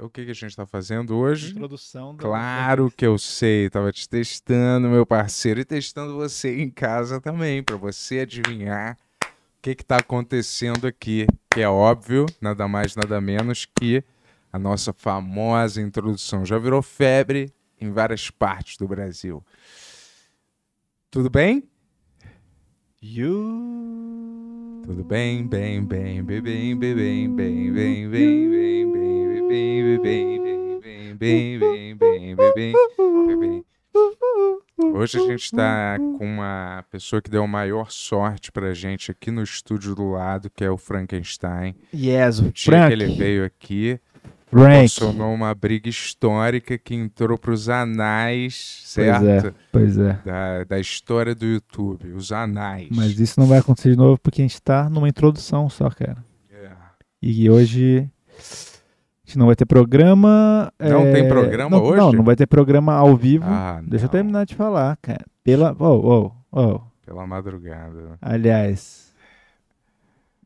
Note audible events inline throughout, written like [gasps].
O que, que a gente está fazendo hoje? Introdução. do- Claro que eu sei, tava te testando, meu parceiro, e testando você em casa também, para você adivinhar o que que tá acontecendo aqui, que é óbvio, nada mais, nada menos que a nossa famosa introdução já virou febre em várias partes do Brasil. Tudo bem? You. Tudo bem, bem, bem, bem, bem, bem, bem, bem, bem, bem, bem, bem, bem, bem, bem, bem, bem, bem, bem, bem, bem, bem. Tá bem. Hoje a gente tá está com uma pessoa que deu a maior sorte pra gente aqui no estúdio do lado, que é o Frankenstein. Yes, O o dia que ele Frank. veio aqui, Frank. funcionou uma briga histórica que entrou pros anais, Pois é. certo? Pois é. Da, da história do YouTube, os anais. Mas isso não vai acontecer de novo porque a gente tá numa introdução só, cara. É. E hoje. A gente não vai ter programa. Não é, tem programa não- hoje? Não, não vai ter programa ao vivo. Ah, Deixa eu não, terminar de falar, cara. Pela. Oh, oh, oh. Pela madrugada. Aliás,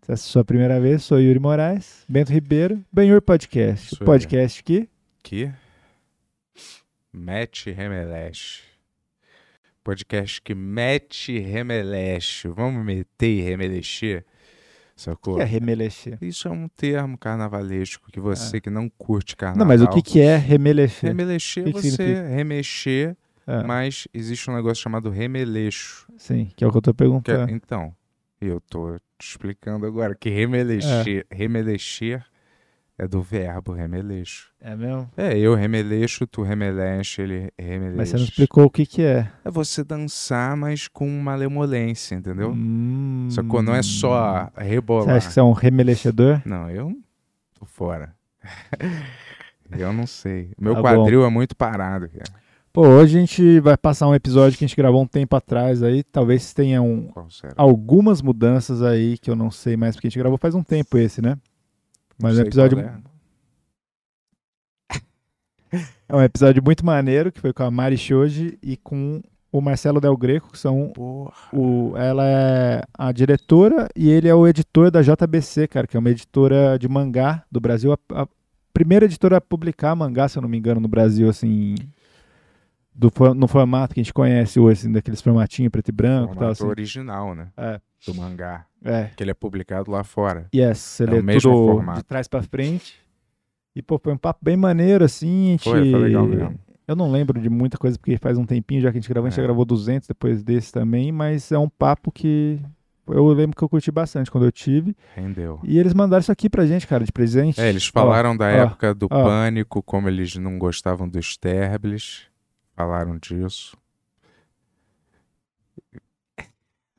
se essa é a sua primeira vez, sou Yuri Moraes, Bento Ribeiro, Benhur Podcast. Isso O aí. podcast que é que mete remeleche. Podcast que mete remeleche. Vamos meter e remelexer? Sacou? que é remelexer. Isso é um termo carnavalesco que você que não curte carnaval. Não, mas o que, que é remelexer? Remelexer O que que você significa? remexer, Ah, mas existe um negócio chamado remeleixo. sim, que é o que eu tô Que é- perguntando. Então, eu tô te explicando agora que remelexer, remelexer é do verbo remeleixo. É mesmo? É, eu remeleixo, tu remelexe, ele remelexe. Mas você não explicou o que que é. É você dançar, mas com malemolência, entendeu? Hum, Sacou? Não é só Você rebolar. acha que você é um remelexedor? Não, eu tô fora. [laughs] eu não sei. Meu Tá bom. quadril é muito parado, cara. Pô, hoje a gente vai passar um episódio que a gente gravou um tempo atrás aí, talvez tenha um, Qual será? algumas mudanças aí que eu não sei mais, porque a gente gravou faz um tempo esse, né? Mas Não o sei episódio qual é. É um episódio muito maneiro, que foi com a Mari Shoji e com o Marcelo Del Greco, que são Porra. o. Ela é a diretora e ele é o editor da JBC, cara, que é uma editora de mangá do Brasil. A, a primeira editora a publicar mangá, se eu não me engano, no Brasil, assim. Do, for- no formato que a gente conhece hoje, assim, daqueles formatinhos preto e branco e Formato tal, assim. original, né? É. Do mangá. É. Que ele é publicado lá fora. Yes, ele o é, mesmo tudo formato. de trás pra frente. E, pô, foi um papo bem maneiro, assim. A gente... Foi, foi legal mesmo. Eu não lembro de muita coisa, porque faz um tempinho já que a gente gravou, a gente É. já gravou 200 depois desse também, mas é um papo que eu lembro que eu curti bastante quando eu tive. Rendeu. E eles mandaram isso aqui pra gente, cara, de presente. É, eles falaram da ó, época do ó. pânico, como eles não gostavam dos Terbles. Falaram disso. [laughs]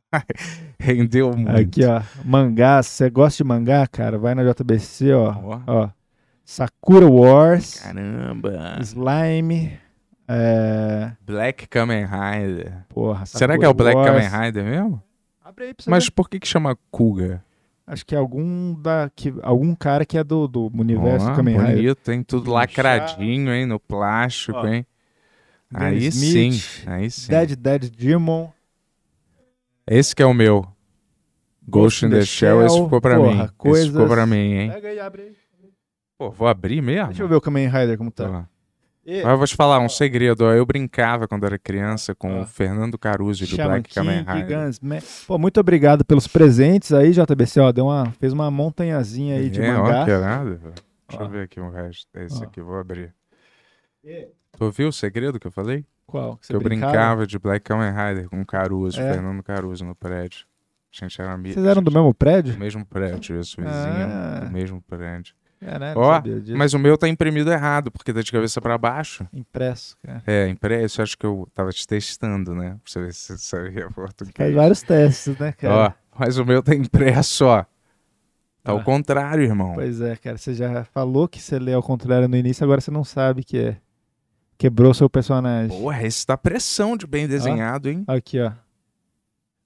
Rendeu muito. Aqui, ó, mangá. Se você gosta de mangá, cara, vai na JBC, ó. Ó, ó Sakura Wars, Caramba. Slime, é... Black Kamen Rider. Porra, Será que é o Black Kamen Rider mesmo? Abre aí pra você Mas por que que chama Kuga? Acho que é algum da que algum cara que é do, do universo Ó, Kamen Rider. bonito, hein? Tudo lacradinho, hein? No plástico, Ó, hein? Aí Dennis Smith, sim, aí sim. Dead Dead Demon, Esse que é o meu. Ghost, in the Shell, esse ficou pra porra, mim. coisas- Esse ficou pra mim, hein? Pega aí, abre aí. Pô, vou abrir mesmo? Deixa eu ver o Kamen Rider como tá. Tá. E, Mas eu vou te falar um segredo. ó. Eu brincava quando era criança com Ó. o Fernando Caruso do Shaman Black Kamen King, Rider. Gunsman. Pô, muito obrigado pelos presentes aí, JBC. Ó, deu uma, fez uma montanhazinha aí de é, ó, que mangá. nada. velho. Deixa Ó. eu ver aqui o resto. É Esse Ó. aqui, vou abrir. E, Tu viu o segredo que eu falei? Qual? Que que eu brincava de Black Kamen Rider com o Caruso, É. Fernando Caruso no prédio. A gente era amigo. Vocês eram do mesmo do prédio? mesmo prédio, isso, vizinho. Ah. Do mesmo prédio. Caralho, É, né? Ó, É, não sabia disso. Mas o meu tá imprimido errado, porque tá de cabeça pra baixo. Impresso, cara. É, impresso, acho que eu tava te testando, né? Pra você ver se você sabia Faz português. vários testes, né, cara? É Ó, mas o meu tá impresso, ó. Tá ao Ah. contrário, irmão. Pois é, cara. Você já falou que você lê ao contrário no início, agora você não sabe que é. Quebrou seu personagem. Porra, esse tá pressão de bem desenhado, hein? Aqui, ó.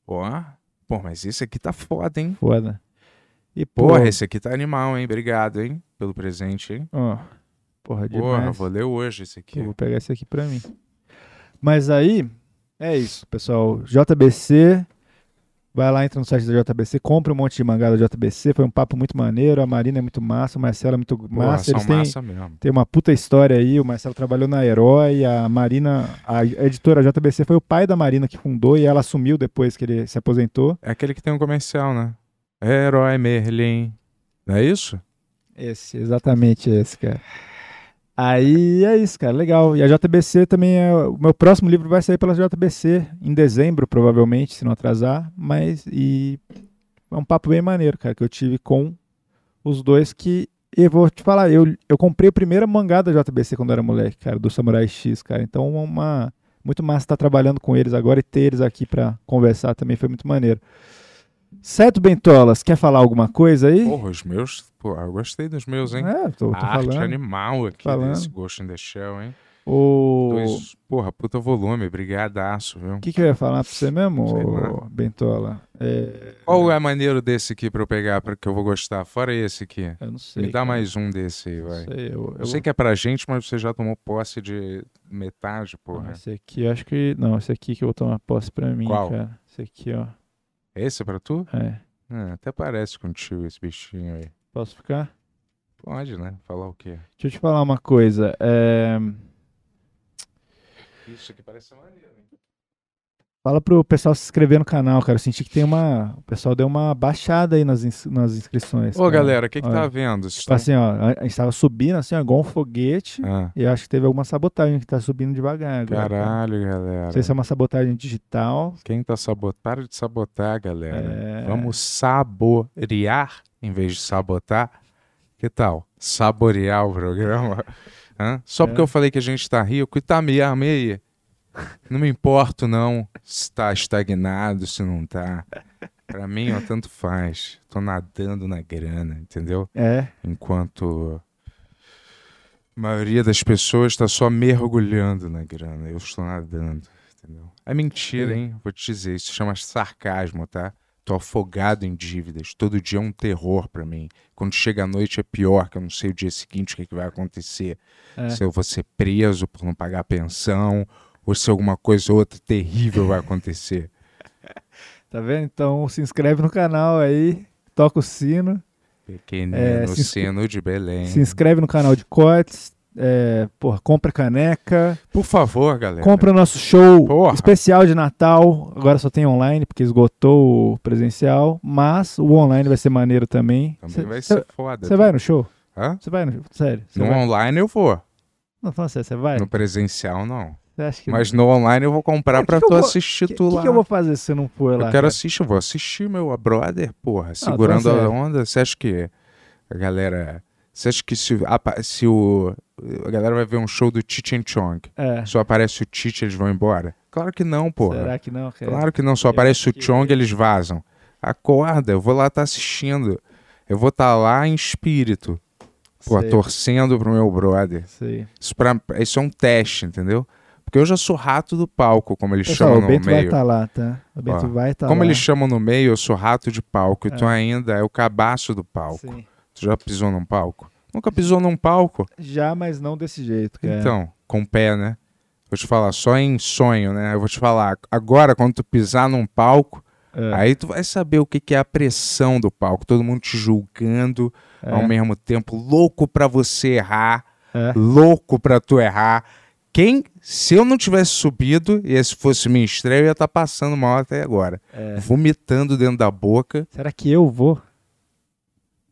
Ó. Pô, mas esse aqui tá foda, hein? Foda. E Porra, porra. esse aqui tá animal, hein? Obrigado, hein? Pelo presente, hein? ó, porra, demais. Porra, vou ler hoje esse aqui. Eu vou pegar esse aqui pra mim. Mas aí, é isso, pessoal. JBC, Vai lá, entra no site da JBC, compra um monte de mangá da JBC. Foi um papo muito maneiro. A Marina é muito massa, o Marcelo é muito massa. são Eles têm, massa mesmo. tem uma puta história aí. O Marcelo trabalhou na Herói. A Marina, a editora JBC, foi o pai da Marina que fundou e ela assumiu depois que ele se aposentou. É aquele que tem um comercial, né? Herói Merlin. Não é isso? Esse, exatamente esse, cara. Aí é isso, cara, legal. E a JBC também é. O meu próximo livro vai sair pela JBC em dezembro, provavelmente, se não atrasar. Mas. E é um papo bem maneiro, cara, que eu tive com os dois que. E eu vou te falar, eu, eu comprei o primeiro mangá da JBC quando eu era moleque, cara, do Samurai X, cara. Então é uma. Muito massa estar trabalhando com eles agora e ter eles aqui pra conversar também foi muito maneiro. Certo, Bentolas, quer falar alguma coisa aí? Porra, os meus. Pô, eu gostei dos meus, hein? É, tô, tô Arte falando. animal aqui falando. desse Ghost in the Shell, hein? O Dois, porra, puta volume, brigadaço, viu? que, que eu ia falar pra você mesmo, Sei ô, Bentola? É, Qual é maneiro desse aqui pra eu pegar, pra, que eu vou gostar? Fora esse aqui. eu não sei. Me dá cara, mais um desse aí, não vai. sei, eu, Eu sei que é pra gente, mas você já tomou posse de metade, porra. Esse aqui, eu acho que. Não, esse aqui que eu vou tomar posse pra mim, né? Qual? cara. Esse aqui, ó. Esse é pra tu? É. Ah, até parece contigo esse bichinho aí. Posso ficar? Pode, né? Falar o quê? Deixa eu te falar uma coisa. É, Isso aqui parece maneiro, hein? Fala pro pessoal se inscrever no canal, cara. Eu senti que tem uma. O pessoal deu uma baixada aí nas, ins- nas inscrições. Ô, cara. galera, o que que Olha. tá vendo? Vocês Tipo tão- assim, ó. a- A gente tava subindo assim, ó, igual um foguete. Ah, E eu acho que teve alguma sabotagem que tá subindo devagar agora. cara. caralho, galera. Não sei se é uma sabotagem digital. Quem tá sabotar, de sabotar, galera. É, Vamos saborear em vez de sabotar. Que tal? Saborear o programa. Hã? Só porque eu falei que a gente tá rico e tá meia meia. Não me importo, não, se tá estagnado, se não tá. Pra mim, ó, tanto faz. Tô nadando na grana, entendeu? É, Enquanto a maioria das pessoas tá só mergulhando na grana. Eu estou nadando, entendeu? É mentira, É. hein? Vou te dizer, isso chama sarcasmo, tá? Tô afogado em dívidas. Todo dia é um terror pra mim. Quando chega a noite é pior, que eu não sei o dia seguinte o que, que vai acontecer. É. Se eu vou ser preso por não pagar pensão, ou se alguma coisa ou outra terrível vai acontecer. tá vendo? Então se inscreve no canal aí, toca o sino, Pequenino [laughs] É, se inscre- sino de Belém. se inscreve no canal de cortes, é, porra, compra caneca, Por favor, galera. compra o nosso show Porra. especial de Natal, agora só tem online porque esgotou o presencial, mas o online vai ser maneiro também. Também Cê- vai cê- ser foda. tá? Você vai no show? Hã? Você vai no show? Sério? Você No vai? online eu vou. Não, falando sério, você vai? No presencial, não. Você acha que Mas no online eu vou comprar Mas que pra que eu tu vou- assistir que, tu que lá. que eu vou fazer se eu não for Eu lá? quero cara? Ah, tá assistir, eu vou assistir meu brother, porra, segurando falando a sério. onda. Você acha que a galera. Você acha que se, apa- se o. A galera vai ver um show do Cheech and Chong? É. Só aparece o Cheech, eles vão embora? Claro que não, porra. Será que não, cara? Claro que não, só Eu aparece o acho que- é. Chong eles vazam. Acorda, eu vou lá estar assistindo. Eu vou estar lá em espírito, pô, Sei, torcendo pro meu brother. sei. Isso, pra, isso é um teste, entendeu? Porque eu já sou rato do palco, como eles Pessoal, chamam o no Bento vai meio. estar lá, tá? O Bento Ó, vai estar como lá. eles chamam no meio, eu sou rato de palco. É. Então ainda é o cabaço do palco. Sim. Tu já pisou num palco? Nunca pisou num palco? Já, mas não desse jeito, cara. Então, com o pé, né? Vou te falar, só em sonho, né? Eu vou te falar, agora quando tu pisar num palco, É, aí tu vai saber o que, que é a pressão do palco. Todo mundo te julgando é, ao mesmo tempo, louco pra você errar. é. louco pra tu errar. Quem, se eu não tivesse subido e esse fosse minha estreia, eu ia estar passando mal até agora. É. Vomitando dentro da boca. Será que eu vou?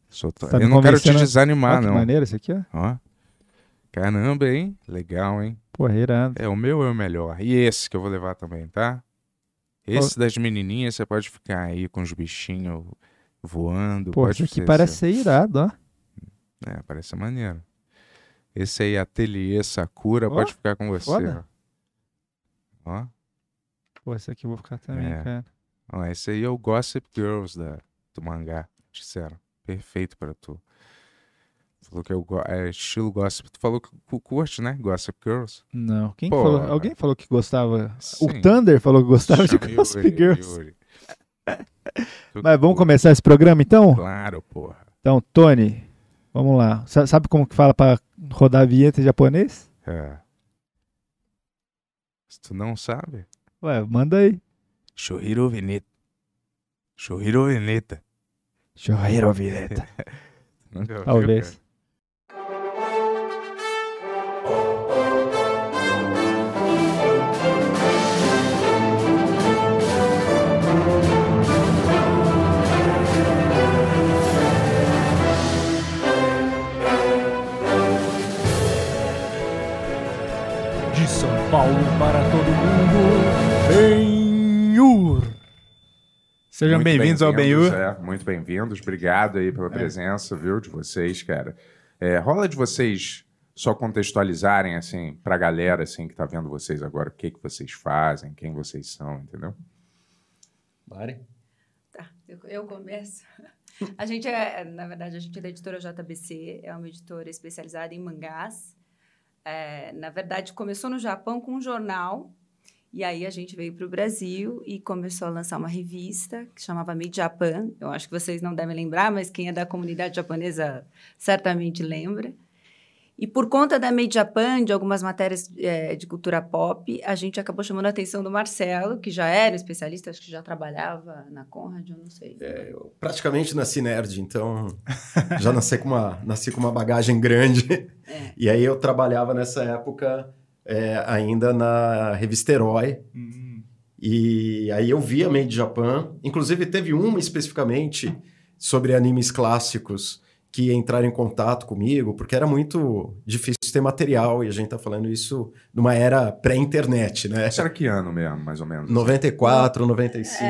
Só tô- Tá me eu não quero te convencendo a- desanimar, Olha que Ah, não. maneiro esse aqui, ó. Ó. Caramba, hein? Legal, hein? Porra, irado. É, o meu é o melhor. E esse que eu vou levar também, tá? Esse das menininhas, você pode ficar aí com os bichinhos voando. Porra, pode esse aqui ser parece ser irado, ó. seu. É, parece maneiro. Esse aí, Ateliê Sakura, Ó, pode ficar com você. foda. Ó. Ó. Pô, esse aqui eu vou ficar também, É. cara. Ah, esse aí é o Gossip Girls da, do mangá, disseram. Perfeito pra tu. Falou que é, o go- é estilo gossip. Tu falou que cu- curte, né? Gossip Girls. Não, quem que Pô, falou? cara. Alguém falou que gostava. Sim. O Thunder falou que gostava de Chama Gossip Yuri, Girls. [laughs] Yuri. Tu Mas vamos curte. começar esse programa então? Claro, porra. Então, Tony, vamos lá. Sa- Sabe como que fala pra rodar a vinheta em japonês? É. Se tu não sabe, Ué, manda aí. Shohiro Venet. Shohiro Veneta. Shohiro Vileta. [laughs] Nunca viu, Talvez. De São Paulo para todo mundo, Benhur! Sejam Muito bem-vindos ao Benhur. é, muito bem-vindos. Obrigado aí pela presença, viu, de vocês, cara. É, rola de vocês só contextualizarem, assim, pra galera, assim, que tá vendo vocês agora, o que que vocês fazem, quem vocês são, entendeu? Lari? Tá, eu, eu começo. [laughs] A gente é, na verdade, a gente é da editora JBC, é uma editora especializada em mangás. É, na verdade, começou no Japão com um jornal, e aí a gente veio para o Brasil e começou a lançar uma revista que chamava Made Japan. Eu acho que vocês não devem lembrar, mas quem é da comunidade japonesa certamente lembra. E por conta da Made Japan, de algumas matérias eh, de cultura pop, a gente acabou chamando a atenção do Marcelo, que já era especialista, acho que já trabalhava na Conrad, eu não sei. Eu praticamente nasci nerd, então já nasci com uma, [laughs] nasci com uma bagagem grande. É. E aí eu trabalhava nessa época é, ainda na revista Herói. E aí eu via Made Japan. Inclusive teve uma especificamente sobre animes clássicos que entraram em contato comigo, porque era muito difícil ter material. E a gente tá falando isso numa era pré-internet, né? Será que ano mesmo, mais ou menos? 94, 95.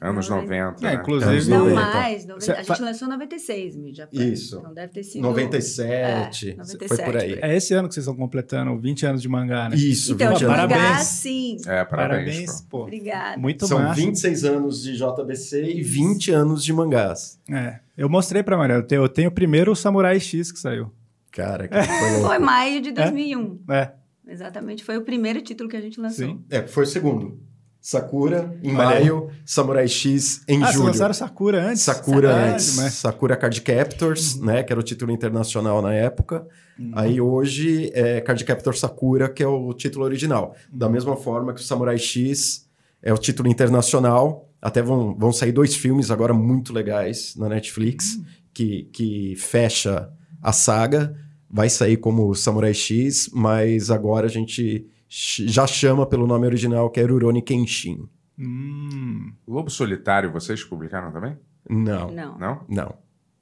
É. Anos 90, né? É, inclusive, Não, Não Noventa. mais, noventa- Cê a fa- gente lançou em 96, Made Japan. Isso. Então deve ter sido... 97, É, 97, foi por aí. por é esse ano que vocês estão completando 20 anos de mangá, né? Isso, Então, 20 de Pô, anos. parabéns. mangá, sim. É, parabéns. pô. pô. Obrigada. Muito São massa. 26 anos de JBC e 20 anos de mangás. É. Eu mostrei pra Maria, eu tenho, eu tenho o primeiro Samurai X que saiu. Cara, que foi Foi louco. maio de 2001. É, Exatamente, foi o primeiro título que a gente lançou. sim. É, foi o segundo. Sakura, em Olha aí. maio, Samurai X, em ah, vocês julho. lançaram Sakura antes? Sakura Sacanagem, antes, mas- Sakura Card Captors, né, que era o título internacional na época. Aí hoje é Card Captor Sakura, que é o título original. Da mesma forma que o Samurai X é o título internacional. Até vão, vão sair dois filmes agora muito legais na Netflix, que, que fecha a saga. Vai sair como Samurai X, mas agora a gente ch- já chama pelo nome original, que é Rurouni Kenshin. Um Hum. Lobo Solitário, vocês publicaram também? Não, Não. Não? não.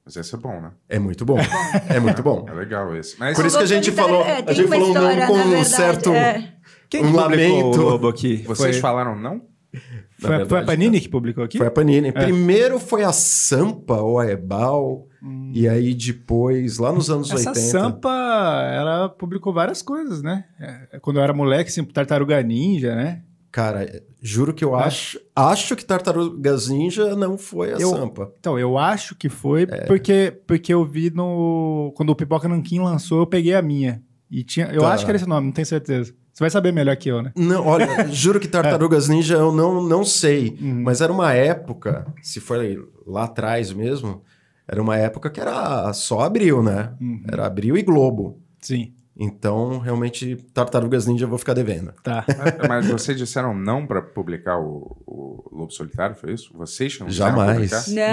Mas esse é bom, né? É muito bom. É muito bom. É legal esse. Mas Por isso que a gente falou- é, a gente falou não com um certo- Quem que Um publicou lamento. o Lobo aqui? vocês foi, falaram não? foi, Na a- foi a verdade, Panini que É. publicou aqui? Foi a Panini. Primeiro foi a Sampa ou a Ebal. E aí depois, lá nos anos Hum. Essa 80. Sampa, ela publicou várias coisas, né? É, Quando eu era moleque, assim, Tartaruga Ninja, né? Cara, juro que eu É. acho. Acho que Tartarugas Ninja não foi a Eu- Sampa. Então, eu acho que foi porque, porque eu vi no... Quando o Pipoca Nanquim lançou, eu peguei a minha. E tinha... Eu Tá. acho que era esse nome, não tenho certeza. Você vai saber melhor que eu, né? [laughs] Não, olha, juro É. que Tartarugas Ninja eu não, não sei. Uhum. Mas era uma época, se for lá atrás mesmo, era uma época que era só abril, né? Uhum. Era abril e Globo. Sim, Então, realmente, Tartarugas Ninja eu vou ficar devendo. tá. Mas- Mas vocês disseram não pra publicar o, o Lobo Solitário, foi isso? Vocês não disseram Jamais. publicar? né?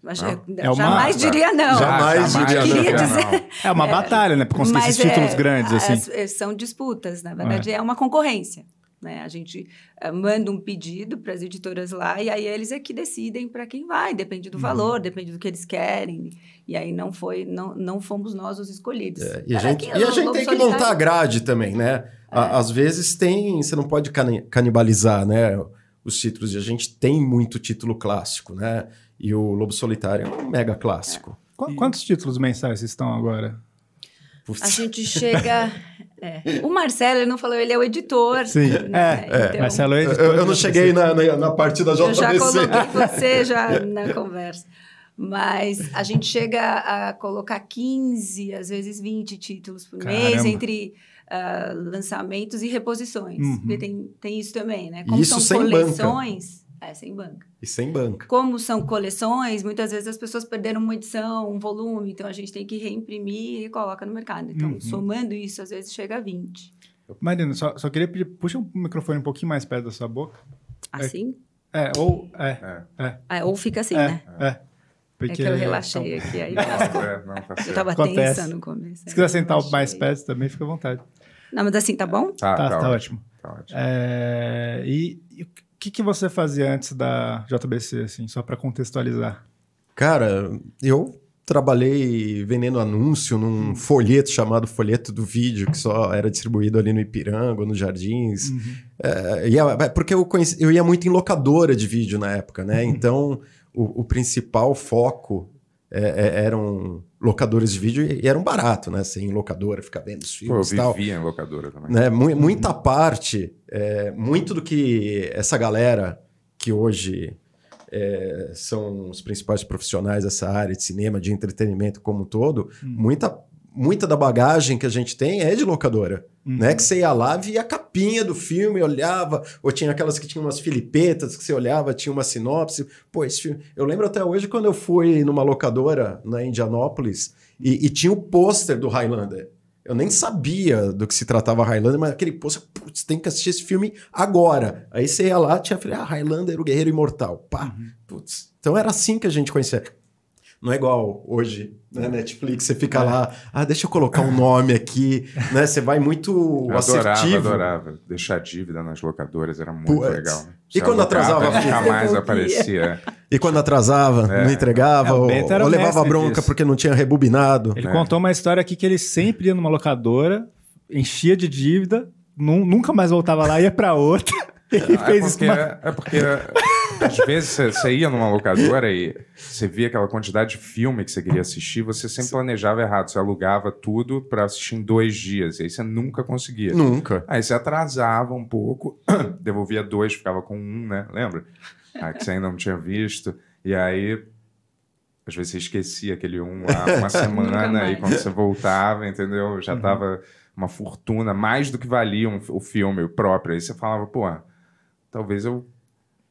Não, acho- Não? É uma- jamais diria Ah, não. Jamais diria não. Queria É uma É, batalha, né? Pra conseguir Mas esses títulos é, grandes, assim. as- eh, são disputas, na verdade, é, uma concorrência. Né? A gente eh, manda um pedido para as editoras lá e aí eles é que decidem para quem vai, depende do Uhum. valor, depende do que eles querem. E aí não foi, não, não fomos nós os escolhidos. É, E a Era gente, aqui, e a o gente Lobo tem que Solitário. montar a grade também, né? É. A- Às vezes tem, você não pode cani- canibalizar, né? Os títulos. E a gente tem muito título clássico, né? E o Lobo Solitário é um mega clássico. Qu- Quantos títulos mensais vocês estão agora? Putz. É. A gente chega. é. O Marcelo, ele não falou, ele é o editor. Sim, né? é, Então, Marcelo é [laughs] Eu, editor eu não de- cheguei na, na, na parte da Eu já JBC. coloquei você já na conversa. Mas a gente chega a colocar 15, às vezes 20 títulos por mês Caramba. entre ah, lançamentos e reposições. Uhum. Porque tem, tem isso também, né? E Como isso são sem banca. coleções. É, sem banca. [laughs] E sem banca. Como são coleções, muitas vezes as pessoas perderam uma edição, um volume, então a gente tem que reimprimir e coloca no mercado. Então, Uhum. somando isso, às vezes chega a 20. Marina, só, só queria pedir, puxa o microfone um pouquinho mais perto da sua boca. Assim? É, ou. É, É. Ah, ou fica assim, é, né? é. É que eu relaxei [laughs] aqui, aí lascou. É, não, tá eu certo. tava Acontece. tensa no começo. Se aí quiser eu sentar o relaxei. mais perto também, fica à vontade. Não, mas assim, tá bom? Tá, tá, tá ótimo. ótimo. Tá ótimo. É, e e o que, que você fazia antes da JBC, assim, só para contextualizar? Cara, eu trabalhei vendendo anúncio num folheto chamado Folheto do Vídeo, que só era distribuído ali no Ipiranga, nos Jardins. É, e é- porque eu, conheci- eu ia muito em locadora de vídeo na época, né? Uhum. Então, o, o principal foco é- é- eram locadores de vídeo e, e eram barato, né? Você ia em locadora, ficar vendo os Pô, eu filmes e tal. vivia em locadora também. É, Né? Mu- Muita parte, é, muito do que essa galera que hoje é, são os principais profissionais dessa área de cinema, de entretenimento como um todo, Hum. muita, muita da bagagem que a gente tem é de locadora. Hum. Uhum. Né? Que você ia lá, via a capinha do filme, olhava, ou tinha aquelas que tinham umas filipetas que você olhava, tinha uma sinopse. Pô, esse filme. Eu lembro até hoje quando eu fui numa locadora na Indianópolis e, e tinha o pôster do Highlander. Eu nem sabia do que se tratava Highlander, mas aquele pôster, putz, tem que assistir esse filme agora. Aí você ia lá, tinha falei, ah, Highlander, o Guerreiro Imortal. Pá, Uhum. putz. Então era assim que a gente conhecia. Não é igual hoje, Uhum. né? Netflix, você É. fica lá, ah, deixa eu colocar um nome aqui, né? Você vai muito Eu adorava, assertivo. adorava. Deixar dívida nas locadoras era muito Puts. legal. né? E quando atrasava a Nunca fita? mais Devolvia. aparecia. E quando atrasava, É. não entregava, É, o ou, Bento era ou o levava mestre bronca disso. porque não tinha rebobinado. Ele É. contou uma história aqui que ele sempre ia numa locadora, enchia de dívida, nu- nunca mais voltava lá, ia para [laughs] outra. Ele fez isso. é porque, uma- é porque às vezes você- você ia numa locadora e você via aquela quantidade de filme que você queria assistir, você sempre planejava errado. Você alugava tudo pra assistir em dois dias. E aí você nunca conseguia. Nunca. Aí você atrasava um pouco, [clears throat] devolvia dois, ficava com um, né? Lembra? Ah, que você ainda não tinha visto. E aí, às vezes você esquecia aquele um lá uma Nunca semana, e mais. quando você voltava, entendeu? Já tava uma fortuna, mais do que valia um- o filme próprio. Aí você falava, pô, talvez eu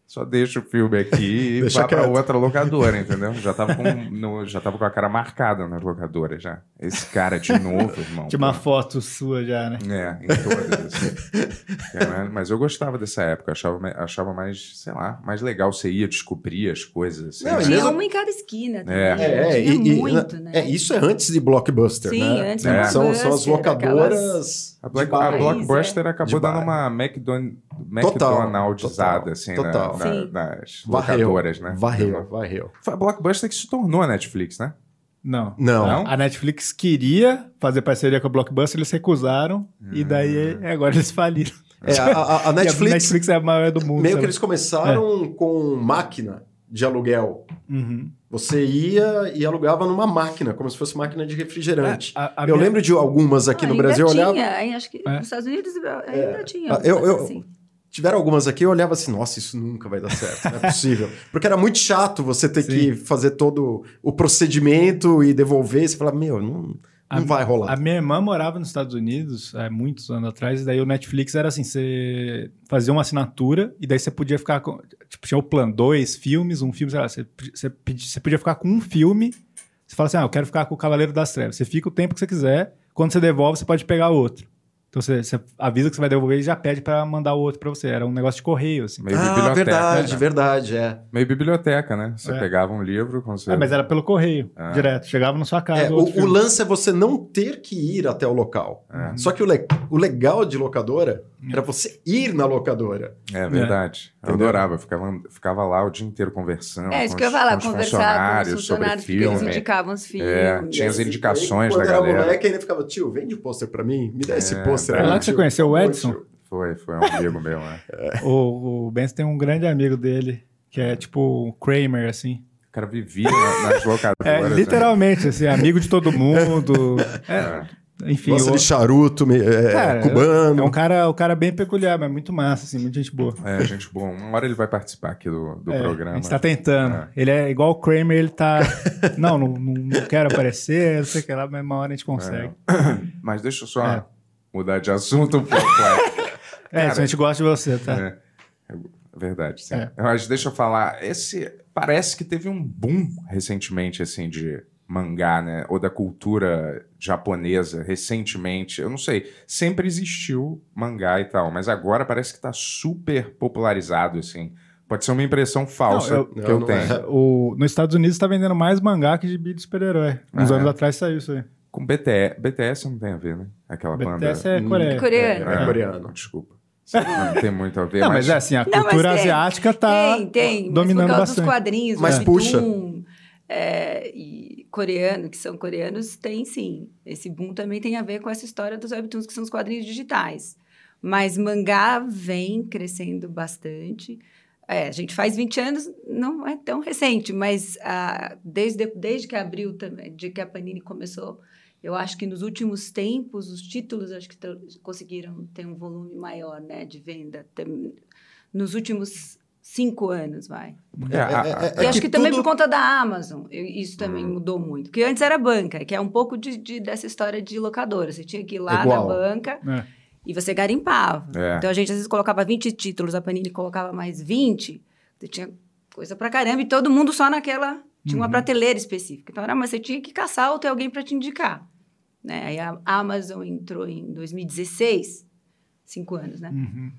só deixe o filme aqui e Deixa vá pra quieto. outra locadora, entendeu? Já tava, com, no- já tava com a cara marcada nas locadoras já. Esse cara de novo, irmão. Tinha uma foto sua já, né? É, em todas. assim. Caralho, mas eu gostava dessa época, achava, ma- achava mais, sei lá, mais legal você ia descobrir as coisas. assim. Não, e Tinha mesmo- uma em cada esquina também. É, É, Tinha e- e- muito, na- né? é, isso é antes de Blockbuster, Sim, né? antes de É. São, são as Blockbuster, locadoras... A, Black- de bairro. a Blockbuster De acabou dando bairro. uma McDon- Total, McDonaldizada, total, assim, na- total. na- Sim. nas Varreu, locadoras, né? varreu, varreu. Foi a Blockbuster que se tornou a Netflix, né? Não. Não. Não? A Netflix queria fazer parceria com a Blockbuster, eles recusaram, e daí é, agora eles faliram. É, a, a- a E Ah. Netflix, a Netflix é a maior do mundo. meio que sabe? eles começaram É. com máquina de aluguel. Uhum. Você ia e alugava numa máquina, como se fosse máquina de refrigerante. É, a- a eu minha- lembro de algumas aqui Ah, no ainda Brasil, eu tinha, olhava, aí Acho que nos Estados Unidos ainda tinha. Ah, eu- algumas eu- assim. Tiveram algumas aqui, eu olhava assim, nossa, isso nunca vai dar certo, não é [laughs] possível. Porque era muito chato você ter que fazer todo o procedimento e devolver, e você falar, meu, não, não vai A rolar. minha irmã morava nos Estados Unidos há muitos anos atrás, e daí o Netflix era assim: você fazia uma assinatura e daí você podia ficar com. Tipo, tinha o plano dois filmes, um filme, sei lá, você, p- você, pedi- você podia ficar com um filme. Você fala assim: ah, eu quero ficar com o Cavaleiro das Trevas. Você fica o tempo que você quiser, quando você devolve, você pode pegar outro. Então você, você avisa que você vai devolver e já pede pra mandar o outro pra você. Era um negócio de correio, assim. Meio biblioteca. Ah, verdade, né? verdade, é. Meio biblioteca, né? Você É. pegava um livro com você. Ah, mas era pelo correio, Ah. direto. Chegava na sua casa. É, o, Tá, outro o filme. É. lance é você não ter que ir até o local. Só que o, le- o legal de locadora Hum. era você ir na locadora. É verdade. Eu Entendeu? adorava. eu Ficava, ficava lá o dia inteiro conversando. É, com isso que eu os- ia falar, com os conversar com funcionários os funcionários, sobre porque eles filme. indicavam os filmes. É, tinha as indicações Quando da era galera. moleque, ainda ficava, tio, vende o pôster pra mim, me dá esse É, pôster. é aí, lá que você tio." conheceu o Pô, Edson? tio. Foi, foi um amigo meu, né? O, o Benz tem um grande amigo dele, que é tipo o Kramer, assim. O cara vivia na- nas locadoras. [laughs] É, né? literalmente, assim, amigo de todo mundo. É, enfim, Gosta o- de charuto me- é, Cara, cubano. é um cara, um cara bem peculiar, mas muito massa, assim, muita gente boa. É, gente, bom, uma hora ele vai participar aqui do, do É, A programa. gente tá tentando. É. Ele é igual o Kramer, ele tá. não, não, não, não quero aparecer, não sei o que lá, mas uma hora a gente consegue. Mas deixa eu só É. mudar de assunto um pouco. é. [laughs] É, Cara, isso, a gente gosta de você, tá? É, é verdade, sim. É. Mas deixa eu falar, esse parece que teve um boom recentemente, assim, de mangá, né? Ou da cultura japonesa, recentemente. Eu não sei, sempre existiu mangá e tal, mas agora parece que tá super popularizado, assim. Pode ser uma impressão falsa Não, eu- que Não, eu [laughs] não tenho. é. O, nos Estados Unidos tá vendendo mais mangá que gibi de super-herói. Uns Ah. anos atrás saiu isso aí. Com BTS. BTS não tem a ver, né? Aquela banda. BTS é Hum. Coreia. Coreano. É coreano. Desculpa. Não tem muito a ver, Não, mas, mas é assim, a Não, mas cultura tem. asiática tá tem, tem. dominando mas por causa bastante. dos [laughs] quadrinhos, Mas do puxa. Webtoon, é, e coreano, que são coreanos, tem sim. Esse boom também tem a ver com essa história dos webtoons, que são os quadrinhos digitais. Mas mangá vem crescendo bastante. É, a gente faz 20 anos, não é tão recente, mas ah, desde, desde que abriu também, de que a Panini começou, eu acho que nos últimos tempos os títulos acho que tão- conseguiram ter um volume maior, né, de venda. Tem- nos últimos cinco anos, vai. É, a- a- É- é- e é acho que, também tudo- Hum. por conta da Amazon, eu- isso também mudou muito. Porque antes era banca, que é um pouco de, de- dessa história de locadora. Você tinha que ir lá Igual. na banca É. e você garimpava. É. Então a gente às vezes colocava 20 títulos, a Panini colocava mais 20. Você tinha coisa pra caramba e todo mundo só naquela. Tinha uma prateleira específica. Então era, mas você tinha que caçar ou ter alguém pra te indicar. Né? Aí a Amazon entrou em 2016, cinco anos, né? Uhum.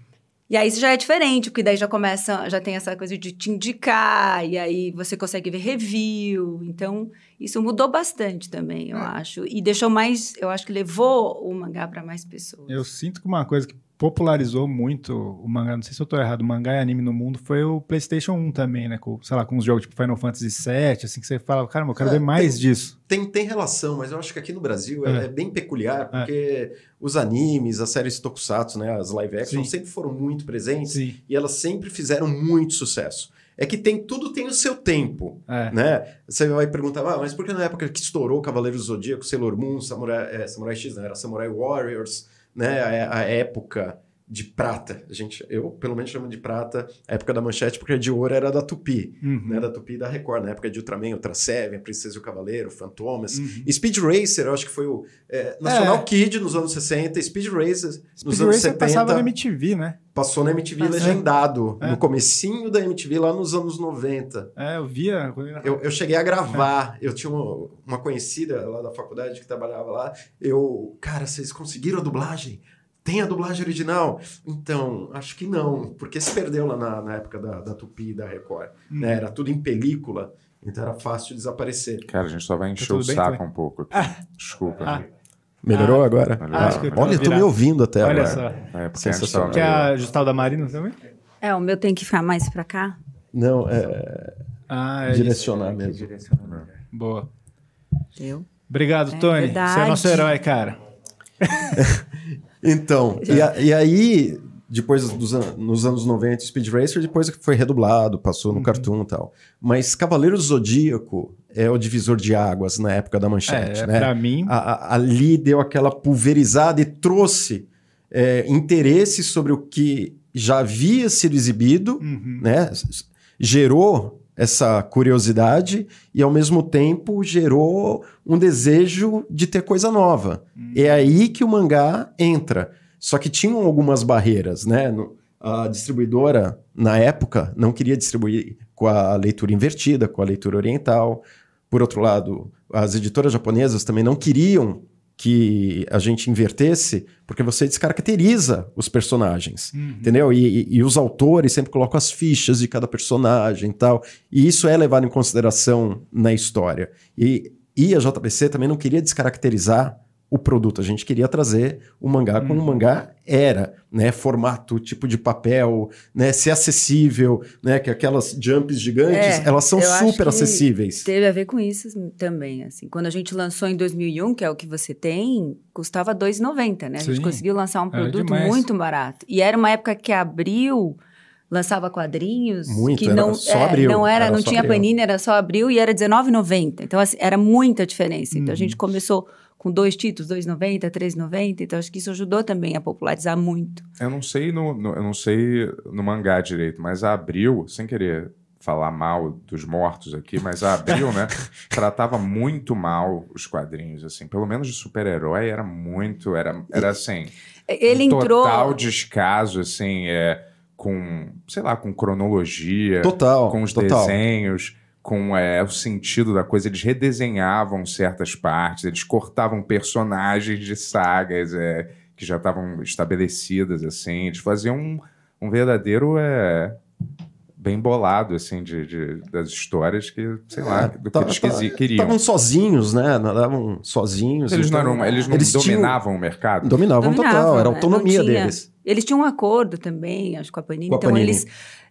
E aí isso já é diferente, porque daí já começa, já tem essa coisa de te indicar, e aí você consegue ver review. Então, isso mudou bastante também, eu acho. E deixou mais, eu acho que levou o mangá para mais pessoas. Eu sinto que uma coisa que popularizou muito o mangá, não sei se eu tô errado, o mangá e anime no mundo foi o PlayStation 1 também, né? Com, sei lá, com uns jogos tipo Final Fantasy VII, assim, que você fala, caramba, eu quero É, ver mais tem- disso. Tem, tem relação, mas eu acho que aqui no Brasil é, É. é bem peculiar, porque os animes, as séries Tokusatsu, né, as live action, Sim. sempre foram muito presentes Sim. e elas sempre fizeram muito sucesso. É que tem tudo tem o seu tempo, É. né? Você vai perguntar, ah, mas por que na época que estourou Cavaleiros do Zodíaco, Sailor Moon, Samurai, é, Samurai X, não, era Samurai Warriors, né? A, a época de prata, a gente, eu pelo menos chamo de prata, a época da manchete, porque a de ouro era da Tupi Uhum. né, da Tupi e da Record, na época de Ultraman, Ultra Seven, Princesa e o Cavaleiro, Fantomas. Uhum. Speed Racer, eu acho que foi o é, National Kid nos anos 60, Speed Racer nos Speed anos Racer 70, passava na MTV, né? passou na MTV Passou. legendado, É. no comecinho da MTV lá nos anos 90. É, eu via. quando era- Eu, eu cheguei a gravar, eu tinha uma, uma conhecida lá da faculdade que trabalhava lá, eu, cara, vocês conseguiram a dublagem? Tem a dublagem original? Então, acho que não, porque se perdeu lá na, na época da, da Tupi e da Record Uhum. né? Era tudo em película, então era fácil desaparecer. Cara, a gente só vai encher tudo o bem, saco tudo um pouco aqui. Desculpa. É, Ah, Melhorou agora? Melhorou. Ah, acho que eu tô Olha, eu tô virado. me ouvindo até Olha agora. só. é porque a gente sensacional. tava- Que a Justal da Marina também? É, o meu tem que ficar mais para cá. Não, é, Ah, é. isso. direcionar mesmo. Boa. Eu. Obrigado, É Tony. Você é verdade. nosso herói, cara. Então, É. e, a- e aí, depois dos an nos anos 90, Speed Racer, depois que foi redublado, passou Uhum. no cartoon e tal. Mas Cavaleiros do Zodíaco é o divisor de águas na época da manchete, é, né? pra mim. A- a- ali deu aquela pulverizada e trouxe é, interesse sobre o que já havia sido exibido, Uhum. né? S- s- Gerou essa curiosidade e ao mesmo tempo gerou um desejo de ter coisa nova. É aí que o mangá entra. Só que tinham algumas barreiras, né? No- a distribuidora na época não queria distribuir com a leitura invertida, com a leitura oriental. Por outro lado, as editoras japonesas também não queriam que a gente invertesse, porque você descaracteriza os personagens. Uhum. Entendeu? E, e- e os autores sempre colocam as fichas de cada personagem e tal. E isso é levado em consideração na história. E, e a JBC também não queria descaracterizar o produto. A gente queria trazer o mangá Uhum. como o mangá era, né? Formato, tipo de papel, né? Ser acessível, né? Que aquelas jumps gigantes, É, elas são eu acho super que acessíveis. Teve a ver com isso também, assim. Quando a gente lançou em 2001, que é o que você tem, custava 2,90, né? A gente Sim. conseguiu lançar um Era produto demais. muito barato. E era uma época que abriu, lançava quadrinhos, Muito, que era não é, só Abril, não era, era não só tinha Abril. Panini, era só abril e era 19,90. Então assim, era muita diferença. Então a gente Uhum. começou com dois títulos, 2,90, 3,90, então acho que isso ajudou também a popularizar muito. Eu não sei no, no- eu não sei no mangá direito, mas a Abril, sem querer falar mal dos mortos aqui, mas a Abril, né, tratava muito mal os quadrinhos, assim. Pelo menos de super-herói era muito, era, era assim... Ele um entrou Total descaso, assim, é, com, sei lá, com cronologia, Total, com os total. desenhos, com é, o sentido da coisa. Eles redesenhavam certas partes, eles cortavam personagens de sagas é, que já estavam estabelecidas, assim. Eles faziam um, um verdadeiro é, bem bolado, assim, de, de- das histórias que, sei lá, É, do que tá- eles quisi- tá- queriam. Estavam sozinhos, né? Estavam sozinhos. eles não, então- eram, eles não tinham- dominavam o mercado. Dominavam total, Dominavam, era a né? autonomia Não tinha- deles. Eles tinham um acordo também, acho, com a Panini. Com a então, Panini. eles...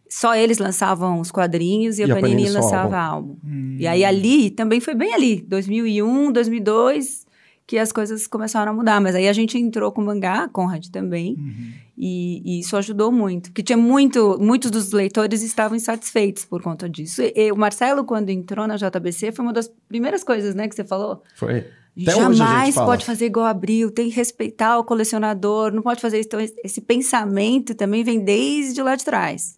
Só eles lançavam os quadrinhos e, a Panini, só lançava álbum. Uhum. E Hum. aí ali, também foi bem ali, 2001, 2002, que as coisas começaram a mudar. Mas aí a gente entrou com o mangá, Conrad também, Uhum. e, e isso ajudou muito. Porque tinha muito, muitos dos leitores estavam insatisfeitos por conta disso. E, e o Marcelo, quando entrou na JBC, foi uma das primeiras coisas, né, que você falou. Foi. Até hoje a gente Jamais fala. pode fazer igual Abril, tem que respeitar o colecionador, não pode fazer isso. Então, esse pensamento também vem desde lá de trás.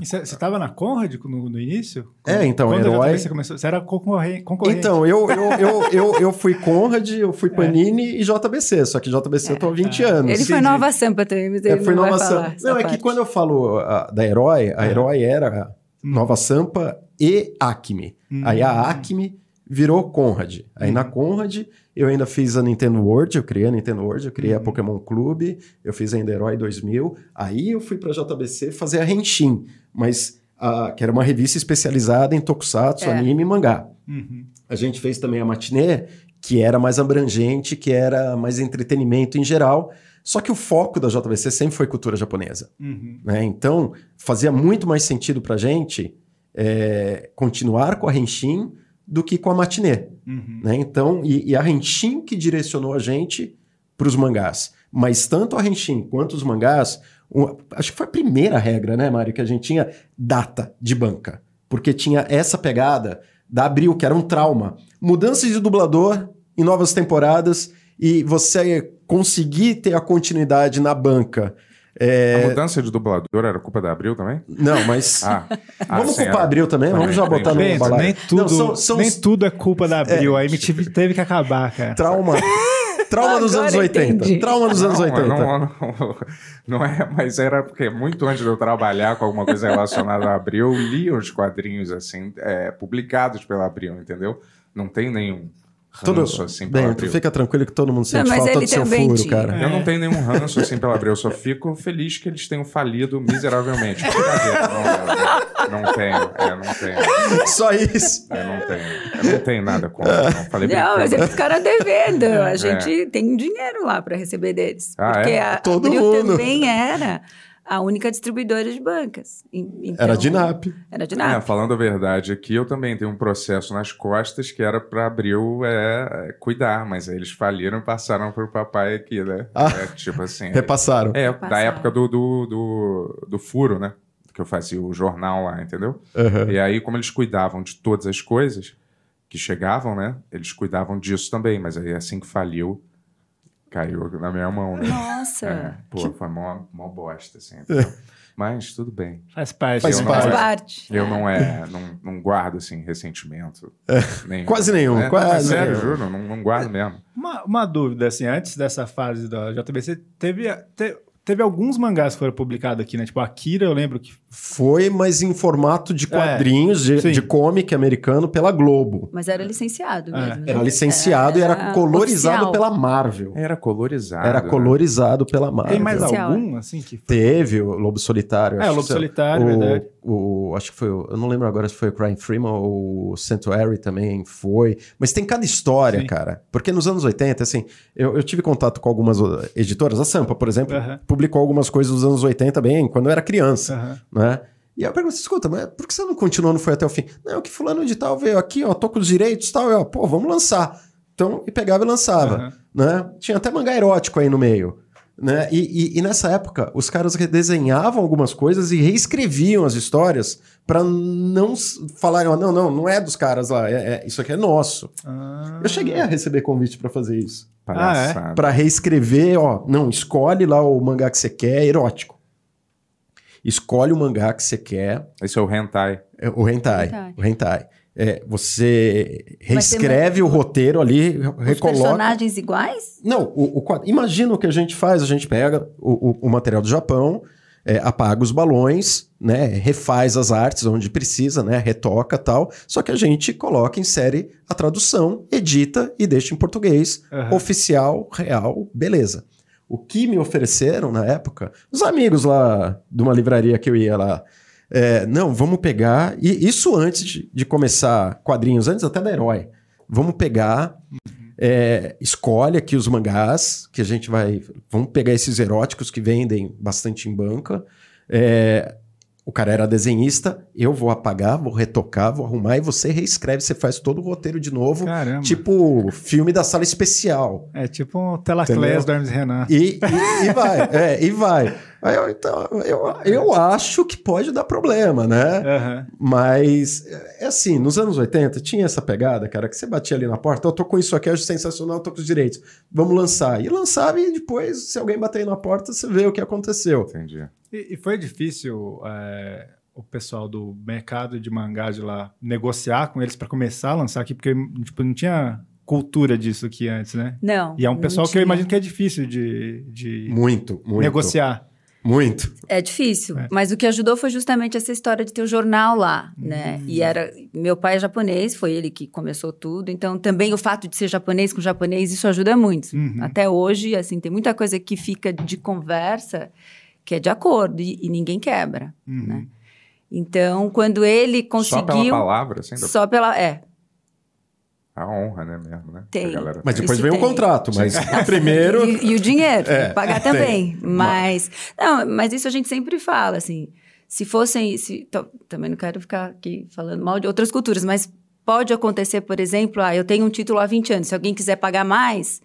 E Você estava na Conrad no, no início? É, então, Quando herói- exatamente Você, começou, você era concorrente. concorrente. Então, eu, eu, eu, eu, eu fui Conrad, eu É. fui Panini e JBC, só que JBC eu tô há tá. 20 anos. Ele foi Entendi. Nova Sampa também, mas ele É, foi não Nova vai falar Sampa. essa Não, é que parte. quando eu falo ah, da Herói, a É. Herói era Nova Sampa e Acme. Hum. Aí a Acme virou Conrad. Aí na Conrad eu ainda fiz a Nintendo World, eu criei a Nintendo World, eu Hum. criei a Pokémon Clube, eu fiz ainda Herói 2000. Aí eu fui pra JBC fazer a Henshin, mas ah, que era uma revista especializada em tokusatsu, É. anime e mangá. Uhum. A gente fez também a matinê, que era mais abrangente, que era mais entretenimento em geral. Só que o foco da JVC sempre foi cultura japonesa. Uhum. né? Então, fazia muito mais sentido pra gente é, continuar com a Henshin do que com a matinê. Uhum. né? Então, e, e a Henshin que direcionou a gente para os mangás. Mas tanto a Henshin quanto os mangás, o- acho que foi a primeira regra, né, Mário, que a gente tinha data de banca. Porque tinha essa pegada da Abril, que era um trauma. Mudanças de dublador em novas temporadas e você conseguir ter a continuidade na banca. É, A mudança de dublador era culpa da Abril também? Não, mas... [laughs] Ah, ah, Vamos sim, culpar a era. Abril também? Vamos já Também, botar no também. Bento, balaio. nem tudo, Não, são- são nem tudo é culpa da Abril. a MTV teve que acabar, cara. Trauma. Trauma dos Agora anos 80. entendi. Trauma dos anos Não, 80. Não, não- não é, mas era porque muito antes de eu trabalhar com alguma coisa relacionada a Abril, eu li os quadrinhos assim, é, publicados pela Abril, entendeu? Não tem nenhum Todo- ranço assim pela Bento, Abril. fica tranquilo que todo mundo sente mas falta ele do seu também furo, tinha. [laughs] cara. Eu não tenho nenhum ranço assim pela Abril, eu só fico feliz que eles tenham falido miseravelmente. Brincadeira, Não, não, não tenho, é, não tenho, Só isso. é, não tenho. Eu não tenho nada contra, não. Falei Não, mas brincando. é eles ficaram [laughs] tá devendo. É. A gente tem dinheiro lá para receber deles. Ah, é? porque a Todo Abril mundo. também era a única distribuidora de bancas. E- então- Era de NAP. Era de É, nada. falando a verdade aqui, eu também tenho um processo nas costas que era pra Abril é, cuidar, mas aí eles faliram e passaram pro papai aqui, né? Ah. É, tipo assim. Repassaram. É, da Passaram. época do, do, do, do furo, né? Que eu fazia o jornal lá, entendeu? Aham. E aí, como eles cuidavam de todas as coisas que chegavam, né? Eles cuidavam disso também, mas aí assim que faliu, caiu na minha mão, né? Nossa. É, pô, foi mó, mó bosta, assim. entendeu? Mas tudo bem. Faz parte. Faz Eu não- Faz parte. parte. Eu não é, não, não guardo assim ressentimento. nenhum. Quase nenhum, É, quase é Sério, nenhum. juro, não, não guardo mesmo. Uma, uma dúvida, assim, antes dessa fase da JBC, teve, te- teve alguns mangás que foram publicados aqui, né? Tipo, Akira, eu lembro que. Foi, mas em formato de quadrinhos, de, É, sim. de comic americano pela Globo. Mas era licenciado É, mesmo. né? Era licenciado e era Era colorizado Ah, oficial. pela Marvel. Era colorizado. Era né? colorizado pela Marvel. Tem mais Oficial, algum, assim, que foi. Teve o Lobo Solitário. É, acho o Lobo que isso- Solitário, o, verdade. o- acho que foi. o- Eu não lembro agora se foi o Crime Freeman ou o Sanctuary também foi. Mas tem cada história, Sim. cara. Porque nos anos 80, assim, eu, eu tive contato com algumas o- editoras. A Sampa, por exemplo, Aham. publicou algumas coisas dos anos 80 bem, quando eu era criança, Aham. né? E aí eu pergunto, escuta, mas por que você não continuou, não foi até o fim? Não, que fulano de tal veio aqui, ó, tô com os direitos e tal, eu, pô, vamos lançar. Então, e pegava e lançava Aham. né? Tinha até mangá erótico aí no meio. Né? E, e- e nessa época, os caras redesenhavam algumas coisas e reescreviam as histórias pra não s- falarem, ó, não, não, não é dos caras lá, é- é- isso aqui é nosso. Ah. Eu cheguei a receber convite pra fazer isso. Palhaçada. Ah, é? Pra reescrever, ó, não, escolhe lá o mangá que você quer, é erótico. Escolhe o mangá que você quer, Esse é o hentai. é, o hentai. Hentai. O hentai. É, você reescreve o roteiro ali, Os recoloca. personagens iguais? Não, o, o quadro- imagina o que a gente faz, a gente pega o, o- o material do Japão, é, apaga os balões, né, refaz as artes onde precisa, né, retoca tal, só que a gente coloca em série a tradução, edita e deixa em português, Aham. oficial, real, beleza. O que me ofereceram na época, os amigos lá de uma livraria que eu ia lá, É, não, vamos pegar. E isso antes de, de começar quadrinhos, antes até da herói. Vamos pegar. é, escolhe aqui os mangás que a gente vai. Vamos pegar esses eróticos que vendem bastante em banca. É, o cara era desenhista, eu vou apagar, vou retocar, vou arrumar e você reescreve, você faz todo o roteiro de novo, Caramba. tipo filme da sala especial. É tipo um Telaclés Entendeu? do Hermes Renan. E, e- [laughs] e vai, é, e vai. Aí eu, então, eu, eu acho que pode dar problema, né? Aham. Mas é assim, nos anos 80 tinha essa pegada, cara, que você batia ali na porta, eu tô com isso aqui, eu acho sensacional, eu tô com os direitos. Vamos lançar. E lançava e depois, se alguém bater aí na porta, você vê o que aconteceu. Entendi. E, e foi difícil é, o pessoal do mercado de mangá de lá negociar com eles para começar a lançar aqui, porque tipo, não tinha cultura disso aqui antes, né? Não. E é um não pessoal que eu tinha. imagino que é difícil de, de Muito, muito. negociar. Muito. É difícil, É. mas o que ajudou foi justamente essa história de ter o jornal lá, né? Hum. E era meu pai é japonês, foi ele que começou tudo, então também o fato de ser japonês com japonês isso ajuda muito. Uhum. Até hoje, assim, tem muita coisa que fica de conversa que é de acordo e, e ninguém quebra. Uhum. né? Então, quando ele Só pela conseguiu, palavra, assim, da- só pela é, a honra, né, mesmo, né? Tem. Que a galera Mas tem. depois Isso vem o tem. contrato, [laughs] mas primeiro. Tá E, e o dinheiro, É, tem que pagar tem. também. Mas, não, mas isso a gente sempre fala, assim. Se fossem. Se, to- também não quero ficar aqui falando mal de outras culturas, mas pode acontecer, por exemplo, ah, eu tenho um título há 20 anos, se alguém quiser pagar mais.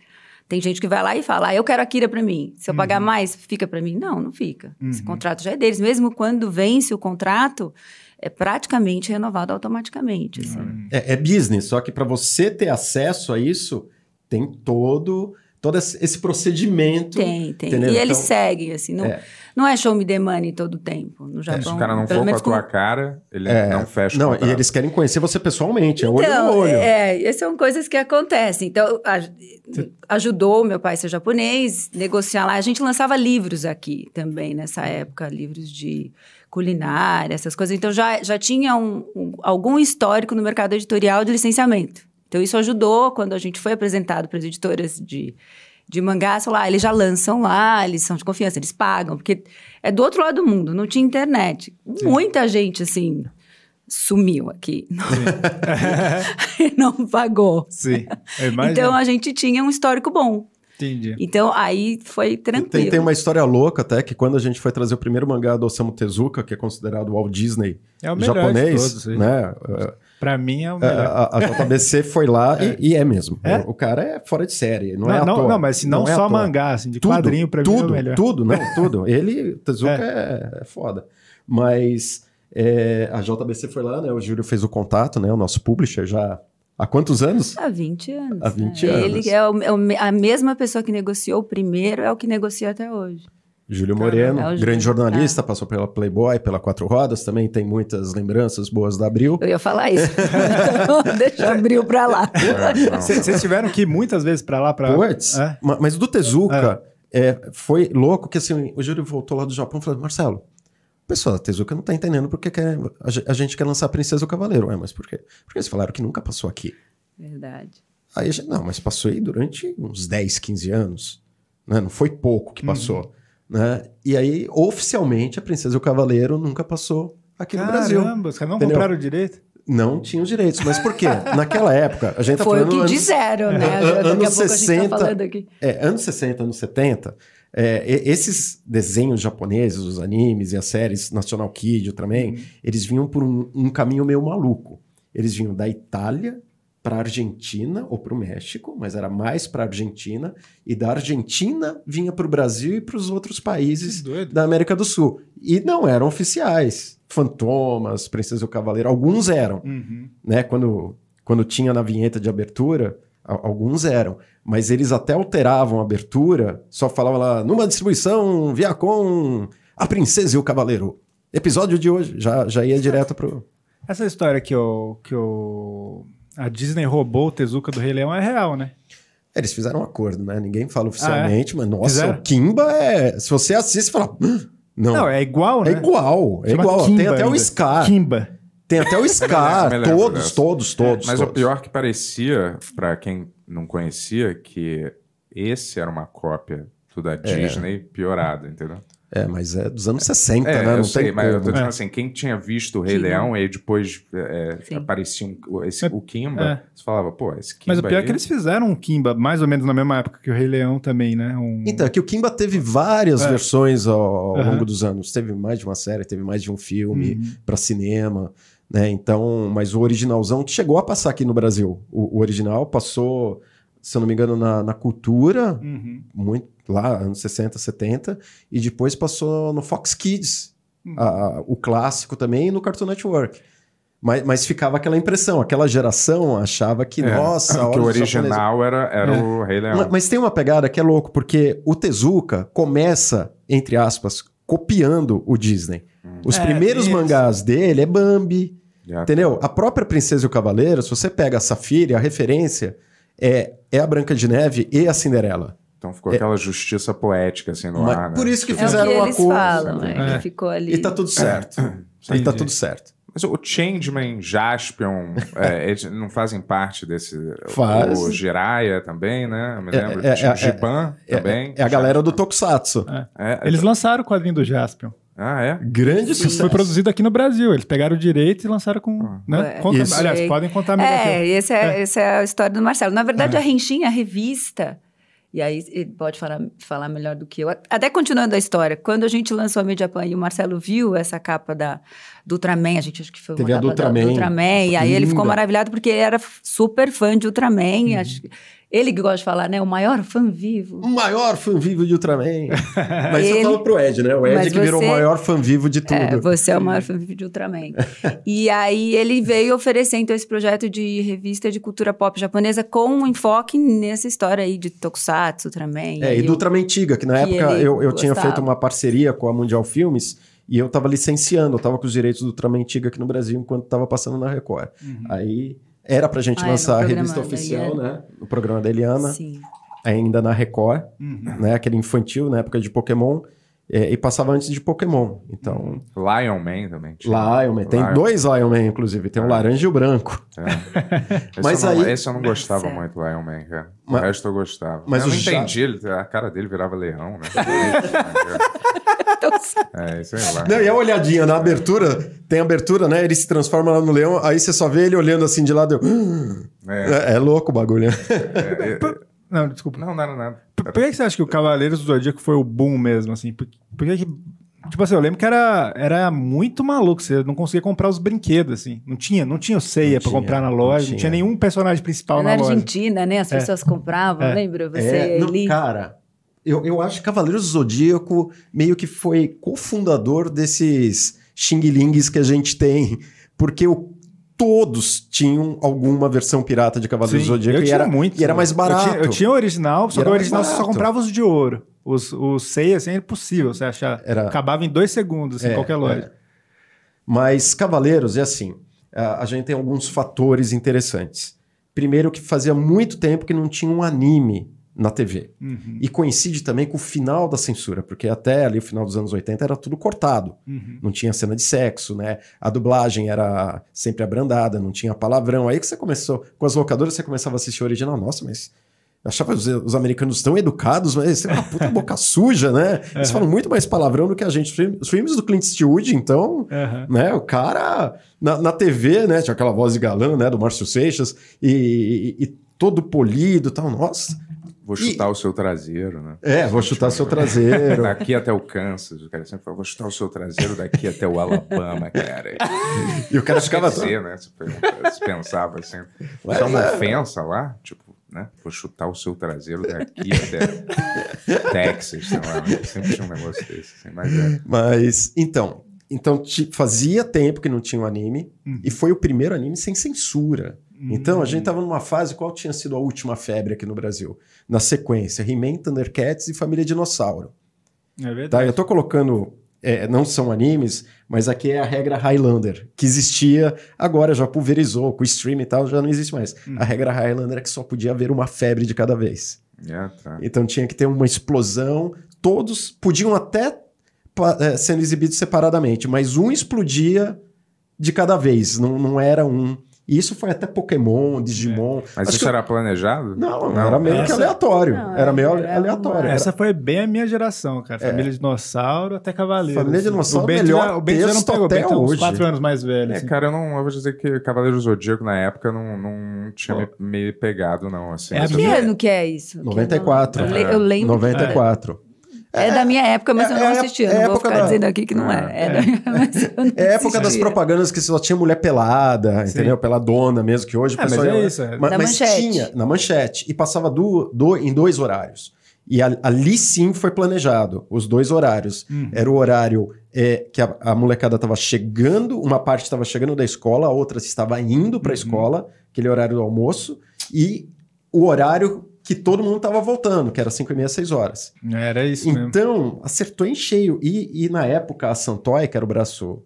Tem gente que vai lá e fala, ah, eu quero a Kira pra mim. Se eu Uhum. pagar mais, fica pra mim? Não, não fica. Esse Uhum. contrato já é deles. Mesmo quando vence o contrato, é praticamente renovado automaticamente. assim. É, é business, só que para você ter acesso a isso, tem todo, todo esse esse procedimento. Tem, tem. Entendeu? E eles Então, seguem, assim. Não é. é. não é show me the money todo tempo no Japão. É, Se o cara não for pelo com a menos tua cara, ele É, não fecha o Não, e contrato. eles querem conhecer você pessoalmente, é olho Então, no olho. é, essas são coisas que acontecem. Então, a- ajudou meu pai a ser japonês, negociar lá. A gente lançava livros aqui também nessa época, livros de culinária, essas coisas. Então, já, já tinha um- um- algum histórico no mercado editorial de licenciamento. Então, isso ajudou quando a gente foi apresentado para as editoras de, de mangás. Lá, eles já lançam lá, eles são de confiança, eles pagam. Porque é do outro lado do mundo, não tinha internet. Muita gente, assim, sumiu aqui. [laughs] não pagou. Sim. [laughs] Eu imagino. Então a gente tinha um histórico bom. Entendi. Então aí foi E tranquilo. É. Tem, tem uma história louca até que quando a gente foi trazer o primeiro mangá do Osamu Tezuka, que é considerado o Walt Disney É o melhor japonês, de todos. hein? né? Pra mim é o É, melhor. A, a JBC foi lá e, e é mesmo. É? O cara é fora de série, não, é não, à toa. não, mas se não, é à só toa. mangá, assim, de quadrinho pra tudo, mim é o melhor. [laughs] Tudo, não, tudo. Ele, Tezuka é, é foda. Mas é, a JBC foi lá, né? O Júlio fez o contato, né? O nosso publisher já há quantos anos? Há 20 anos. Há 20 né? anos. Ele é, o- é o- a mesma pessoa que negociou o primeiro, é o que negocia até hoje. Júlio Moreno, É o Júlio, grande jornalista, passou pela Playboy, pela Quatro Rodas, também tem muitas lembranças boas da Abril. Eu ia [laughs] falar isso. Então, [laughs] deixa eu abrir o pra lá. [laughs] É, não, Vocês vocês tiveram que ir muitas vezes pra lá pra. Puts, É? ma- mas do Tezuka é, foi louco que assim, o Júlio voltou lá do Japão e falou: Marcelo, o pessoal da Tezuka não tá entendendo porque quer, a, ge- a gente quer lançar Princesa e o Cavaleiro. Ué, mas por quê? Porque eles falaram que nunca passou aqui. Verdade. Aí a gente, não, mas passou aí durante uns 10, 15 anos. né? Não foi pouco que passou. Né? E aí, oficialmente, a Princesa e o Cavaleiro nunca passou aqui Caramba, no Brasil. os caras não Entendeu? compraram direito? Não tinha os direitos. Mas por quê? Naquela época, a gente tá Foi o falando que anos- disseram, né? An- Daqui a pouco anos a gente 60. tá falando aqui. É, anos 60, anos 70, é, e- esses desenhos japoneses, os animes e as séries National Kid também, eles vinham por um, um caminho meio maluco. Eles vinham da Itália para Argentina ou para o México, mas era mais para Argentina, e da Argentina vinha para o Brasil e para os outros países doido. da América do Sul. E não eram oficiais. Fantomas, Princesa e o Cavaleiro, alguns eram Uhum. né? Quando, quando tinha na vinheta de abertura, a- alguns eram, mas eles até alteravam a abertura, só falava lá, numa distribuição Viacom, A Princesa e o Cavaleiro. Episódio de hoje, já, já ia direto pro. Essa história que o, que o. A Disney roubou o Tezuka do Rei Leão é real, né? Eles fizeram um acordo, né? Ninguém fala oficialmente, mas nossa, Ah, é? Fizeram? o Kimba é. Se você assiste, você fala. "Hum, Não, Não, é igual, é né? igual, é Chama igual. Kimba Tem até o ainda. Scar. Kimba. [laughs] Tem É, até o Scar. me lembro todos, dessa. todos, todos. né? É, Mas o todos. pior que parecia, pra quem não conhecia, que esse era uma cópia do da Disney piorado, entendeu? É, mas é dos anos 60, É, né? Não eu tem sei, mas eu tô como. dizendo assim, quem tinha visto o Rei Sim. Leão e depois é, Sim. aparecia um- esse, Mas- o Kimba, é. você falava, pô, esse Kimba Mas o pior aí, é que eles fizeram um Kimba mais ou menos na mesma época que o Rei Leão também, né? Um... Então, é que o Kimba teve várias É. versões ao, ao Aham. longo dos anos. Teve mais de uma série, teve mais de um filme Uhum. Hum. pra cinema, né? Então, mas o originalzão que chegou a passar aqui no Brasil. O, o original passou, se eu não me engano, na, na cultura, Uhum. muito lá, anos 60, 70, e depois passou no Fox Kids, Hum. Uhum. a- a- o clássico também, e no Cartoon Network. Mas, mas ficava aquela impressão, aquela geração achava que, É, nossa, [laughs] que olha o os japoneses- original era, era É. o Rei Leão. Ma- Mas tem uma pegada que é louco, porque o Tezuka começa, entre aspas, copiando o Disney. Os É, primeiros isso. mangás dele é Bambi, Tá. Já- entendeu? A própria Princesa e o Cavaleiro, se você pega a Safira, a referência é, é a Branca de Neve e a Cinderela. Então ficou É. aquela justiça poética assim no Mas ar, né? Por isso que É fizeram um o que uma eles coisa. falam, é, É. que ficou ali. E tá tudo certo. E tá Entendi. tudo certo. Mas o Changeman, [laughs] Jaspion, é, eles não fazem parte desse... Faz. O Jiraiya também, né? Eu me É, lembro. é, tinha o é, Giban É, também. é a galera do Tokusatsu. É, Eles lançaram o quadrinho do Jaspion. Ah, é? Grande Sim. sucesso. Foi produzido aqui no Brasil. Eles pegaram o direito e lançaram com. Ah. Né? É. Conta- Isso. aliás, podem contar tá melhor que eu. É, essa é, É. essa é a história do Marcelo. Na verdade, É. a Renchinha, a revista, e aí ele pode falar, falar melhor do que eu. Até continuando a história, quando a gente lançou a Mediapan e o Marcelo viu essa capa da do Ultraman, a gente acho que foi Teve uma a capa do da- Ultraman. Ultraman, e aí ele ficou Linda. Uhum. maravilhado porque ele era super fã de Ultraman. acho que- ele que gosta de falar, né? O maior fã vivo. O maior fã vivo de [laughs] Ultraman. Mas Ele- eu falo pro Ed, né? O Ed Mas que virou o você- maior fã vivo de tudo. É, você é o maior fã vivo de Ultraman. e aí ele veio oferecer então esse projeto de revista de cultura pop japonesa com um enfoque nessa história aí de Tokusatsu, Ultraman. um É, aí e do eu- Ultramentiga, que na que época ele eu, eu tinha gostava. feito uma parceria com a Mundial Filmes e eu tava licenciando, eu tava com os direitos do Ultramentiga aqui no Brasil enquanto tava passando na Record. Aí era pra gente Ah, era lançar no a programa revista da oficial, Eliana. né? O programa da Eliana, [laughs] Sim. ainda na Record, Uhum. né? Aquele infantil, na época de Pokémon, é, e passava antes de Pokémon. Então, Lion Man também. tinha. Lion Man, tem Lion. dois Lion Man, inclusive, tem o Ah. laranja e o branco. Esse Mas eu não, aí- Esse eu não gostava Certo. muito, Lion Man, cara. O Mas- resto eu gostava. mas eu o não Ja- entendi, ele- a cara dele virava leão, né? [laughs] Então, é, sei lá. Não, e a olhadinha na abertura, tem abertura, né? Ele se transforma lá no leão, aí você só vê ele olhando assim de lado. Eu... [gasps] É, É, é louco o bagulho. né? é, é, Não, desculpa. não, não era nada. Por, por que que você acha que o Cavaleiros do Zodíaco foi o boom mesmo, assim? Por, por que que... Tipo assim, eu lembro que era, era muito maluco. Você não conseguia comprar os brinquedos, assim. Não tinha, não tinha o ceia pra Não tinha, comprar na não loja. Não tinha, tinha. nenhum personagem principal na na, loja. Argentina, né? As É. pessoas compravam, É. lembra? Você É, e não, Eli. cara, eu, eu acho que Cavaleiros do Zodíaco meio que foi cofundador desses xinguilings que a gente tem, porque o- todos tinham alguma versão pirata de Cavaleiros Sim, do Zodíaco eu e tinha era, muito. e era mais barato. Eu tinha, eu tinha o original, E só era que o original mais você só barato. comprava os de ouro. Os, os ceia, assim, é impossível você achar. Era- Acabava em dois segundos, assim, em É, qualquer loja. Mas Cavaleiros é assim, a, a gente tem alguns fatores interessantes. Primeiro que fazia muito tempo que não tinha um anime na TV. Uhum, E coincide também com o final da censura, porque até ali o final dos anos 80 era tudo cortado. uhum. Não tinha cena de sexo, né? A dublagem era sempre abrandada, não tinha palavrão. Aí que você começou, com as locadoras, você começava a assistir o original. Nossa, mas eu achava os, os americanos tão educados, mas você é uma puta boca suja, né? Eles falam muito mais palavrão do que a gente. Os filmes- Os filmes do Clint Eastwood, então, Aham. né? O cara na, na TV, né? Tinha aquela voz de galã, né? Do Márcio Seixas e, e- e todo polido e tal. Nossa, Vou chutar o seu traseiro, né? é, vou chutar seu [laughs] traseiro. Daqui até o Kansas, o cara sempre fala, vou chutar o seu traseiro daqui até o Alabama, cara. [laughs] E o cara Isso quer ficava. dizer, né? Você pergunta- você pensava assim, Ué, isso é uma é. ofensa lá, tipo, né? Vou chutar o seu traseiro daqui até [laughs] Texas, sei lá. né? Sempre tinha um negócio desse, assim, mas é. Mas, então. Então, ti- fazia tempo que não tinha um anime. Uhum. E foi o primeiro anime sem censura. Então, a gente tava numa fase. Qual tinha sido a última febre aqui no Brasil? Na sequência: He-Man, Thundercats e Família Dinossauro. É verdade. Tá, eu tô colocando. é, não são animes, mas aqui é a regra Highlander, que existia, agora já pulverizou, com o stream e tal, já não existe mais. A regra Highlander é que só podia haver uma febre de cada vez. é tá. Então tinha que ter uma explosão, todos podiam até pa- é, sendo exibidos separadamente, mas um explodia de cada vez, não, não era um E isso foi até Pokémon, Digimon. É, Mas Acho isso que eu- era planejado? Não, era meio que essa- aleatório. Não, era meio era aleatório. uma- Era- É. Essa foi bem a minha geração, cara. Família dinossauro até cavaleiro. Família assim. Dinossauro, O Bento melhor já- o Bento já não texto pegou, o até Bento é uns hoje. 4 anos mais velho. É, assim. cara, eu não eu vou dizer que Cavaleiro Zodíaco na época não, não tinha me, me pegado, não. Assim, É a Assim, Que minha- né? é- ano que é isso? 94. Eu, le- eu lembro. 94. É da minha época, mas É- eu não é a- assisti. Eu é a não vou época ficar da- Ah, dizendo aqui que não é. É, da minha, [laughs] mas eu não É a época das assistia. propagandas que só tinha mulher pelada, Sim. entendeu? Peladona mesmo, que hoje o É, mas pessoal é ia- isso. é. Ma- Na mas manchete. tinha na manchete e passava do, do- em dois horários. E a- ali sim foi planejado os dois horários. Uhum. Era o horário é, que a, a molecada estava chegando, uma parte estava chegando da escola, a outra estava indo para a escola, aquele horário do almoço, e o horário que todo mundo estava voltando, que era 5 e meia, 6 horas. Era isso mesmo. Então, acertou em cheio. E, e na época, a Santoy, que era o braço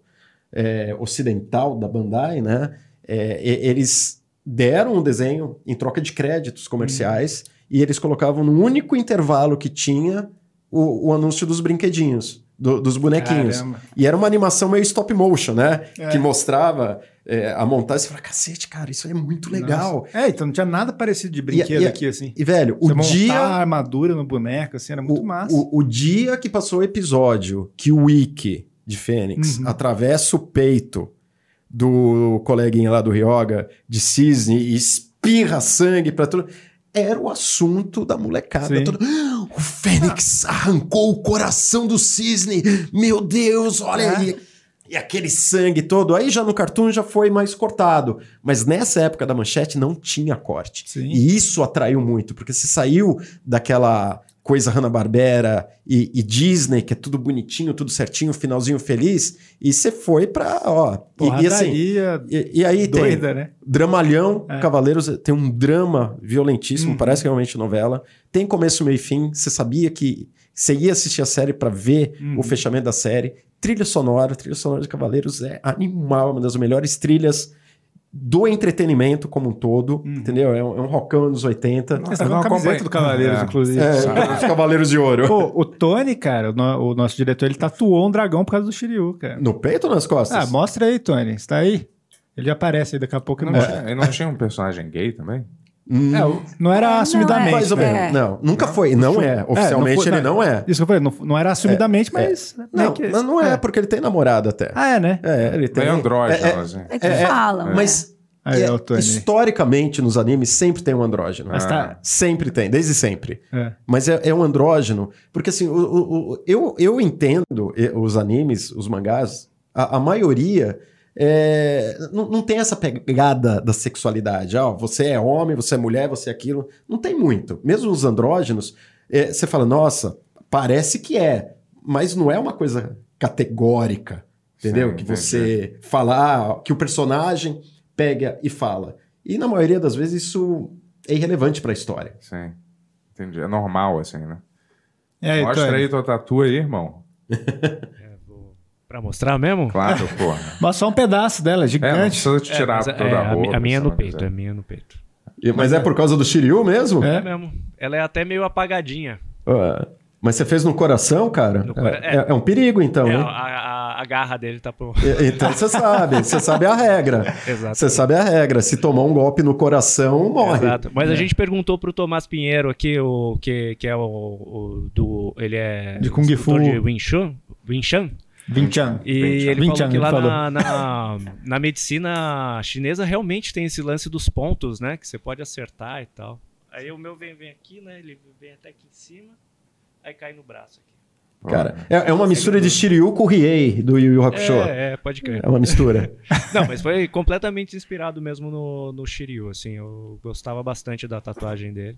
é, ocidental da Bandai, né? é, e- eles deram um desenho em troca de créditos comerciais Uhum. e eles colocavam no único intervalo que tinha o, o anúncio dos brinquedinhos, do- dos bonequinhos. Caramba. E era uma animação meio stop motion, né? É. Que mostrava é, a montagem. Você fala, cacete, cara, isso é muito legal. Nossa. É, então não tinha nada parecido de brinquedo e a- aqui, assim. E, velho, Você o dia... montar a armadura no boneco, assim, era muito o, massa. o- o dia que passou o episódio que o Wiki de Fênix Uhum. atravessa o peito do coleguinha lá do Ryoga, de Cisne, e espirra sangue pra tudo. Era o assunto da molecada. Sim. Todo... "Ah, O Fênix arrancou o coração do Cisne! Meu Deus, olha É. aí! E aquele sangue todo. Aí já no cartoon já foi mais cortado. Mas nessa época da manchete não tinha corte. Sim. E isso atraiu muito, porque você saiu daquela coisa Hanna-Barbera e, e Disney, que é tudo bonitinho, tudo certinho, finalzinho feliz, e você foi pra, ó... E, e assim... Porradaria E, e aí tem doida, né? Dramalhão, É. Cavaleiros, tem um drama violentíssimo, Uhum. parece é realmente novela. Tem começo, meio e fim, você sabia que você ia assistir a série pra ver Uhum. o fechamento da série. Trilha sonora, trilha sonora de Cavaleiros é animal, uma das melhores trilhas do entretenimento como um todo, Uhum. entendeu? É um, é um rockão anos 80. Eles Eu estavam com não a é camiseta acompanho. do Cavaleiros, É. inclusive. É, os Cavaleiros de Ouro. Pô, o Tony, cara, o, no- o nosso diretor, ele tatuou um dragão por causa do Shiryu, cara. No peito ou nas Ah, costas? mostra aí, Tony. Está aí? Ele aparece aí daqui a pouco. Não é, Não, tinha- e não tinha um personagem gay também? Hum, é, o- não era Não, assumidamente. é. mais ou né? menos. É. Não, nunca foi. Não é. Oficialmente foi- ele não é. Isso que eu falei, não, não era assumidamente, mas. meio Não, que- não é, porque ele tem namorado até. Ah, é, né? É, ele tem. Meio andrógeno, É, é, assim. É que É, é, falam. né? Mas Aí é, é, o Tony. historicamente nos animes sempre tem um andrógeno. Mas tá. Sempre tem, desde sempre. É. Mas é, é um andrógeno. Porque assim, o- o- o- eu, eu entendo eh, os animes, os mangás, a, a maioria é, não, não tem essa pegada da sexualidade. Ah, você é homem, você é mulher, você é aquilo. Não tem muito. Mesmo os andrógenos, eh, você fala, nossa, parece que é, mas não é uma coisa categórica. Entendeu? Sim, que entendi. você fala, ah, que o personagem pega e fala. E na maioria das vezes isso é irrelevante para a história. Ah, Sim. Entendi. É normal, assim, né? E aí, Mostra Tony? aí tua tatu aí, irmão. Pra mostrar mesmo? Claro, porra. Mas só um pedaço dela, É, não gigante. precisa te tirar mas toda a mi- roupa. A minha é se no não peito, quiser. é minha no peito. E- Mas, é por causa do Shiryu mesmo? É É. mesmo. Ela é até meio apagadinha. Ah, Mas você fez no coração, cara? No cora- É, é um perigo, então, É, a, hein? a- a garra dele tá [laughs] pro. E- Então você sabe, você sabe a [laughs] regra. Exato. Você sabe a regra. Se tomar um golpe no coração, morre. Exato. Mas É. a gente perguntou pro Tomás Pinheiro aqui, o, que, que é o, o do. Ele é. De Kung instrutor Fu. De Wing Chun. Wing Chun. Vinchan. E ele Wing Chun, falou que ele lá falou. Na, na, na medicina chinesa realmente tem esse lance dos pontos, né? Que você pode acertar e tal. Aí o meu vem, vem aqui, né? Ele vem até aqui em cima, aí cai no braço aqui. Cara, é, é uma mistura de Shiryu com o Riei do Yu Yu Hakusho. É, É, é, pode crer. uma mistura. Não, mas foi completamente inspirado mesmo no, no Shiryu, assim. Eu gostava bastante da tatuagem dele.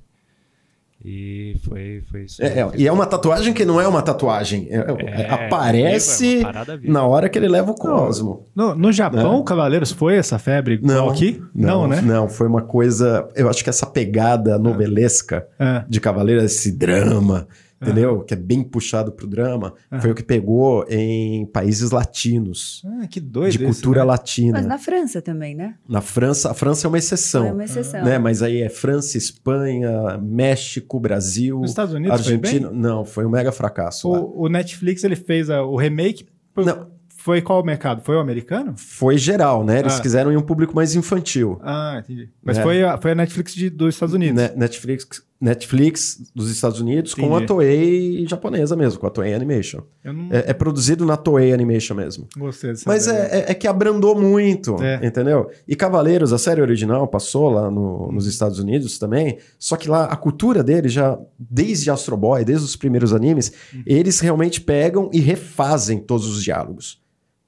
E foi, foi isso. É, é, e é uma tatuagem que não é uma tatuagem. É- é- É, aparece viva, é uma parada viva. na hora que ele leva o cosmo. No, no Japão, Cavaleiros foi essa febre? igual Aqui? Não, né? É. Não, foi uma coisa. Eu acho que essa pegada novelesca. É. de Cavaleiro, esse drama, entendeu? Que é bem puxado pro drama, Aham. foi o que pegou em países latinos, Ah, que doido. de isso, cultura né? latina. Mas Na... na França também, né? França, a França é uma exceção, é uma exceção. né? Mas aí é França, Espanha, México, Brasil, Nos Estados Unidos foi bem? Argentina. Não, foi um mega fracasso. lá. O, o Netflix ele fez a- o remake. por- Não, Foi qual o mercado? Foi o americano? Foi geral, né? Eles Ah. quiseram ir um público mais infantil. Ah, entendi. Mas É. Né. foi, a, foi a Netflix de- dos Estados Unidos. Ne- Netflix, Netflix dos Estados Unidos com Entendi. Hum. a Toei japonesa mesmo, com a Toei Animation. Eu não É, é produzido na Toei Animation mesmo. gostei dessa Mas ideia. é, é- é que abrandou muito, assim, né? É. entendeu? E Cavaleiros, a série original, passou lá no- nos Estados Unidos também. Só que lá a cultura deles, já, desde Astro Boy, desde os primeiros animes, eles realmente pegam e refazem todos os diálogos.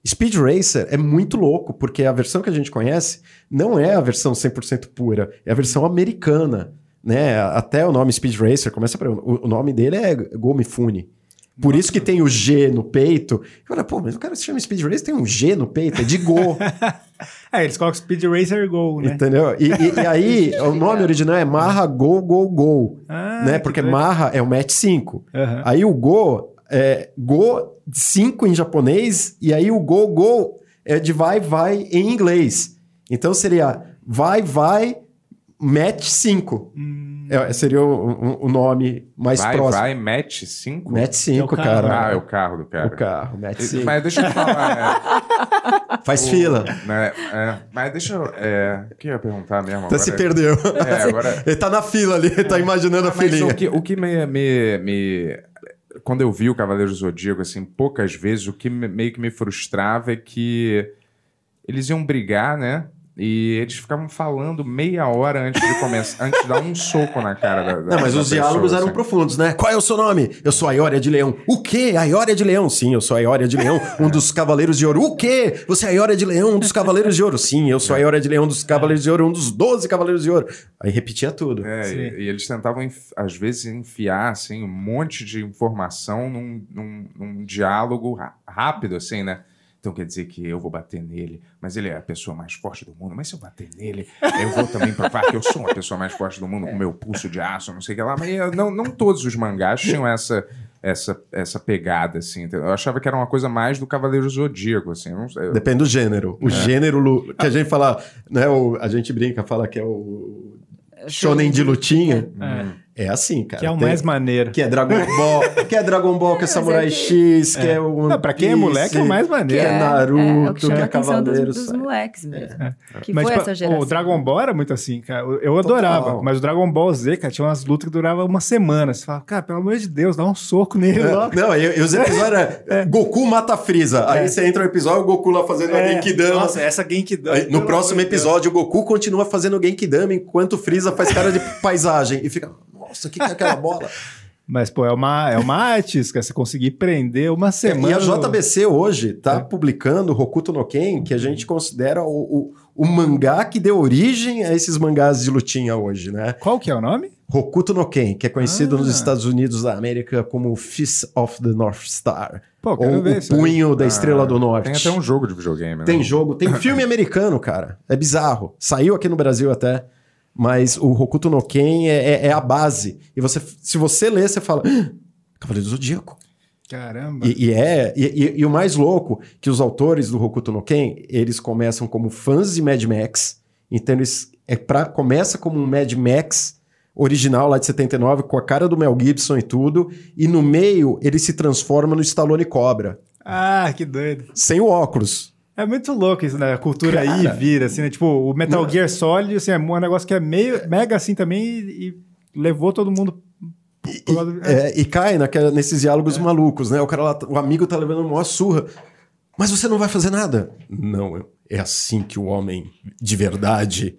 Speed Racer é muito louco, porque a versão que a gente conhece não é a versão 100% pura, é a versão americana. Né? Até o nome Speed Racer começa para o, o nome dele é Gomifune. Por isso que tem o G no peito. Cara, pô, mas o cara se chama Speed Racer, tem um G no peito, é de Go, É, eles colocam Speed Racer Go, [laughs] né? entendeu? E, e- e aí, [laughs] o nome original é Marra Go Go Go, Ah, né? que Porque Ah, doido. Marra é o match 5. Aham. Aí o Go é Go 5 em japonês, e aí o Go Go é de vai, vai em inglês. Então seria vai, vai, match 5. Hum, É, seria o, o- o nome mais vai, próximo. vai, match 5? Match 5, É o carro. cara. Ah, é o carro do cara. O carro, match 5. Mas deixa [laughs] eu falar. Faz fila. é, né, é, mas deixa eu. É, o que eu ia perguntar mesmo? Você Agora? Tá se perdeu. É, agora. Ele tá na fila ali, ele tá imaginando a Ah, Mas o filinha. que, o que me, me- me- Quando eu vi o Cavaleiro do Zodíaco, assim, poucas vezes, o que me- meio que me frustrava é que eles iam brigar, né? E eles ficavam falando meia hora antes de começar, antes de dar um soco na cara da. da Não, mas da os pessoa, diálogos eram assim. profundos, né? Qual é o seu nome? Eu sou a Iória de Leão. O quê? A Iória de Leão? Sim, eu sou a Iória de Leão, um dos Cavaleiros de Ouro. O quê? Você é a Iória de Leão, um dos Cavaleiros de Ouro? Sim, eu sou a Iória de Leão, um dos Cavaleiros de Ouro, um dos 12 Cavaleiros de Ouro. Aí repetia tudo. É, Sim. e, e eles tentavam, enf- às vezes, enfiar assim, um monte de informação num, num- num diálogo ra- rápido, assim, né? Então quer dizer que eu vou bater nele, mas ele é a pessoa mais forte do mundo. Mas se eu bater nele, eu vou também provar que eu sou uma pessoa mais forte do mundo, com meu pulso de aço, não sei o que lá. Mas eh, não, não todos os mangás tinham essa, essa, essa pegada, assim. entendeu? Eu achava que era uma coisa mais do Cavaleiro Zodíaco, assim. eu não sei. Depende do gênero. O gênero lu- que a gente fala, né? o- a gente brinca, fala que é o shonen de lutinha. é, É assim, cara. que é o Tem- mais maneiro. Que é Dragon Ball, que é Dragon Ball, que é Samurai é que- X, que é o One Ah, pra quem é moleque, é o mais Que maneiro. é é, o Naruto, que chama que a é atenção dos, Cavaleiros. dos moleques mesmo. Que Mas, foi tipo, essa geração. O Dragon Ball era muito assim, cara. Eu, eu adorava. Mas o Dragon Ball Z, cara, tinha umas lutas que duravam uma semana. Você falava, cara, pelo amor de Deus, dá um soco nele logo. É. Não, e, e os episódios era Goku mata a Frieza. Aí você entra no episódio, o Goku lá fazendo a É. Genkidama. É. Nossa, essa Genkidama. Aí, no próximo episódio, o Goku continua fazendo Genkidama enquanto o Frieza faz cara de paisagem. E fica, nossa, o que, que é aquela bola? Mas, pô, é uma, é uma arte, isso, cara. Você conseguir prender uma semana. É, e a JBC hoje tá publicando Hokuto no Ken, que a gente considera o, o, o mangá que deu origem a esses mangás de lutinha hoje, né? Qual que é o nome? Hokuto no Ken, que é conhecido Ah. nos Estados Unidos da América como Fist of the North Star, Pô, ou quero ver o isso. aí. Punho da Estrela do Norte. Tem até um jogo de videogame, né? Tem jogo, tem filme americano, cara. É bizarro. Saiu aqui no Brasil até, mas o Hokuto no Ken é, é- é a base. E você, se você lê, você fala... "Ah, Cavaleiro do Zodíaco. Caramba. E, e é e, e- e o mais louco que os autores do Hokuto no Ken eles começam como fãs de Mad Max, então eles é pra, começa como um Mad Max original lá de 79 com a cara do Mel Gibson e tudo, e no meio ele se transforma no Stallone Cobra Ah, que doido. sem o óculos. É muito louco isso, né? A cultura aí e vira, assim, né? Tipo, o Metal Gear Solid, assim, é um negócio que é meio mega assim também e, e levou todo mundo. pro lado- É, e cai naquela- nesses diálogos malucos, né? O cara lá, tá- o amigo tá levando uma surra. Mas você não vai fazer nada. Não, eu- é assim que o homem de verdade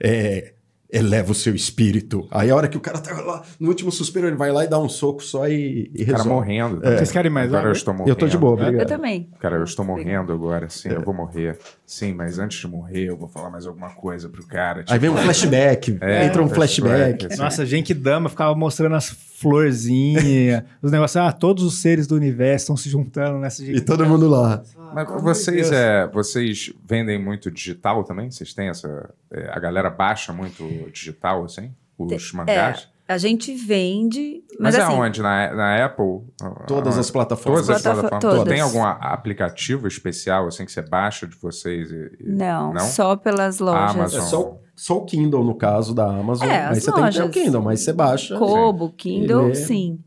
é, eleva o seu espírito. Aí a hora que o cara tá lá, no último suspiro, ele vai lá e dá um soco só e, e O cara resolve. morrendo. é, Vocês querem mais Agora eu água? estou morrendo. Eu tô de boa, é Eu obrigado. também. Cara, eu estou morrendo agora, sim, É. eu vou morrer. Sim, mas antes de morrer, eu vou falar mais alguma coisa pro cara. Aí tipo, vem um flashback, É, entra um flashback. flashback, assim. Nossa, Genkidama ficava mostrando as florzinhas, [laughs] os negócios, ah, todos os seres do universo estão se juntando É. nessa E Genkidama. todo mundo lá. Mas Pelo amor de vocês, Deus. é, vocês vendem muito digital também? Vocês têm essa. é, a galera baixa muito digital, assim? Os mangás? A gente vende, Mas, é, mas, é assim, onde? Na, na Apple? Todas Aonde? as plataformas. Ah, Todas as Plataforma- plataformas. Então, todas. Tem algum a- aplicativo especial assim que você baixa de vocês? e- e- não, Não? só pelas Ah, lojas. Amazon. É só, o- só o Kindle, no caso, da Amazon. É, mas as você é, tem que ter o lojas. Kindle, mas você baixa. Kobo, Kindle, Ele é- sim.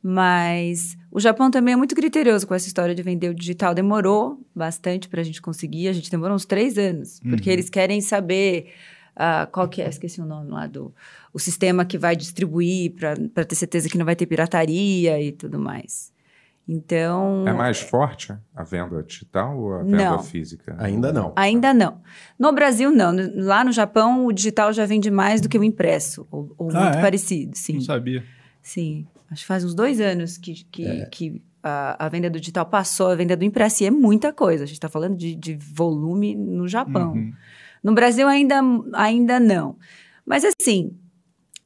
Mas O Japão também é muito criterioso com essa história de vender o digital. Demorou bastante para a gente conseguir, a gente demorou uns três anos, porque Uhum. eles querem saber ah, qual que é, esqueci o nome lá do o sistema que vai distribuir para ter certeza que não vai ter pirataria e tudo mais. Então. É mais forte a venda digital ou a venda Não. física? Ainda não. Ainda não. No Brasil, não. No- Lá no Japão, o digital já vende mais do que o impresso, ou, ou Ah, muito é? parecido, sim. Não sabia. Sim. Acho que faz uns dois anos que, que, É. que a, a venda do digital passou, a venda do impresso, e é muita coisa. A gente está falando de, de volume no Japão. Uhum. No Brasil, ainda, ainda não. Mas, assim,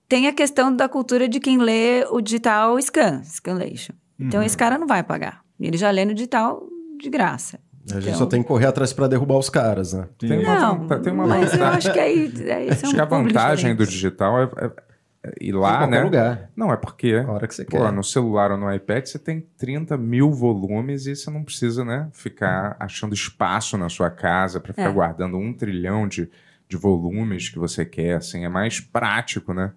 tem a questão da cultura de quem lê o digital scan, scanlation. Então, Uhum. esse cara não vai pagar. Ele já lê no digital de graça. A gente Então. só tem que correr atrás para derrubar os caras, né? Tem uma não, vanta- tem uma mas eu vantagem. acho que aí... é, aí são Acho que a públicos vantagem do diferentes. digital é, é- é ir em lá, qualquer né? lugar. Não, é porque A hora que você quer. pô, no celular ou no iPad você tem 30 mil volumes e você não precisa né, Uhum. ficar achando espaço na sua casa para ficar É. guardando um trilhão de, de volumes que você quer. Assim, é mais prático, né?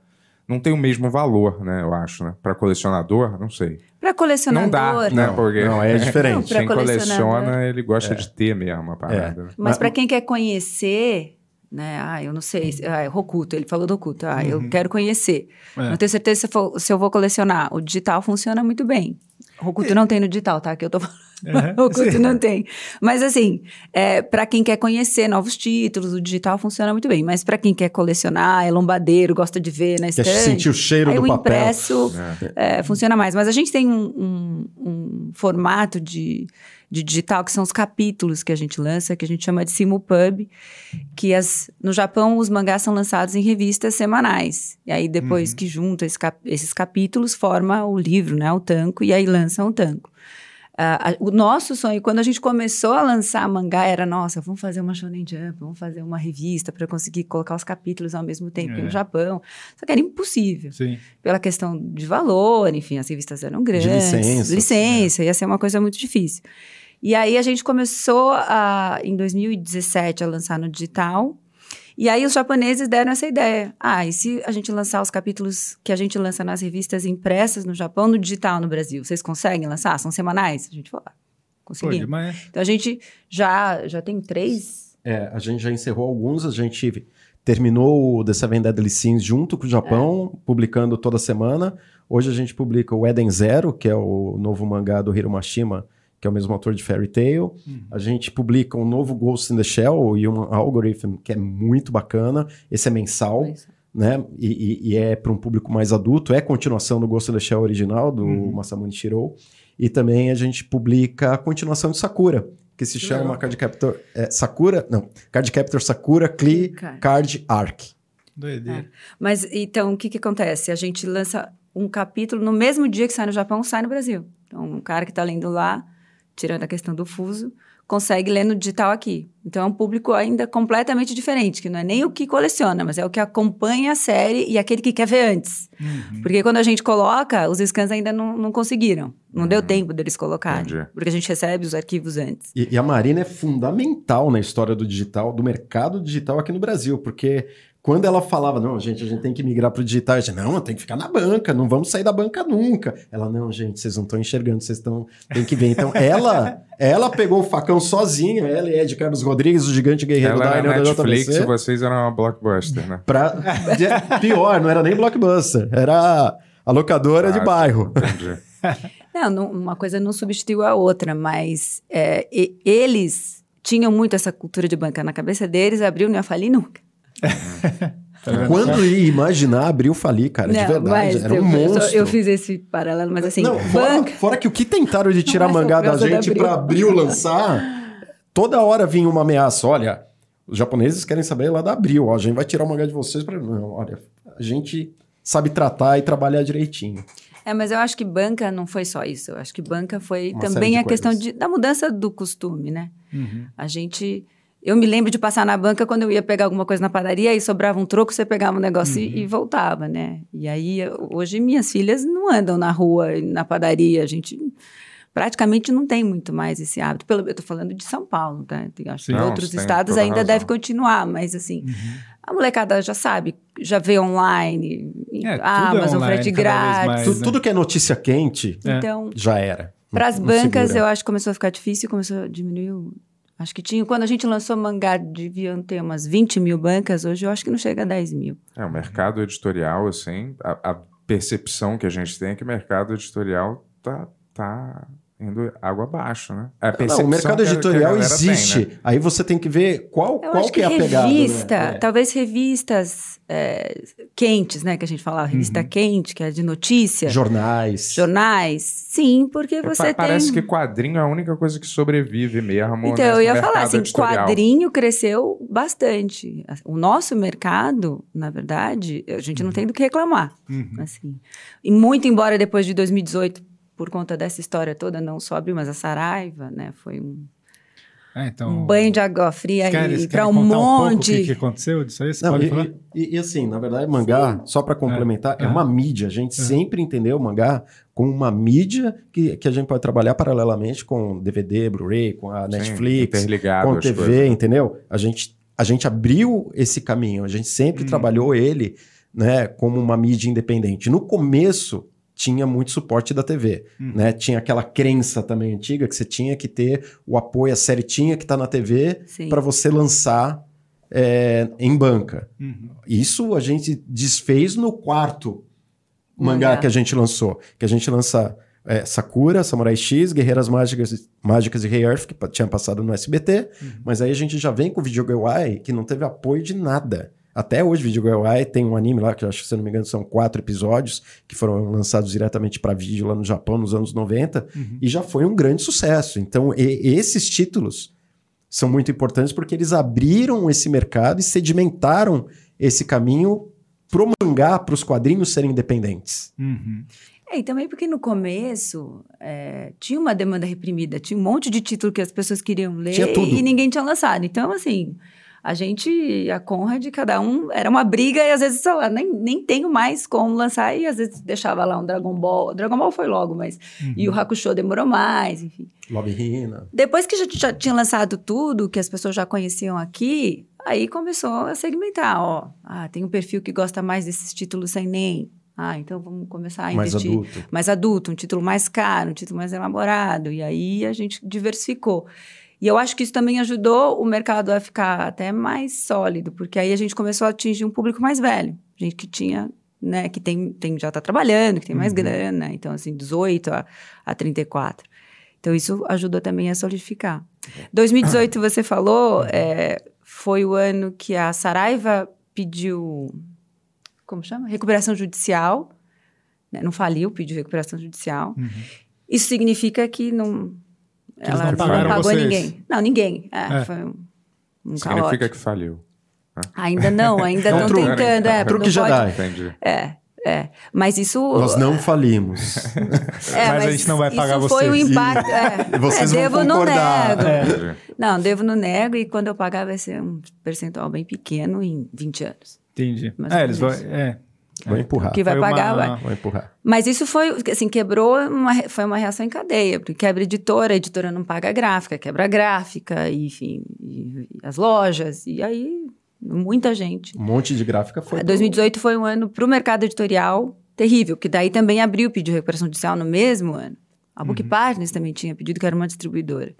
Não tem o mesmo valor, né? Eu acho, né? Para colecionador, não sei. Para colecionador... Não dá, né? Não, Porque [laughs] não, é diferente. É. Pra quem coleciona, colecionador. ele gosta de ter mesmo a parada. né? Mas Mas- para quem quer conhecer, né? Ah, eu não sei. se- Ah, Rokuto, ele falou do Rokuto. Ah, eu quero conhecer. É. Não tenho certeza se eu, for- se eu vou colecionar. O digital funciona muito bem. Rokuto não tem no digital, tá? Que eu tô falando. [laughs] É. Rokuto não tem. Mas assim, é, para quem quer conhecer novos títulos, o digital funciona muito bem. Mas para quem quer colecionar, é lombadeiro, gosta de ver na Quer estante. sentir o cheiro É. Aí do o papel. impresso É. é, funciona mais. Mas a gente tem um, um- um formato de, de digital que são os capítulos que a gente lança, que a gente chama de Simulpub, que as, no Japão os mangás são lançados em revistas semanais. E aí Uhum. depois que junta esse cap- esses capítulos, forma o livro, né, o tanco, e aí lança um tanco. Ah, a- o nosso sonho, quando a gente começou a lançar mangá, era nossa, vamos fazer uma Shonen Jump, vamos fazer uma revista para conseguir colocar os capítulos ao mesmo tempo É. no Japão. Só que era impossível Sim. pela questão de valor, enfim, as revistas eram grandes. licença, é. licença, ia ser uma coisa muito difícil. E aí a gente começou a, em 2017 a lançar no digital. E aí os japoneses deram essa ideia. Ah, e se a gente lançar os capítulos que a gente lança nas revistas impressas no Japão, no digital no Brasil? Vocês conseguem lançar? São semanais? A gente falou, ah, Pô, conseguimos. demais. então a gente já, já tem três. É, a gente já encerrou alguns, a gente terminou o The Seven Deadly Sins junto com o Japão, É. publicando toda semana. Hoje a gente publica o Eden Zero, que é o novo mangá do Hiro Mashima, que é o mesmo autor de Fairy Tail. Uhum. A gente publica um novo Ghost in the Shell, o Human Algorithm, que é muito bacana. Esse é mensal, né? E, e- e é para um público mais adulto. É continuação do Ghost in the Shell original, do Uhum. Masamune Shirou. E também a gente publica a continuação de Sakura, que se Que chama legal. Card Captor é, Sakura, não, Card Captor Sakura Cli Card. Card Arc. Doideira. Mas então, o que, que acontece? A gente lança um capítulo no mesmo dia que sai no Japão, sai no Brasil. Então, um cara que está lendo lá, tirando a questão do fuso, consegue ler no digital aqui. Então, é um público ainda completamente diferente, que não é nem o que coleciona, mas é o que acompanha a série e aquele que quer ver antes. Uhum. Porque quando a gente coloca, os scans ainda não, não conseguiram. Não deu Uhum. tempo deles colocarem. Entendi. Porque a gente recebe os arquivos antes. E, e a Marina é fundamental na história do digital, do mercado digital aqui no Brasil, porque quando ela falava, não, gente, a gente tem que migrar para o digital, eu disse, não, tem que ficar na banca, não vamos sair da banca nunca. Ela, não, gente, vocês não estão enxergando, vocês estão, tem que ver. [laughs] Então, ela, ela pegou o facão sozinha, ela e Ed Carlos Rodrigues, o gigante guerreiro Ela da né? era Arena da Netflix JBC. e vocês eram uma blockbuster, [laughs] né? Pra... de- Pior, não era nem blockbuster, era a locadora de Ah, bairro. Entendi. Não, não- uma coisa não substituiu a outra, mas é, e- eles tinham muito essa cultura de banca na cabeça deles, abriu, não ia falir nunca. Tá vendo? Quando ia imaginar abriu falir, cara, não, de verdade, mas era um eu, eu só- monstro. eu fiz esse paralelo, mas assim, Não, fora, banca. fora que o que tentaram de tirar Não é só mangá por da causa da gente Abril. pra abril [laughs] lançar, toda hora vinha uma ameaça. Olha, os japoneses querem saber lá da abril. Ó, a gente vai tirar o mangá de vocês pra. Não, olha, a gente sabe tratar e trabalhar direitinho. É, mas eu acho que banca não foi só isso. Eu acho que banca foi Uma série também de a questão coisas. de- da mudança do costume, né? Uhum. A gente. Eu me lembro de passar na banca quando eu ia pegar alguma coisa na padaria e sobrava um troco, você pegava um negócio Uhum. e, e voltava, né? E aí, eu- hoje minhas filhas não andam na rua, e na padaria, a gente praticamente não tem muito mais esse hábito. Pelo, eu estou falando de São Paulo, tá? Tem, acho que Sim. Não, outros você tem estados toda a ainda razão. deve continuar, mas assim, Uhum. a molecada já sabe, já vê online, É, tudo é Amazon, online, frete cada vez mais. grátis. Tu- né? Tudo que é notícia quente É. Então, já era. para as Não bancas, segura. eu acho que começou a ficar difícil, começou a diminuir. o- Acho que tinha. Quando a gente lançou mangá, deviam ter umas 20 mil bancas. Hoje eu acho que não chega a 10 mil. É, o mercado editorial, assim, a, a percepção que a gente tem é que o mercado editorial tá, tá indo água abaixo, né? É a Não, percepção o mercado que a- que a editorial galera tem, existe. né? Aí você tem que ver qual, Eu qual acho que que, é a pegada. né? revista, É. talvez revistas é, quentes, né? Que a gente fala, Uhum. revista quente, que é de notícia, Jornais. jornais. Sim, É, porque Pa- você tem. Parece que quadrinho é a única coisa que sobrevive mesmo. Então, nesse eu ia mercado falar assim, editorial. quadrinho cresceu bastante. O nosso mercado, na verdade, a gente Uhum. não tem do que reclamar. uhum. Assim. E muito embora depois de 2018, por conta dessa história toda, não só abriu, mas a Saraiva, né? Foi um, É, então, um banho de água fria vocês querem- vocês e para um querem contar pouco o monte. que, que aconteceu disso aí? Você Não, pode e, falar? e- e, assim, na verdade, mangá, só para complementar, é, É. uma mídia. A gente É. sempre entendeu o mangá como uma mídia que, que a gente pode trabalhar paralelamente com DVD, Blu-ray, com a Sim, Netflix, interligado com as TV, coisas. entendeu? A gente, a gente abriu esse caminho, a gente Hum. sempre trabalhou ele né, como uma mídia independente. No começo, tinha muito suporte da TV, Hum. né? Tinha aquela crença também antiga que você tinha que ter o apoio, a série tinha que estar na TV Sim. para você lançar é, em banca. Uhum. Isso a gente desfez no quarto mangá Mangá. que a gente lançou, que a gente lança é, Sakura, Samurai X, Guerreiras Mágicas, Mágicas e Rei Earth, que pa- tinha passado no SBT, mas aí a gente já vem com o Videogame que não teve apoio de nada. Até hoje, Videogame tem um anime lá, que eu acho que, se eu não me engano, são quatro episódios, que foram lançados diretamente para vídeo lá no Japão nos anos 90, e já foi um grande sucesso. Então, e- esses títulos são muito importantes porque eles abriram esse mercado e sedimentaram esse caminho pro mangá, pros quadrinhos serem independentes. Uhum. É, e também porque no começo é, tinha uma demanda reprimida, tinha um monte de título que as pessoas queriam ler Tinha tudo. e ninguém tinha lançado. Então, assim, a gente, a Conrad, cada um era uma briga e às vezes, sei lá, nem, nem tenho mais como lançar e às vezes deixava lá um Dragon Ball. Dragon Ball foi logo, mas. E Uhum. o Hakusho demorou mais, enfim. Love Hina. Depois que já, já tinha lançado tudo, que as pessoas já conheciam aqui, aí começou a segmentar, ó. Ah, tem um perfil que gosta mais desses títulos sem nem. Ah, então vamos começar a mais investir adulto. mais adulto, um título mais caro, um título mais elaborado. E aí a gente diversificou. E eu acho que isso também ajudou o mercado a ficar até mais sólido, porque aí a gente começou a atingir um público mais velho, gente que tinha, né, que tem, tem já está trabalhando, que tem mais grana, então assim, 18 a, a 34. Então isso ajudou também a solidificar. 2018, você falou, é, foi o ano que a Saraiva pediu, como chama? Recuperação judicial né, não faliu, pediu recuperação judicial. Uhum. Isso significa que não, eles não pagaram pagou vocês. ninguém. Não, ninguém. É, É. Foi um, um Significa calote. que faliu. Ainda não, ainda É um estão truque, né? tentando. É, É um truque não pode- Jedi. Entendi. É, é. Mas isso... Nós não [laughs] falimos. é, Mas a gente não vai pagar isso foi o vocês. impacto. É, Vocês é, vão devo concordar. não nego. É. Entendi. Não, devo não nego e quando eu pagar vai ser um percentual bem pequeno em 20 anos. Entendi. Mais É, ou eles vão. menos. É. Vou empurrar. Que vai Foi uma- pagar, vai. Vou empurrar. Mas isso foi, assim, quebrou, uma re- foi uma reação em cadeia, porque quebra editora, a editora não paga a gráfica, quebra a gráfica, e, enfim, e- e as lojas, e aí muita gente. Um monte de gráfica foi. 2018 foi um ano para o mercado editorial terrível, que daí também abriu, pediu recuperação judicial no mesmo ano. A Uhum. Book Partners também tinha pedido, que era uma distribuidora.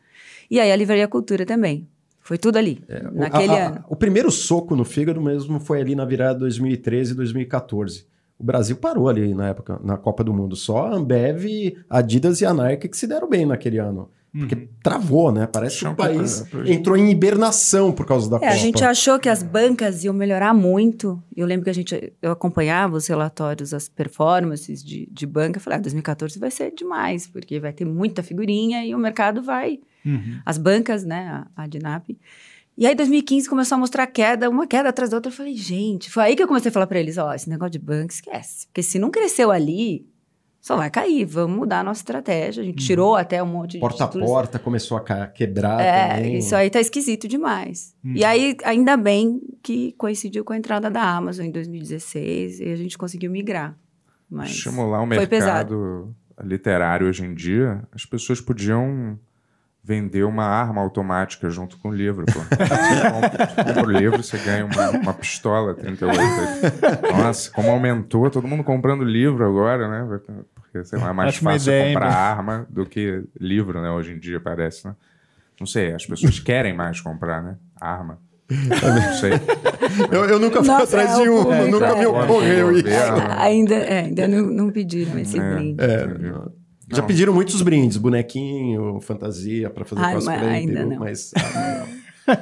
E aí a Livraria Cultura também. Foi tudo ali, É, O- naquele a- a- ano. O primeiro soco no fígado mesmo foi ali na virada de 2013 e 2014. O Brasil parou ali na época, na Copa do Mundo. Só a Ambev, Adidas e a Nike que se deram bem naquele ano. Porque uhum, travou, né? Parece que o Chão país pra- pra- entrou em hibernação por causa da É, Copa. a gente achou que as bancas iam melhorar muito. Eu lembro que a gente, eu acompanhava os relatórios, as performances de, de banca. Eu Falei, ah, 2014 vai ser demais, porque vai ter muita figurinha e o mercado vai. Uhum. As bancas, né, a, a Dinap. E aí, 2015 começou a mostrar queda, uma queda atrás da outra. Eu falei, gente, foi aí que eu comecei a falar para eles: ó, esse negócio de banca, esquece. Porque se não cresceu ali, só vai cair. Vamos mudar a nossa estratégia. A gente tirou até um monte de Uhum. Porta a títulos. porta começou a ca- quebrar É, Ah, também. isso aí tá esquisito demais. Hum. E aí, ainda bem que coincidiu com a entrada da Amazon em 2016 e a gente conseguiu migrar. Mas Estimular o foi pesado. mercado literário hoje em dia, as pessoas podiam vender uma arma automática junto com o livro. [laughs] Pô. Você compra, você compra o livro, você ganha uma, uma pistola 38. Nossa, como aumentou, todo mundo comprando livro agora, né? Porque, sei lá, é mais Acho uma fácil ideia, hein, comprar mano? arma do que livro, né? Hoje em dia, parece, né? Não sei, as pessoas querem mais comprar, né? [laughs] Arma. Não sei. Eu, eu nunca fui Nossa, atrás é, de o um, público nunca é- me ocorreu Governo. isso. Ainda, é, ainda não, não pediram esse É. brinde. É, Entendi. não. já pediram muitos brindes, bonequinho, fantasia pra fazer Ai, mas cosplay, ainda peru, não. [laughs] mas ah, não.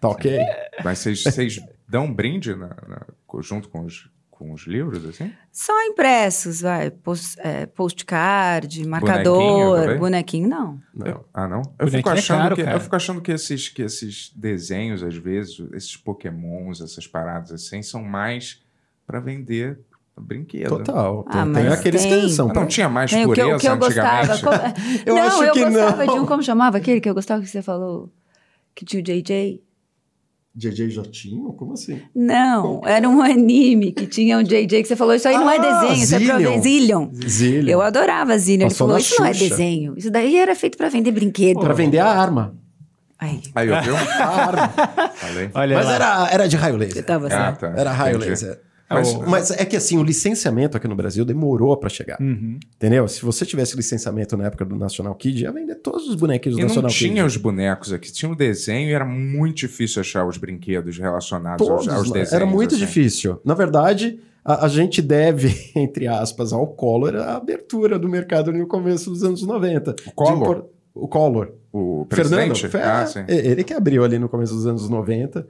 tá ok. Mas vocês, vocês dão um brinde na- na- co- junto com os, com os livros, assim? Só impressos, vai. Post, é, postcard, marcador, também? bonequinho, não. [laughs] Não. Ah, não? Eu Bonequinho fico, é achando caro, que, cara. eu fico achando que esses, que esses desenhos, às vezes, esses pokémons, essas paradas assim, são mais pra vender brinquedo. Total. Ah, tem tem mas aqueles que tem. são. Ah, não tinha mais Tem o que, pureza eu- o que eu gostava. antigamente? como- [laughs] Eu não, acho eu que gostava de um, não. como chamava aquele que eu gostava que você falou? Que tinha o JJ? JJ Jotinho? Como assim? Não, era um anime que tinha um JJ que você falou, isso aí não é Ah, desenho, isso é pra Zillion. vender Zillion. Zillion. Eu adorava Zillion. Ele Passou falou, na isso não é Xuxa." desenho, isso daí era feito pra vender brinquedo. Pra vender a arma. Ai, Aí, eu viu? A arma. [laughs] Falei. Olha [laughs] mas lá. era, era de raio laser. você tava Ah, certo. tá. Era raio Entendi. laser. Mas- Mas, mas é que assim, o licenciamento aqui no Brasil demorou pra chegar. Uhum. Entendeu? Se você tivesse licenciamento na época do National Kid, ia vender todos os bonequinhos do E não National tinha Kid. os bonecos aqui, tinha o desenho e era muito difícil achar os brinquedos relacionados aos, Todos, aos né? desenhos. Era muito assim. difícil. Na verdade, a, a gente deve, [laughs] entre aspas, ao Collor a abertura do mercado no começo dos anos 90. De Collor? impor- O Collor. O presidente? Fernando, Ah, Fe- sim. e- ele que abriu ali no começo dos anos 90,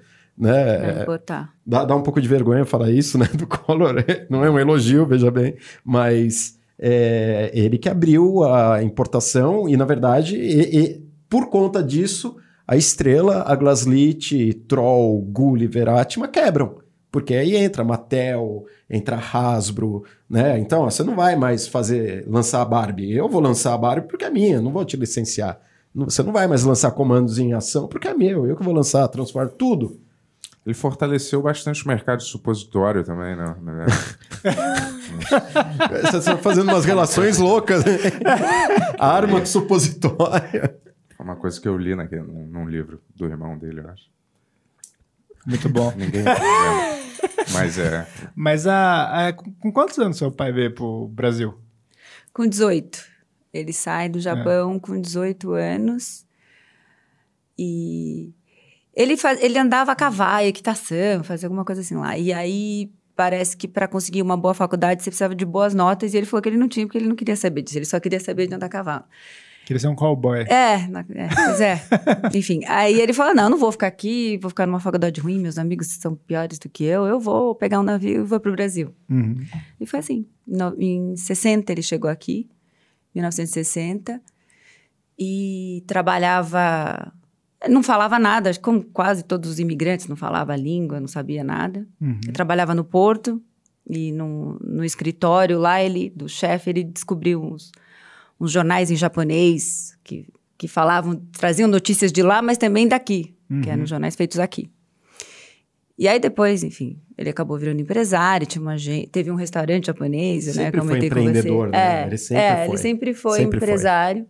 Uhum. né? Pra botar. Dá, dá um pouco de vergonha falar isso, né? Do Collor. Não é um elogio, veja bem. Mas é, ele que abriu a importação e, na verdade, e- e, por conta disso, a Estrela, a Glaslit, Troll, Gulli, Veratma quebram. Porque aí entra Mattel, entra Hasbro, né? Então, ó, você não vai mais fazer lançar a Barbie. Eu vou lançar a Barbie porque é minha, não vou te licenciar. Não- Você não vai mais lançar comandos em ação porque é meu. Eu que vou lançar, transformar tudo. Ele fortaleceu bastante o mercado de supositório também, né? Você está fazendo umas relações loucas. né? Arma supositória. Foi É uma coisa que eu li naquele, num, num livro do irmão dele, eu acho. Muito bom. Ninguém lembra. Mas é. Mas a, a- com com quantos anos seu pai veio pro Brasil? Com 18. Ele sai É. do Japão com 18 anos. E ele, faz, ele andava a cavalo, equitação, fazia alguma coisa assim lá. E aí parece que para conseguir uma boa faculdade você precisava de boas notas. E ele falou que ele não tinha, porque ele não queria saber disso. Ele só queria saber de andar a cavalo. Queria ser um cowboy. É, na- é, pois é. Enfim, aí ele falou: não, não vou ficar aqui, vou ficar numa faculdade ruim, meus amigos são piores do que eu, eu vou pegar um navio e vou pro Brasil. Uhum. E foi assim. No- em 60 ele chegou aqui, 1960, e trabalhava. Não falava nada, como quase todos os imigrantes, não falava a língua, não sabia nada. Uhum. Eu trabalhava no Porto e no, no escritório lá, ele, do chefe, ele descobriu uns, uns jornais em japonês que, que falavam, traziam notícias de lá, mas também daqui, uhum, que Uhum. eram jornais feitos aqui. E aí depois, enfim, ele acabou virando empresário, tinha uma agen- teve um restaurante japonês, né? Sempre que eu foi comentei com empreendedor, você. né? É, Ele sempre é, foi. ele sempre foi Sempre foi. empresário.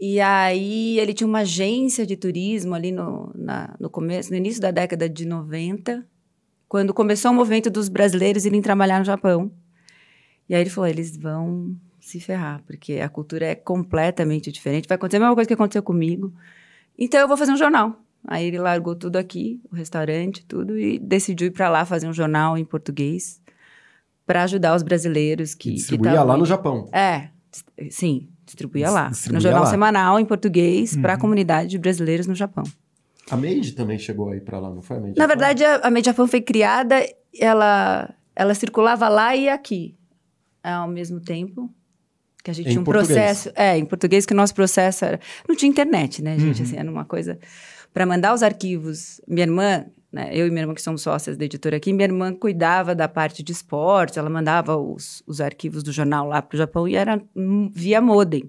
E aí ele tinha uma agência de turismo ali no, na- no começo, no início da década de 90, quando começou o movimento dos brasileiros irem trabalhar no Japão. E aí ele falou, eles vão se ferrar, porque a cultura é completamente diferente. Vai acontecer a mesma coisa que aconteceu comigo. Então eu vou fazer um jornal. Aí ele largou tudo aqui, o restaurante, tudo, e decidiu ir para lá fazer um jornal em português para ajudar os brasileiros Que que que tá distribuía estavam lá indo. no Japão. É, dis- sim, distribuía Dis- lá. distribuía no jornal lá. semanal em português para a Uhum. comunidade de brasileiros no Japão. A Made também chegou aí pra lá, não foi a Made? Na verdade, a, a Mediafan foi criada, ela, ela circulava lá e aqui é, ao mesmo tempo. Que a gente Em tinha um português. processo. É, em português, que o nosso processo era. Não tinha internet, né, Uhum. gente? Assim, era uma coisa. Para mandar os arquivos. Minha irmã, né, eu e minha irmã, que somos sócias da editora aqui, minha irmã cuidava da parte de esportes, ela mandava os, os arquivos do jornal lá para o Japão e era hum, via modem.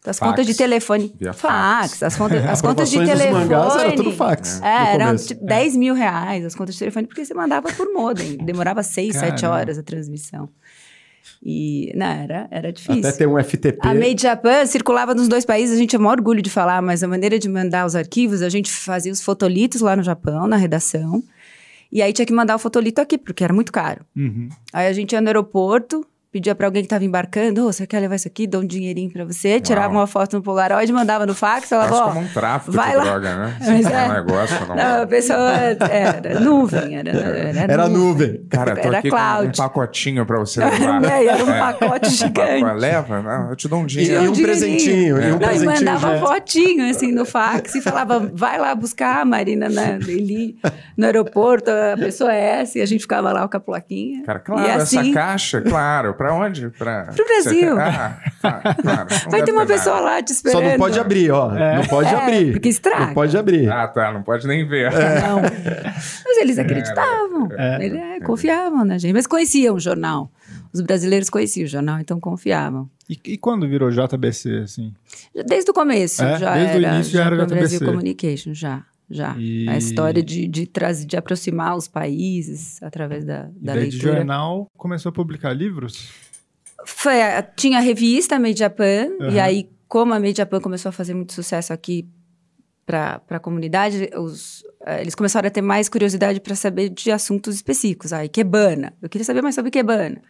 Então, as Fax. contas de telefone. Via fax. [laughs] As, contas, as contas de Aprovações dos telefone. mangás era tudo fax. no É, eram começo. tipo 10 mil reais as contas de telefone, porque você mandava por modem. Demorava 6, 7 Caramba. horas a transmissão. E, não, era, era difícil. Até ter um FTP. A Made Japan circulava nos dois países, a gente é o maior orgulho de falar, mas a maneira de mandar os arquivos, a gente fazia os fotolitos lá no Japão, na redação. E aí tinha que mandar o fotolito aqui, porque era muito caro. Uhum. Aí a gente ia no aeroporto, pedia para alguém que estava embarcando, "Ô, você quer levar isso aqui? Dou um dinheirinho para você, tirava uma foto no Polaroid, mandava no fax, falava, Parece ó, como um tráfico vai de lá. droga, [laughs] né? Mas Você é. um negócio, não. Não, a pessoa é, era nuvem, era, era, Era nuvem. Cara, tô Era aqui com um cloud. pacotinho pra você levar. [laughs] É, era um É. pacote gigante. Pacote, Leva, né? eu te dou um E, dinheiro. e Tinha um um dinheirinho. presentinho. E um Não, e presentinho. mandava junto. fotinho, assim, no fax e falava, vai lá buscar a Marina na, ali, no aeroporto, a pessoa é essa, e a gente ficava lá com a plaquinha. Cara, e claro, essa assim, caixa, claro. Pra onde? Pra... Pro Brasil. Você- Ah, tá, claro. Não vai deve ter uma nada. pessoa lá Só te esperando. não pode abrir, ó. Não pode É, abrir. porque estraga. Não pode abrir. Ah, tá, não pode nem ver. Não. Mas eles acreditavam, Ele- é, confiavam na gente, mas conheciam o jornal. Os brasileiros conheciam o jornal, então confiavam. E, e quando virou JBC, assim? Desde o começo, É? já Desde o era. início já era Japan Brasil JBC. Communication, já. Já. E- Ah, A história de, de, trazer- de aproximar os países através da, E da daí de leitura. jornal começou a publicar livros? Foi, a- tinha a revista Made Japan, Aham. e aí, como a Made Japan começou a fazer muito sucesso aqui para a comunidade, os, eh, eles começaram a ter mais curiosidade para saber de assuntos específicos. Aí, Kebana. Eu queria saber mais sobre Kebana.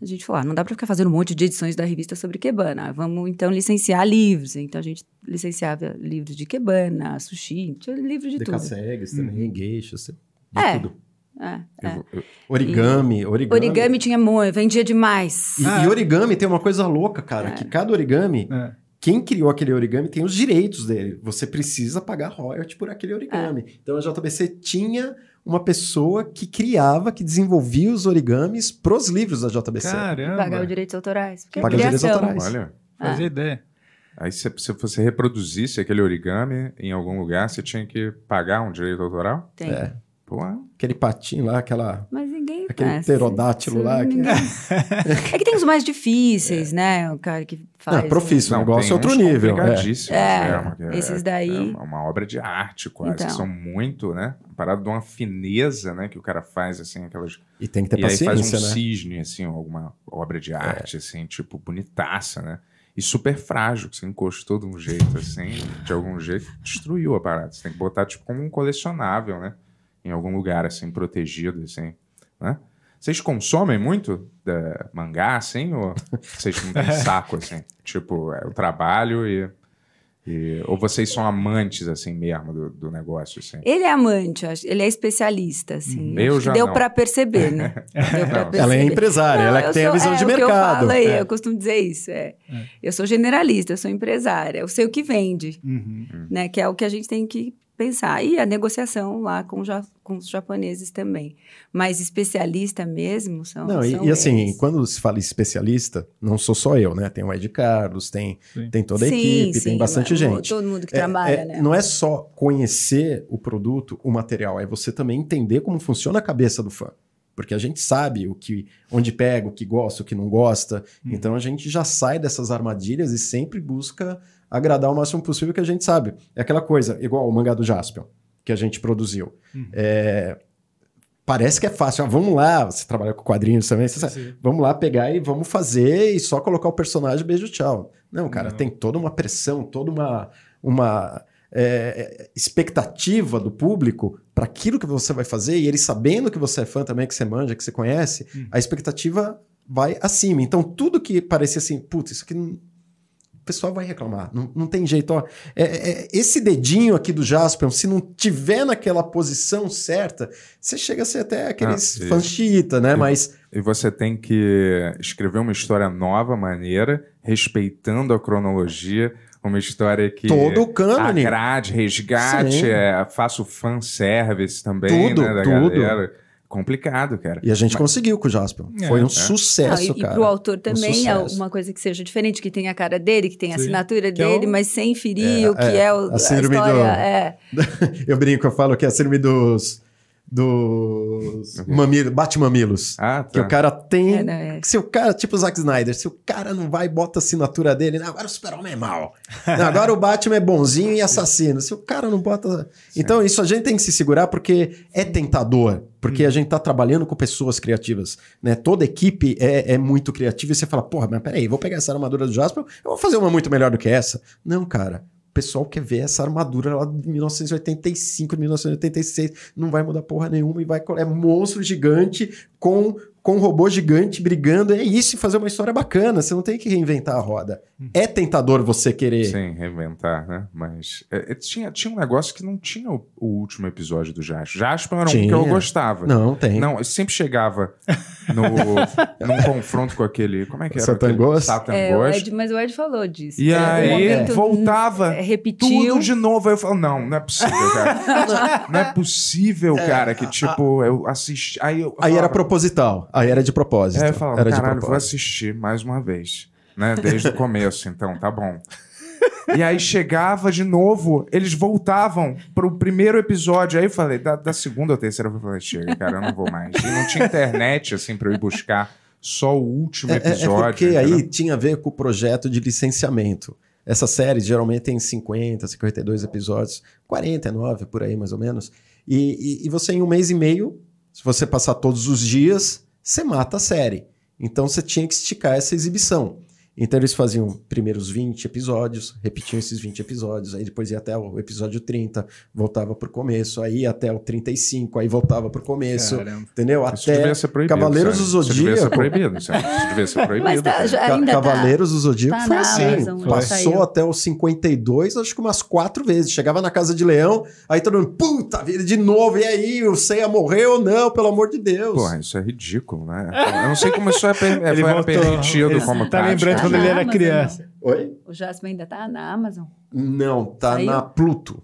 A gente falou, ah, não dá para ficar fazendo um monte de edições da revista sobre Kebana. Ah, Vamos, então, licenciar livros. Então, a gente licenciava livros de Kebana, sushi, tinha livro de tudo. Uhum. Decassegues também, geixas, de É. tudo. É, é. Eu- eu- Origami, origami. Origami tinha muito, vendia demais. E, e origami tem uma coisa louca, cara, que cada origami, É. quem criou aquele origami tem os direitos dele. Você precisa pagar royalty por aquele origami. É. Então a JBC tinha uma pessoa que criava, que desenvolvia os origamis pros livros da JBC. Pagar os Caramba, direitos autorais. Porque é Pagar os direitos criação. autorais. Olha, Ah. fazia ideia. aí se, se você reproduzisse aquele origami em algum lugar, você tinha que pagar um direito autoral? Tem. É. Pô, Aquele patinho lá, aquela Mas ninguém aquele faz. pterodátilo Isso lá, que- [laughs] É, ninguém- [laughs] É que tem os mais difíceis, né? O cara que faz. Ah, profício, o não, negócio tem é outro uns nível. é. complicadíssimos, É, né, uma- é, esses É daí. uma uma obra de arte, quase. Então. Que são muito, né? Parada de uma fineza, né? Que o cara faz, assim, aquelas. E tem que ter e aí faz um paciência, né? É. cisne, assim, alguma obra de arte, assim, tipo, bonitaça, né? E super frágil, que você encostou de um jeito, assim, de algum jeito, destruiu a parada. Você tem que botar, tipo, como um colecionável, né? Em algum lugar, assim, protegido, assim, né? Vocês consomem muito da mangá, assim, ou vocês não [laughs] têm saco, assim? Tipo, é, o trabalho e, e- Ou vocês são amantes, assim, mesmo, do, do negócio, assim? Ele é amante, eu acho. ele é especialista, Hum, assim. Eu Acho que já Deu não. pra [laughs] perceber, né? Deu pra Não. perceber. Ela é empresária, Não, ela que eu tem a sou- visão é, de o que Eu, mercado. falo aí, É. eu costumo dizer isso. é. Eu sou generalista, eu sou empresária, eu sei o que vende, Uhum. Hum. né? Que é o que a gente tem que pensar. E a negociação lá com, ja- com os japoneses também. Mas especialista mesmo são. Não, e, são e assim, eles. quando se fala especialista, não sou só eu, né? Tem o Ed Carlos, tem, Sim. tem toda a Sim, equipe, sim, um tem bastante o- gente. Todo mundo que É- trabalha, é- né? Não é só conhecer o produto, o material, é você também entender como funciona a cabeça do fã. Porque a gente sabe o que, onde pega, o que gosta, o que não gosta. Então a gente já sai dessas armadilhas e sempre busca agradar o máximo possível que a gente sabe. É aquela coisa, igual o mangá do Jaspion, que a gente produziu. É, parece que é fácil. Ah, vamos lá, você trabalha com quadrinhos também, você sabe. Sim. Vamos lá pegar e vamos fazer e só colocar o personagem, beijo, tchau. Não, cara, Não. tem toda uma pressão, toda uma, uma é, expectativa do público para aquilo que você vai fazer e ele sabendo que você é fã também, que você manja, que você conhece, Hum. a expectativa vai acima. Então, tudo que parecia assim, putz, isso aqui não... O pessoal vai reclamar, não, não tem jeito. Ó, É- é- é- esse dedinho aqui do Jasper, se não tiver naquela posição certa, você chega a ser até aqueles Ah, fãs chiita, né? Eu- Mas E você tem que escrever uma história nova, maneira, respeitando a cronologia, uma história que Todo o cânone. agrade, resgate, Sim. é, faça o fanservice também, Tudo, né, da tudo. galera. Complicado, cara. E a gente Mas- conseguiu com o Jasper. É, Foi um é. Não, e, sucesso, e cara. pro autor também é sucesso. uma coisa que seja diferente, que tenha a cara dele, que tenha a Sim. assinatura Que é o- dele, mas sem ferir o que é, é, o, a síndrome do- história. É. Eu brinco, eu falo que é a síndrome dos. dos mamilo, bate-mamilos. Uhum. Ah, Que tá. o cara tem. É, não, é. Se o cara, tipo o Zack Snyder, se o cara não vai e bota a assinatura dele, "Não, agora o Super-Homem é mau. Não, agora o Batman é bonzinho e assassino. Se o cara não bota. Então, isso a gente tem que se segurar porque é tentador. Porque a gente tá trabalhando com pessoas criativas. né? Toda equipe é, é muito criativa e você fala, porra, mas peraí, vou pegar essa armadura do Jasper, eu vou fazer uma muito melhor do que essa. Não, cara. O pessoal quer ver essa armadura lá de 1985, 1986, não vai mudar porra nenhuma e vai. É monstro gigante com, com robô gigante brigando. É isso, e fazer uma história bacana. Você não tem que reinventar a roda. Hum. É tentador você querer. Sem reinventar, né? Mas é, é, tinha, tinha um negócio que não tinha o, o último episódio do Jasper. Jasper era um que eu Tinha. gostava. Não, tem. Não, eu sempre chegava [laughs] no, num confronto com aquele. Como é que era? Satan aquele Ghost? Satan É, o Ghost. Ed, mas o Ed falou disso. tá E Em algum aí momento, voltava é, Repetiu. tudo de novo. Aí eu falo, não, não é possível, cara. não é possível, cara, que tipo, eu assisti. Aí, eu, eu Aí falava- era proposital. Aí era de propósito. É, eu falava, era caralho, vou assistir mais uma vez. Né? Desde o começo, então, tá bom. E aí chegava de novo, eles voltavam pro primeiro episódio. Aí eu falei, da, da segunda ou terceira, eu falei, chega, cara, eu não vou mais. E não tinha internet, assim, pra eu ir buscar só o último É, é- é episódio. porque entendeu? aí tinha a ver com o projeto de licenciamento. Essa série geralmente tem 50, 52 episódios, 49 por aí mais ou menos. E, e- e você, em um mês e meio, se você passar todos os dias, você mata a série. Então você tinha que esticar essa exibição. Então eles faziam primeiros 20 episódios, repetiam esses 20 episódios, aí depois ia até o episódio 30, voltava pro começo, aí ia até o 35, aí voltava pro começo, Caramba. entendeu? Isso é Até devia ser proibido. Cavaleiros sabe? do Isso devia ser Zodíaco. proibido. sabe? Isso devia [laughs] ser proibido. Mas tá, cara. já- Ca- ainda tá. Cavaleiros do Zodíaco tá foi na assim. Amazon, já Passou saiu. até os 52, acho que umas quatro vezes. Chegava na casa de leão, aí todo mundo, puta vida, de novo, e aí, o Ceia morreu ou não, pelo amor de Deus. Porra, isso é ridículo, né? Eu não sei como isso é, per- é- Ele foi voltou. permitido Ele como né? tá prática. lembrando quando na ele era Amazon, criança. não. Oi? O Jasper ainda tá na Amazon? Não, tá Saiu? na Pluto.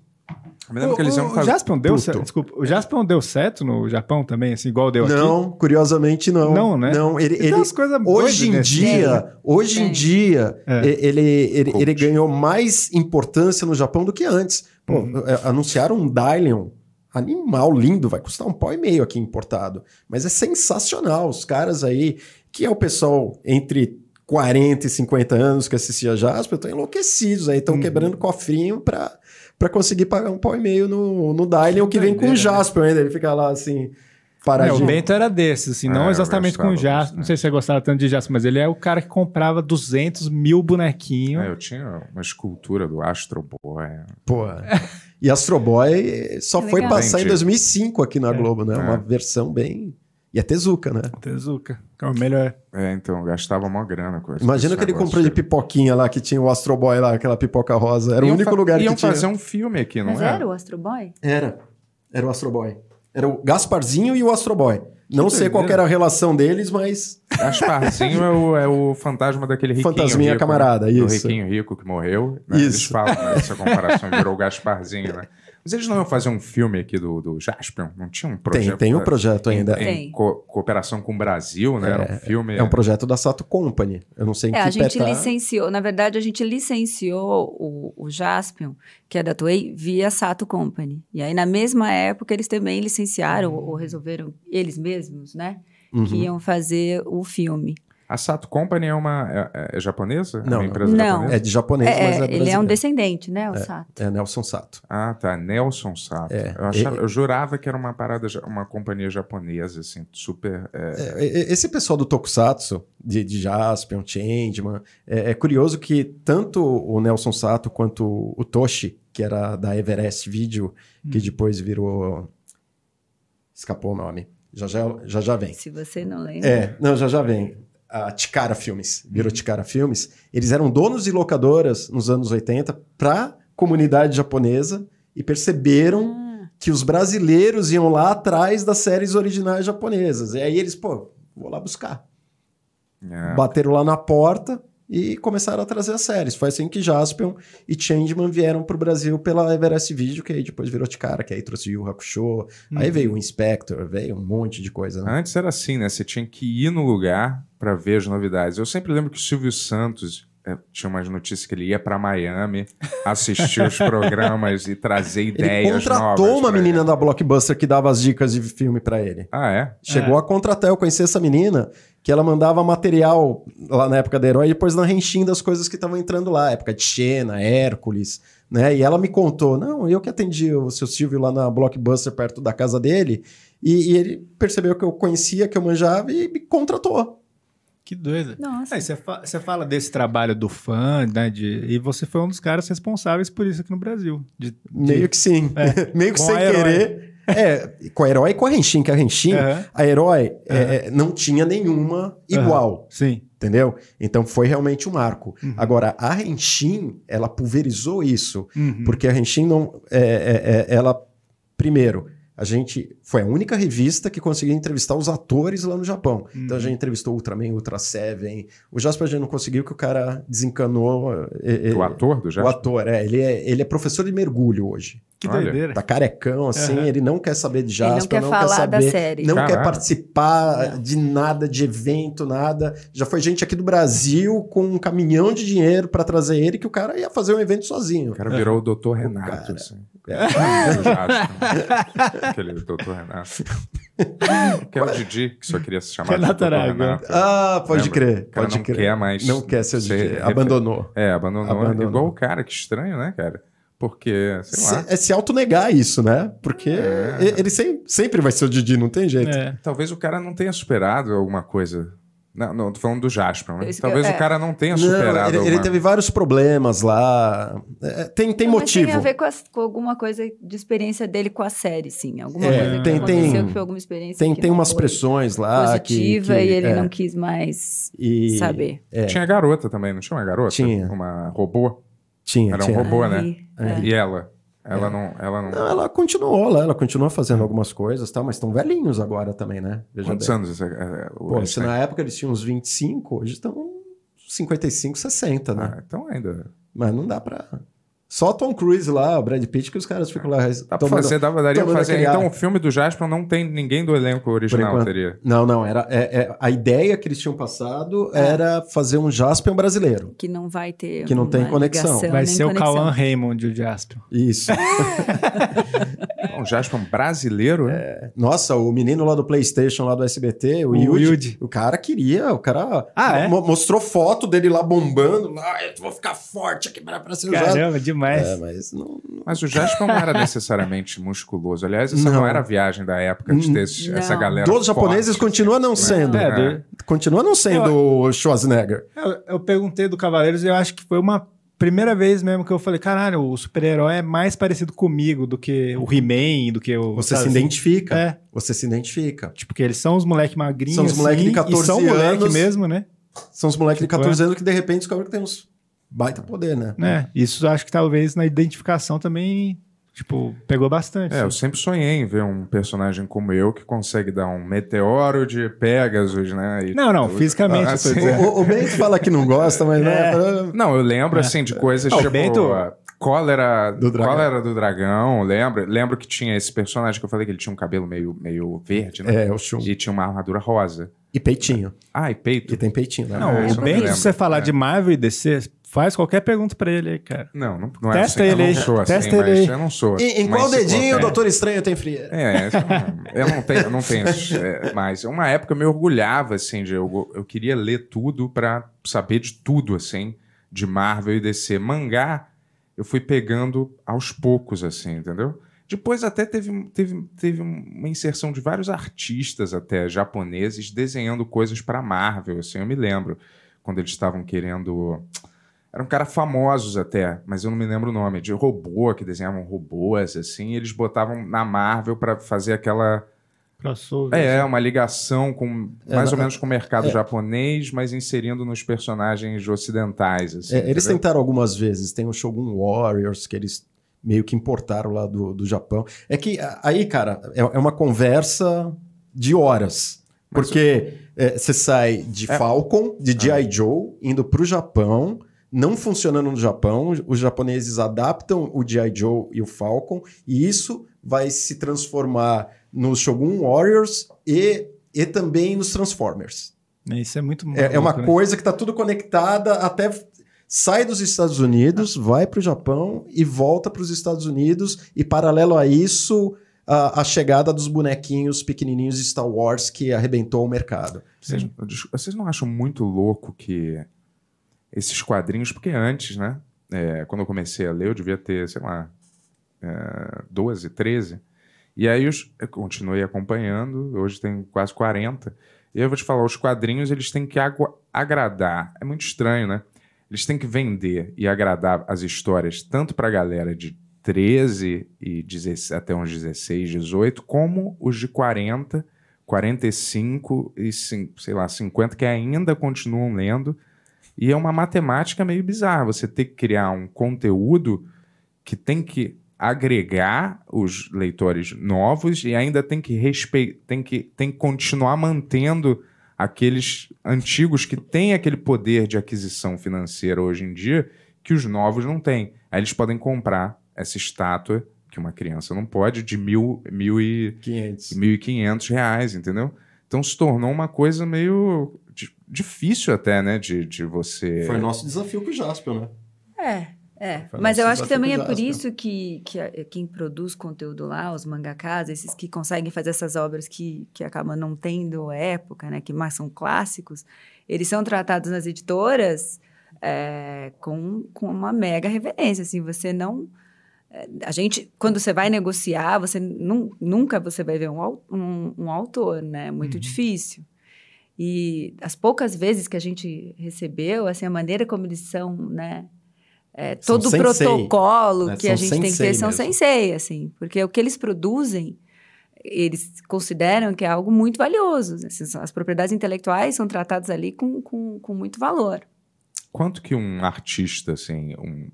Eu me lembro que eles O- iam o fazer. Jaspion deu Pluto. certo, desculpa, o Jaspion deu certo no Japão também, assim, igual deu aqui? não, curiosamente não. Não, né? Não, Tem ele... Então, ele- umas coisas doidas Hoje em nesse dia, filme. hoje em Tem. dia, É. e- ele, ele, Coach. ele ganhou mais importância no Japão do que antes. Pô, Uhum. é, anunciaram um Dylion animal lindo, vai custar um pau e meio aqui importado. Mas é sensacional. Os caras aí, que é o pessoal entre 40 e 50 anos que assistia Jasper, estão enlouquecidos aí, estão Uhum. quebrando cofrinho pra, pra conseguir pagar um pau e meio no, no Dylion que vem com o doideira, né? Jasper ainda. Ele fica lá É, assim, o paradinho. Bento era desses, assim, É, não eu exatamente com o gostava Jasper. bastante. Não sei se você gostava tanto de Jasper, mas ele é o cara que comprava 200 mil bonequinhos. É, eu tinha uma escultura do Astro Boy. Pô. E Astro Boy só Que foi legal. passar em Entendi. 2005 aqui na É. Globo, né? Uma É. versão bem. E é Tezuka, né? Tezuka. que é o melhor. É, então, eu gastava mó grana com isso. Imagina o que ele comprou de pipoquinha lá, que tinha o Astro Boy lá, aquela pipoca rosa. Era o único lugar que iam tinha. fazer um filme aqui, não Mas é era? era o Astro Boy? Era. Era o Astro Boy. Era o Gasparzinho e o Astro Boy. Não sei doideira. qual que era a relação deles, mas. Gasparzinho é o, é o fantasma daquele riquinho Fantasminha rico, né? camarada, Do isso. riquinho rico que morreu. Né? Eles Isso. falam, né? Essa comparação virou o Gasparzinho, né? Mas eles não iam fazer um filme aqui do, do Jaspion? Não tinha um Tem, projeto? tem o projeto é. em, ainda. em Tem. co- cooperação com o Brasil, né? Era um filme... É um projeto da Sato Company. Eu não sei em É, que a gente pé tá. licenciou, na verdade, a gente licenciou o, o Jaspion, que é da Toei, via Sato Company. E aí, na mesma época, eles também licenciaram, ou resolveram, eles mesmos, né? Hum. Uhum. Que iam fazer o filme. A Sato Company é uma... É, é- é japonesa? Não, É uma empresa não. japonesa? É de japonês, mas É, é ele é um brasileiro. descendente, né, o Sato? É Nelson Sato. Ah, tá. Nelson Sato. É. Eu, achava- eu jurava que era uma parada, ja- uma companhia japonesa, assim, super. é, É, e- Esse pessoal do Tokusatsu, de, de Jaspion, Changeman, é, é curioso que tanto o Nelson Sato quanto o Toshi, que era da Everest Video, que depois virou. Escapou o nome. Já já, já, já vem. Se você não lembra. É, não, já já vem. A Ticara Filmes, virou Ticara Filmes. Eles eram donos de locadoras nos anos 80 para comunidade japonesa e perceberam Ah, que os brasileiros iam lá atrás das séries originais japonesas. E aí eles, pô, vou lá buscar. é, Bateram lá na porta e começaram a trazer as séries. Foi assim que Jaspion e Changeman vieram pro Brasil pela Everest Video, que aí depois virou de cara, que aí trouxe Yu Hakusho, aí veio o Inspector, veio um monte de coisa, né? Antes era assim, né? Você tinha que ir no lugar pra ver as novidades. Eu sempre lembro que o Silvio Santos é, tinha umas notícias que ele ia pra Miami assistir [laughs] os programas e trazer Ele ideias novas contratou uma pra menina ele. da Blockbuster que dava as dicas de filme pra ele. Ah, é? Chegou a contratar, eu conheci essa menina, que ela mandava material lá na época da Herói, e depois na renchim das coisas que estavam entrando lá, época de Xena, Hércules, né? E ela me contou, não, eu que atendi o seu Silvio lá na Blockbuster, perto da casa dele, e, e ele percebeu que eu conhecia, que eu manjava, e me contratou. Que doido. Nossa. É, Aí É, você fa- você fala desse trabalho do fã, né? de- e você foi um dos caras responsáveis por isso aqui no Brasil. De, de- Meio que sim. [laughs] Meio que Com sem a Herói. querer. É, com a Herói e com a renchim, que a renchim... Aham, A Herói é, é, não tinha nenhuma igual. Sim. Entendeu? Então foi realmente um marco. Uhum. Agora, a Renshin, ela pulverizou isso, Uhum. porque a Renshin não. é, é, é, ela, primeiro, a gente foi a única revista que conseguiu entrevistar os atores lá no Japão. Então a Uhum. gente entrevistou Ultraman, Ultra Seven. O Jasper a gente não conseguiu, que o cara desencanou. é, é, O ator do o Jasper? ator, é. Ele é, ele é professor de mergulho hoje. Que Olha. doideira. Tá carecão, assim, Aham. ele não quer saber de É. Ele Jasper, não quer falar saber, da série. Não Caralho. quer participar de nada, de evento, nada. Já foi gente aqui do Brasil com um caminhão de dinheiro pra trazer ele, que o cara ia fazer um evento sozinho. O cara virou o Dr. Renato, cara. É. assim. O Jasper. Aquele Dr. [laughs] Renato. Que é o Didi, que só queria se chamar de Renato Dr. Aragão. Renato. Ah, pode Lembra? crer, O cara pode não crer. quer mais. Não quer ser ser DJ, refer- abandonou. É, abandonou. Abandonou. Igual o cara, que estranho, né, cara? Porque, sei lá. Se- é se autonegar isso, né? Porque É. e- ele sem- sempre vai ser o Didi, não tem jeito. É. Talvez o cara não tenha superado alguma coisa. Não, não tô falando do Jasper, né? Isso que eu- Talvez é. o cara não tenha Não, superado ele, ele alguma teve vários problemas lá. É, tem tem Mas motivo. Tem a ver com, as- com alguma coisa de experiência dele com a série, sim. Alguma É, coisa que tem- aconteceu tem- que foi alguma experiência Tem, que tem não umas foi pressões lá. que- positiva que- e ele é, não quis mais e- saber. Tinha garota também, não tinha uma garota? Tinha. Uma robô? Tinha, Era um tinha. robô. Boa, né? Aí, é. E ela? Ela não. Ela não. Não, ela continuou lá, ela continuou fazendo algumas coisas, tá? mas estão velhinhos agora também, né? Veja Quantos bem. anos essa, é, o- Pô, esse se na época eles tinham uns 25, hoje estão 55, 60, né? Ah, então ainda. Mas não dá pra. Só Tom Cruise lá, Brad Pitt, que os caras ficam lá. Dá pra tomando- fazer, dá, daria pra tomando fazer. aquele Então ar. o filme do Jasper não tem ninguém do elenco original, enquanto. teria. Não, não, era, é- é- a ideia que eles tinham passado É. era fazer um Jaspion brasileiro. Que não vai ter. Que não tem uma conexão. ligação, Vai nem ser o conexão. Cauan Raymond, o Jasper. Isso. É. Um Jasper brasileiro? É. né? Nossa, o menino lá do PlayStation, lá do SBT, o, O Yudi, Yudi. o cara queria, o cara Ah, é? mo- mostrou foto dele lá bombando, lá, eu vou ficar forte aqui pra, pra ser usado. Caramba, demais. É, mas não, Mas o Jasper não [laughs] era necessariamente musculoso. Aliás, essa não, Não. era a viagem da época de ter esse- Não. essa galera. dos japoneses forte. né? continua não sendo. É, do- Continua não sendo o Schwarzenegger. Eu, É, eu perguntei do Cavaleiros e eu acho que foi uma primeira vez mesmo que eu falei: caralho, o super-herói é mais parecido comigo do que o He-Man, do que o. Você sabe, se assim? identifica. É, Você se identifica. tipo, que eles são os moleques magrinhos. São os moleque de assim, 14 e são moleque anos. mesmo, né? São os moleques de Tipo, 14 anos que de repente descobrem que tem uns baita [laughs] poder, né? né? Isso acho que talvez na identificação também, tipo, pegou bastante. É, eu sempre sonhei em ver um personagem como eu que consegue dar um meteoro de Pegasus, né? e Não, não, tudo. Ah, fisicamente, eu tô dizendo. O, o Bento fala que não gosta, mas É. né, Não, eu lembro, assim, de coisas Ah, o tipo... Bento- a Cólera Do do, dragão. cólera do Dragão, lembro. Lembro que tinha esse personagem que eu falei que ele tinha um cabelo meio, meio verde, né? É, o Shun. um E tinha uma armadura rosa. E peitinho. Ah, e peito. E tem peitinho, né? Não, É, isso o eu Bento, lembro. se você falar É. de Marvel e DC, faz qualquer pergunta pra ele aí, cara. Não, não, não é Testa assim. ele eu aí, não sou assim, testa mas ele aí. eu não sou. assim, Em, em uma qual dedinho o enciclopédia. Doutor Estranho tem fria? É, isso não- eu não tenho, eu não tenho isso, é, mas uma época eu me orgulhava, assim, de eu, go- eu queria ler tudo pra saber de tudo, assim, de Marvel e DC. Mangá, eu fui pegando aos poucos, assim, entendeu? Depois até teve, um- teve, teve uma inserção de vários artistas até japoneses desenhando coisas pra Marvel, assim, eu me lembro. Quando eles estavam querendo... Eram caras famosos até, mas eu não me lembro o nome, de robô, que desenhavam robôs, assim, e eles botavam na Marvel pra fazer aquela. Crossover. É, uma ligação com É, mais ou na- menos com o mercado é. japonês, mas inserindo nos personagens ocidentais. Assim, É, eles entendeu? tentaram algumas vezes. Tem o Shogun Warriors, que eles meio que importaram lá do, do Japão. É que a- aí, cara, é, é uma conversa de horas. Mas porque é, você sai de É. Falcon, de G.I. Joe, indo pro Japão, não funcionando no Japão. Os japoneses adaptam o G.I. Joe e o Falcon, e isso vai se transformar nos Shogun Warriors e, e também nos Transformers. Isso é muito É, é uma maluco, né? coisa que tá tudo conectada até. sai dos Estados Unidos, vai para o Japão e volta para os Estados Unidos. E paralelo a isso, a, a chegada dos bonequinhos pequenininhos de Star Wars que arrebentou o mercado. Vocês, desculpa, vocês não acham muito louco que esses quadrinhos, porque antes, né? é, quando eu comecei a ler, eu devia ter, sei lá, é, 12, 13. E aí os- eu continuei acompanhando, hoje tem quase 40. E eu vou te falar, os quadrinhos eles têm que agu- agradar. É muito estranho, né? Eles têm que vender e agradar as histórias tanto para a galera de 13 e 16 até uns 16, 18, como os de 40, 45 e cin- sei lá, 50 que ainda continuam lendo. E é uma matemática meio bizarra. Você ter que criar um conteúdo que tem que agregar os leitores novos e ainda tem que respeitar, tem que, tem que continuar mantendo aqueles antigos que têm aquele poder de aquisição financeira hoje em dia que os novos não têm. Aí eles podem comprar essa estátua que uma criança não pode de mil, mil e 500. 1.500 reais, entendeu? Então se tornou uma coisa meio di- difícil até, né? De, de É. você. Foi nosso desafio com o Jaspion, né? É, é. Foi Mas nosso eu acho que também é desafio por do isso que, que a- quem produz conteúdo lá, os mangakas, esses que conseguem fazer essas obras que, que acabam não tendo época, né? Que mais são clássicos, eles são tratados nas editoras é, com, com uma mega reverência. Assim, você não... é, A gente, quando você vai negociar, você nun- nunca você vai ver um, au- um, um autor, né? É Muito Uhum. difícil. E as poucas vezes que a gente recebeu, assim, a maneira como eles são, né? É, São todo o sensei, protocolo né? que São a gente tem que sensei ter são mesmo. sensei, assim. Porque o que eles produzem, eles consideram que é algo muito valioso. né? Assim, são- as propriedades intelectuais são tratadas ali com, com, com muito valor. Quanto que um artista, assim, um,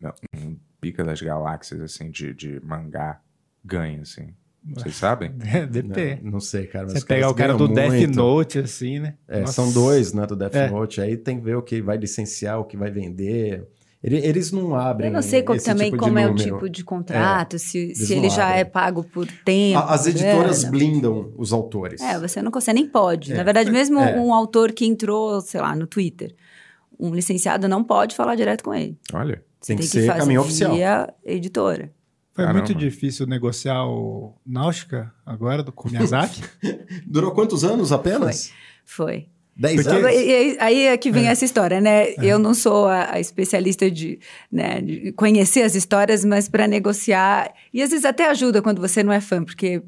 não, um pica das galáxias, assim, de, de mangá ganha, assim? É. Vocês sabem? [laughs] É, DP. Não, não sei, cara. mas Você os caras pegar o cara do ganham Death muito. Note, assim, né? É, Nossa. são dois, né, do Death É. Note. Aí tem que ver o que vai licenciar, o que vai vender. Ele- Eles não abrem. Eu não sei como- esse também tipo de como é o número. tipo de contrato, se, se não ele já abrem. é pago por tempo. A- As editoras né? blindam os autores. É, você não consegue, nem pode. É. Na verdade, mesmo É. um autor que entrou, sei lá, no Twitter, um licenciado não pode falar direto com ele. Olha. Você Tem tem, que que, ser fazer caminho oficial. via editora. Foi Caramba. muito difícil negociar o Náutica agora do com o Miyazaki. Durou quantos anos apenas? Foi. Dez Então, anos? e aí, aí é que vem É. essa história, né? Eu não sou a, a especialista de, né, de conhecer as histórias, mas para negociar. E às vezes até ajuda quando você não é fã, porque.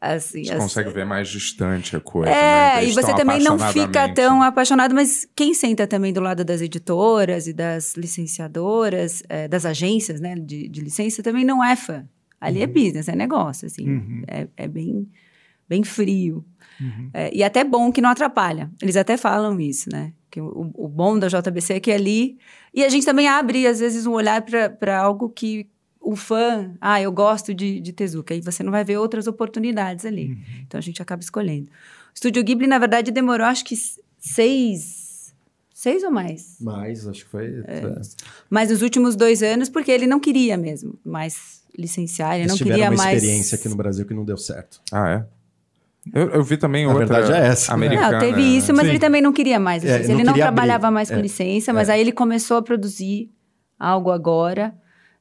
Assim, Você as- consegue ver mais distante a coisa. né? assim É, e Eles você tão também não fica apaixonadamente- tão apaixonado, mas quem senta também do lado das editoras e das licenciadoras, eh, das agências né, de, de licença, também não é fã. Ali Uhum. é business, é negócio, assim, Hum. Uhum. é, é bem, bem frio. Uhum. É, e até bom que não atrapalha. Eles até falam isso, né? Que o, o bom da JBC é que ali. E a gente também abre, às vezes, um olhar para algo que o fã. Ah, eu gosto de, de Tezuka. Aí você não vai ver outras oportunidades ali. Uhum. Então a gente acaba escolhendo. O Estúdio Ghibli, na verdade, demorou acho que s- seis. Seis ou mais? Mas, acho que foi. É, Mas nos últimos dois anos, porque ele não queria mesmo mais licenciar, ele Eles não tiveram queria uma mais. experiência aqui no Brasil que não deu certo. Ah, é? Eu, eu vi também Na outra. verdade é essa. Americana. né? Não, Ah, teve isso, mas Sim. ele também não queria mais É, licença. não ele não queria abrir. trabalhava mais com É, licença, mas aí ele começou a produzir algo agora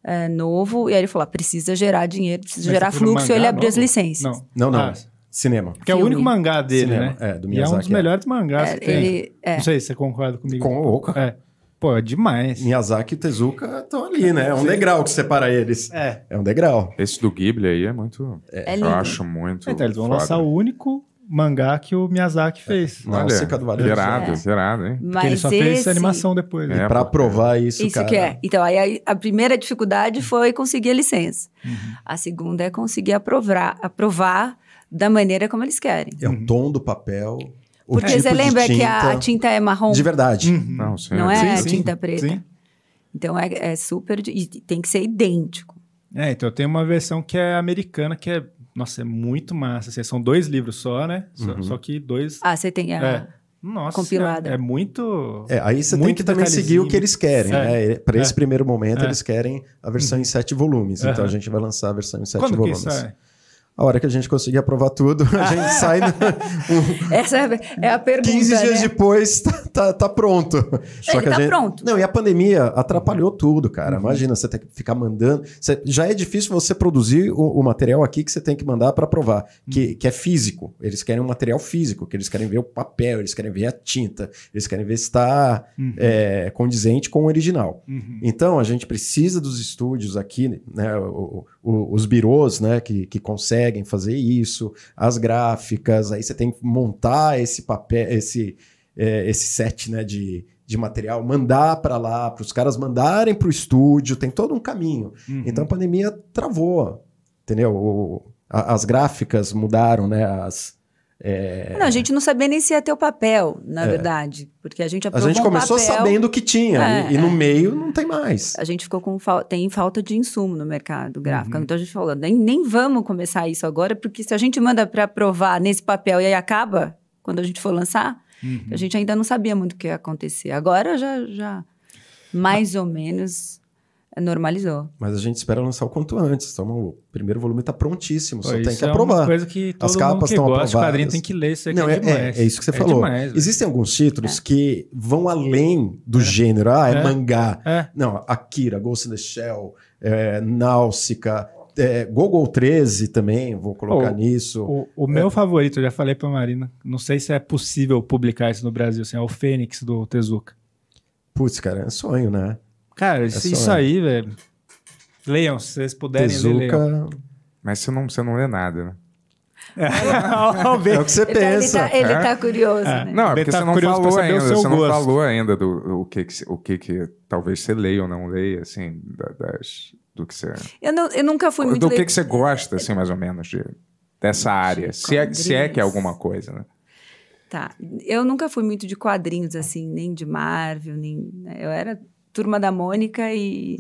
é, novo. E aí ele falou: ah, precisa gerar dinheiro, precisa Mas gerar você foi no fluxo. mangá Ele abriu as novo? licenças. Não. Não, não. Ah, Cinema. porque é o Filme. único mangá dele, Cinema. né? É, do E é um dos Miyazaki. melhores mangás É, que tem. ele- é. Não sei se você concorda comigo. Com o Oka. É. Pô, é demais. Miyazaki e Tezuka estão ali, né? É um degrau que separa eles. É. É um degrau. Esse do Ghibli aí é muito. É eu lindo. acho muito. Então, eles vão foda. lançar o único mangá que o Miyazaki fez. Não, Olha, Seca do né? Vale do Gerado, Sol. gerado, hein? Mas Porque ele só fez esse- animação depois. né? É, Pra pô. provar isso, Isso cara. que é. Então, aí a, a primeira dificuldade foi conseguir a licença. A segunda é conseguir aprovar, aprovar da maneira como eles querem. É o tom do papel. O Porque tipo você de lembra tinta, que a, a tinta é marrom, De verdade. Uhum. Não, tipo, sim. não é Sim, sim. tinta preta. Sim. Então, é, é super... di- E tem que ser idêntico. É, então tem uma versão que é americana, que é. Nossa, é muito massa. assim, são dois livros só, né? Só, Uhum. só que dois. Ah, você tem a... É. Nossa, Compilada. É, é muito. É, aí você tem Muito que também seguir o que detalhezinho. eles querem, né? Para esse É. primeiro momento, É. eles querem a versão em sete volumes. Então Aham. a gente vai lançar a versão em sete Quando que volumes. isso é? A hora que a gente conseguir aprovar tudo, a gente [laughs] sai. no- Essa é a pergunta. 15 dias né? depois, tá, tá- tá pronto. Ele tá pronto. Uhum. Não, e a pandemia atrapalhou tudo, cara. Imagina, você tem que ficar mandando. Você- Já é difícil você produzir o, o material aqui que você tem que mandar para provar, Uhum. que, que é físico. Eles querem um material físico, que eles querem ver o papel, eles querem ver a tinta, eles querem ver se está Uhum. é, condizente com o original. Uhum. Então, a gente precisa dos estúdios aqui, né? o- o- os birôs né? que, que conseguem fazer isso, as gráficas, aí você tem que montar esse papel, esse, é, esse set né? de, de material, mandar para lá, para os caras mandarem para o estúdio, tem todo um caminho. Uhum. Então a pandemia travou, entendeu? O- a- as gráficas mudaram, né? As, é, Não, a gente não sabia nem se ia ter o papel, na verdade. Porque a gente a aprovou gente um começou papel, sabendo que tinha, É, e, e no é. meio não tem mais. A gente ficou com fal- tem falta de insumo no mercado gráfico. Então a gente falou, nem, nem vamos começar isso agora, porque se a gente manda para aprovar nesse papel e aí acaba, quando a gente for lançar, Uhum. a gente ainda não sabia muito o que ia acontecer. Agora já, já mais ou menos normalizou. Mas a gente espera lançar o quanto antes. Então, o primeiro volume está prontíssimo, Pô, só tem isso que é uma aprovar. coisa que todo As mundo capas que estão gosta de quadrinho aprovadas. tem que ler, isso aqui Não, é, é, demais. é, é isso que você falou. demais, velho. Existem alguns títulos que vão além do gênero. Ah, é, É. mangá. É. Não, Akira, Ghost in the Shell, é, Náusica, é, Gogol 13 também, vou colocar Oh, nisso. O, o É. meu favorito, eu já falei pra Marina, não sei se é possível publicar isso no Brasil, assim, é o Fênix do Tezuka. Putz, cara, é sonho, né? Cara, isso, só- isso aí, velho. Leiam, se vocês puderem ler, leiam. [laughs] Tezuka Mas você não, você não lê nada, né? é o que você Ele tá- ele pensa. tá, ele tá curioso, É. né? Não, é Ele porque tá você não curioso pra falou saber o ainda. seu Você não gosto. falou ainda do o que, que se- o que, que talvez você leia ou não leia, assim, da- das, do que você. Eu, não- eu nunca fui muito... do que, le- que você gosta, assim, mais ou menos, de- dessa área. Se é, se é que é quadrinhos. alguma coisa, né? Tá. Eu nunca fui muito de quadrinhos, assim, nem de Marvel, nem. né? Eu era turma da Mônica e,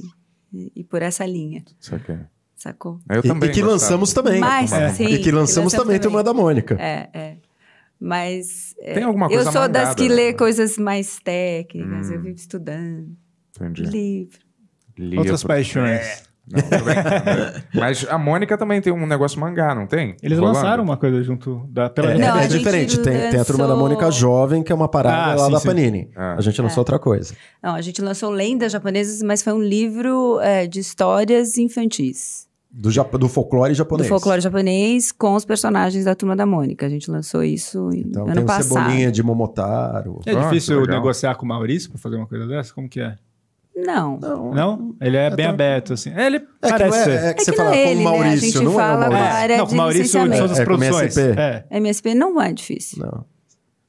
e, e por essa linha, Só que- sacou? Eu E, também e que gostava. lançamos também. Mas, É. sim, e que lançamos também, Turma da Mônica. É, é. Mas. é, Tem alguma eu coisa sou das mangada, que né? lê coisas mais técnicas, eu Hum. É. vivo estudando. Entendi. Livro. Livro. Outras paixões. Não, tô brincando. Mas a Mônica também tem um negócio mangá, não tem? Eles Rolando? lançaram uma coisa junto da, pela É, Não, a é gente diferente. Tem, tem a Turma da lançou- É. Mônica Jovem, que é uma parada Ah, lá sim, da sim. Panini. Ah. A gente lançou outra coisa. Não, a gente lançou Lendas Japonesas, mas foi um livro é, de histórias infantis. Do, Jap- do folclore Do japonês. folclore japonês com os personagens da Turma da Mônica. A gente lançou isso em- Então ano tem o passado. Cebolinha de Momotaro. É Ah, que difícil legal. negociar com o Maurício pra fazer uma coisa dessa? Como que é? Não. Não, Não? Ele é Eu bem tô- aberto, assim. É, Ele É que, não parece é, ser. é que É você que fala não é ele, como né? A Maurício, gente não é o fala Maurício. com a área não, com o de Maurício de licenciamento. todas as É, como produções. SP. É. MSP não é difícil. Não.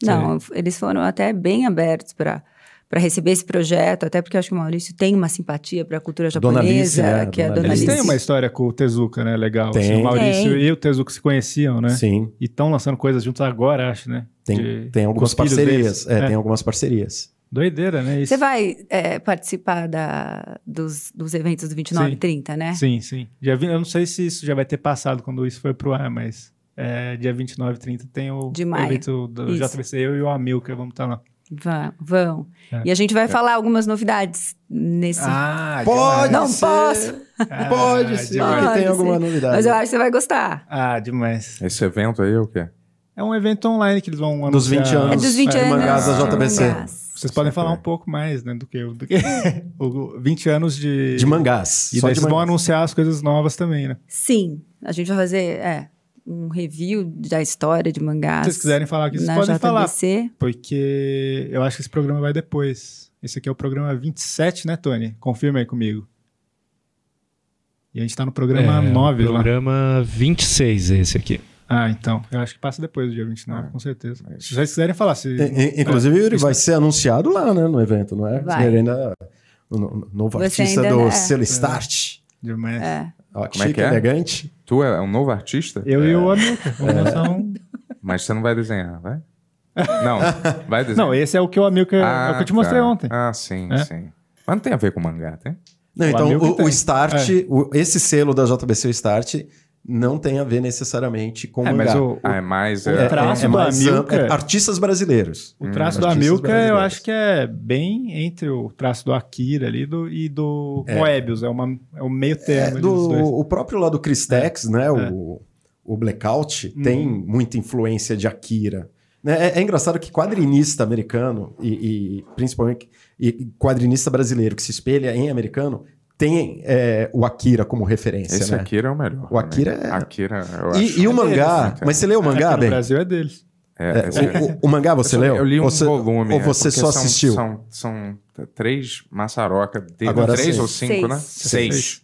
Não, eles foram até bem abertos para para receber esse projeto, até porque eu acho que o Maurício tem uma simpatia para a cultura Dona Alice, japonesa, né? que é a Dona Dona Eles Alice. têm uma história com o Tezuka, né? Legal. assim, Tem. o Maurício Tem. e o Tezuka se conheciam, né? Sim, E estão lançando coisas juntos agora, acho, né? tem, De- tem algumas com os filhos parcerias. deles. É, É. tem algumas parcerias. Doideira, né? Isso. Você vai é, participar da, dos, dos eventos do 29 e Sim. 30, né? Sim, sim. Já vi, eu não sei se isso já vai ter passado quando isso foi pro ar, mas é, dia 29 e 30 tem o De maio. evento do Isso. JVC, eu e o Amilcar vamos estar lá. Vão. vão. É. E a gente vai falar algumas novidades nesse. Ah, Pode não ser. posso, Ah, [laughs] Pode ser demais. que Pode tem ser. alguma novidade. mas eu acho que você vai gostar. Ah, demais. Esse evento aí é o quê? É um evento online que eles vão anunciar. Dos 20 É anos. dos 20 de anos. mangás da de JBC. mangás. Vocês podem falar um pouco mais, né, do que, eu- [laughs] do que o 20 anos de... De mangás. E só daí vocês de vão mangás. anunciar as coisas novas também, né? Sim, a gente vai fazer é, um review da história de mangás. Se vocês quiserem falar aqui, vocês na podem falar. JBC. Porque eu acho que esse programa vai depois. Esse aqui é o programa 27, né, Tony? Confirma aí comigo. E a gente tá no programa 9 lá. É, Programa 26 esse aqui. Ah, então. Eu acho que passa depois do dia 29, Ah, com certeza. mas- Se vocês quiserem falar, se. I- i- Inclusive, Yuri, vai ser anunciado lá, né? No evento, não é? Vai. Ele ainda... O no- novo Você artista ainda do não- é. selo Start. Demais. Ó, que Como é chique, que é? elegante. Tu é um novo artista? [laughs] Eu e É. o Hamilton. Vamos lançar um. [laughs] Mas você não vai desenhar, vai? Não, vai [laughs] desenhar. Não, esse é o que o Hamilton. é o que eu te mostrei tá. ontem. Ah, sim, É? sim. Mas não tem a ver com mangá, né? tem? Não, O então, Amil que o, o tem. É. Start, o- esse selo da JBC, o Start, não tem a ver necessariamente com É, mangá. mas o, o- Ah, é mais... o é- traço é- do mais Amil, amplo, cara. artistas brasileiros. hum, o traço do artistas Amilcar, eu brasileiros. acho que é bem entre o traço do Akira ali do, e do Moebius. É, uma, é um meio termo É, ali do- dos dois. É. o próprio lá do Cristex, né? O, o Blackout Uhum. tem muita influência de Akira. Né? É, é engraçado que quadrinista americano, e, e principalmente e quadrinista brasileiro que se espelha em americano, tem é, o Akira como referência. Esse né? Akira é o melhor. O Akira né? é- Akira, eu acho. E, e o é mangá. deles, né, mas você leu o mangá, Aqui Ben? no Brasil é deles. É, É, esse é- o, o- o mangá você eu só- leu? Eu li um Ou você- volume. Ou é, você porque só são- assistiu? São, são t- três maçaroca. Tem Agora três sim. ou cinco, Seis. né? Seis.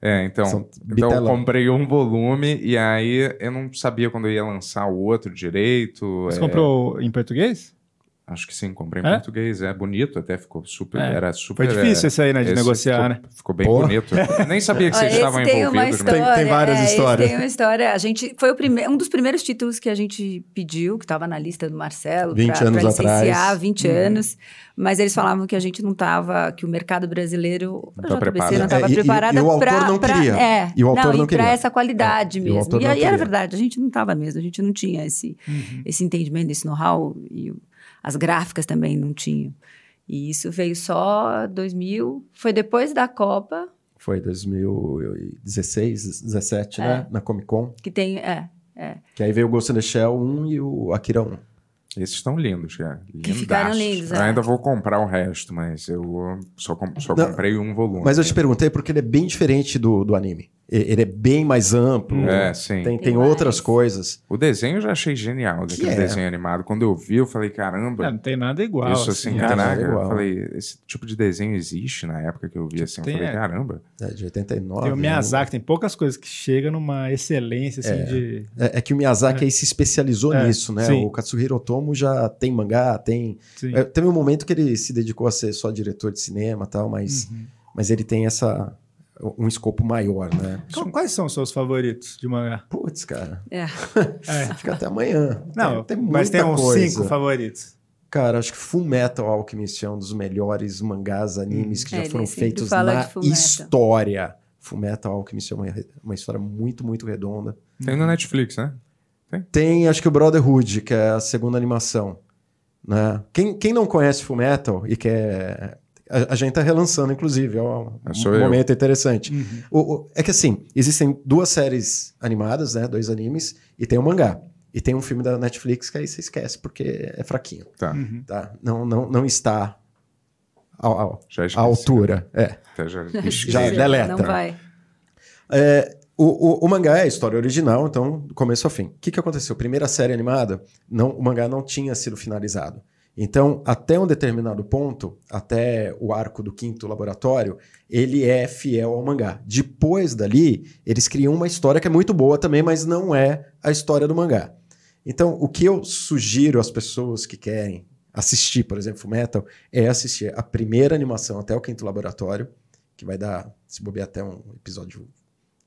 É, então. São Então eu bitelão. comprei um volume e aí eu não sabia quando eu ia lançar o outro direito. Você é, comprou em português? Acho que sim, comprei em É? português. É bonito, até ficou super. É. Era super. Foi difícil esse aí, né? é, De esse negociar, né? ficou, Ficou bem Pô. bonito. Nem sabia que Olha, vocês esse estavam tem uma envolvidos. né? história, Tem- tem várias é, esse histórias. Tem uma história. A gente foi o primeiro, um dos primeiros títulos que a gente pediu, que estava na lista do Marcelo, 20 para anos licenciar, atrás. 20 Uhum. anos. Mas eles falavam que a gente não estava, que o mercado brasileiro, Não tá a JBC não preparado. estava É, e- e- preparada e o autor pra- não pra- queria. é, E o autor não queria. para essa qualidade É, e o mesmo. autor E, não aí era queria. verdade, a gente não estava mesmo, a gente não tinha esse, Uhum. esse entendimento, esse know-how e o- as gráficas também não tinham. E isso veio só 2000, foi depois da Copa, Foi 2016, 17, É. né? Na Comic Con. que tem, é, Que aí veio o Ghost in the Shell 1 e o Akira 1. Esses estão lindos, cara. Que ficaram Lindaços. lindos, Eu é. ainda vou comprar o resto, mas eu só, com- só Não, comprei um volume. Mas eu te perguntei porque ele é bem diferente do, do anime. E- Ele é bem mais amplo. É, sim. Tem, Tem tem outras mais. coisas. O desenho eu já achei genial, daquele é? desenho animado. Quando eu vi, eu falei, É, caramba, não tem nada igual. né? isso assim, cara, caraca. é igual. eu falei, esse tipo de desenho existe na época que eu vi assim. Eu Tem, falei, é. caramba. É, de 89. Tem o né? Miyazaki, tem poucas coisas que chegam numa excelência, assim, de... É, é que o Miyazaki aí se especializou É, nisso, né? sim. O Katsuhiro Otomo já tem mangá, tem. Sim. Uhum. É, teve um momento que ele se dedicou a ser só diretor de cinema e tal, Hum. mas, mas ele tem essa. um escopo maior, né? Qu- Quais são os seus favoritos de mangá? Putz, cara, é. É. fica até amanhã. Não, tem, mas tem muita uns coisa. cinco favoritos. Cara, acho que Full Metal Alchemist é um dos melhores mangás, animes que É, já ele foram sempre feitos fala na de Full Metal. história. Full Metal Alchemist é uma, uma história muito, muito redonda. Tem no Netflix, né? Tem, acho que o Brotherhood, que é a segunda animação. Né? Quem, quem não conhece Full Metal e quer. A, a gente tá relançando, inclusive, é um, Ah, sou um eu. momento interessante. O- o- é que assim, existem duas séries animadas, né? Dois animes, e tem um mangá. E tem um filme da Netflix que aí você esquece, porque é fraquinho. Uhum. Tá. Tá? Não, não, não está ao- ao- Já à esqueci. altura. É. Tá, já [laughs] Já é esqueci. Não deleta. vai. É, O, o- o mangá é a história original, então, do começo ao fim. O que, que aconteceu? Primeira série animada, não, o mangá não tinha sido finalizado. Então, até um determinado ponto, até o arco do quinto laboratório, ele é fiel ao mangá. Depois dali, eles criam uma história que é muito boa também, mas não é a história do mangá. Então, o que eu sugiro às pessoas que querem assistir, por exemplo, Metal, é assistir a primeira animação até o quinto laboratório, que vai dar, se bobear, até um episódio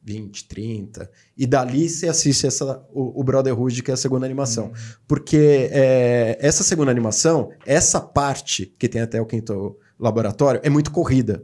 20, 30. E dali você assiste essa, o, o Brotherhood, que é a segunda animação. Porque é, essa segunda animação, essa parte que tem até o quinto laboratório, é muito corrida.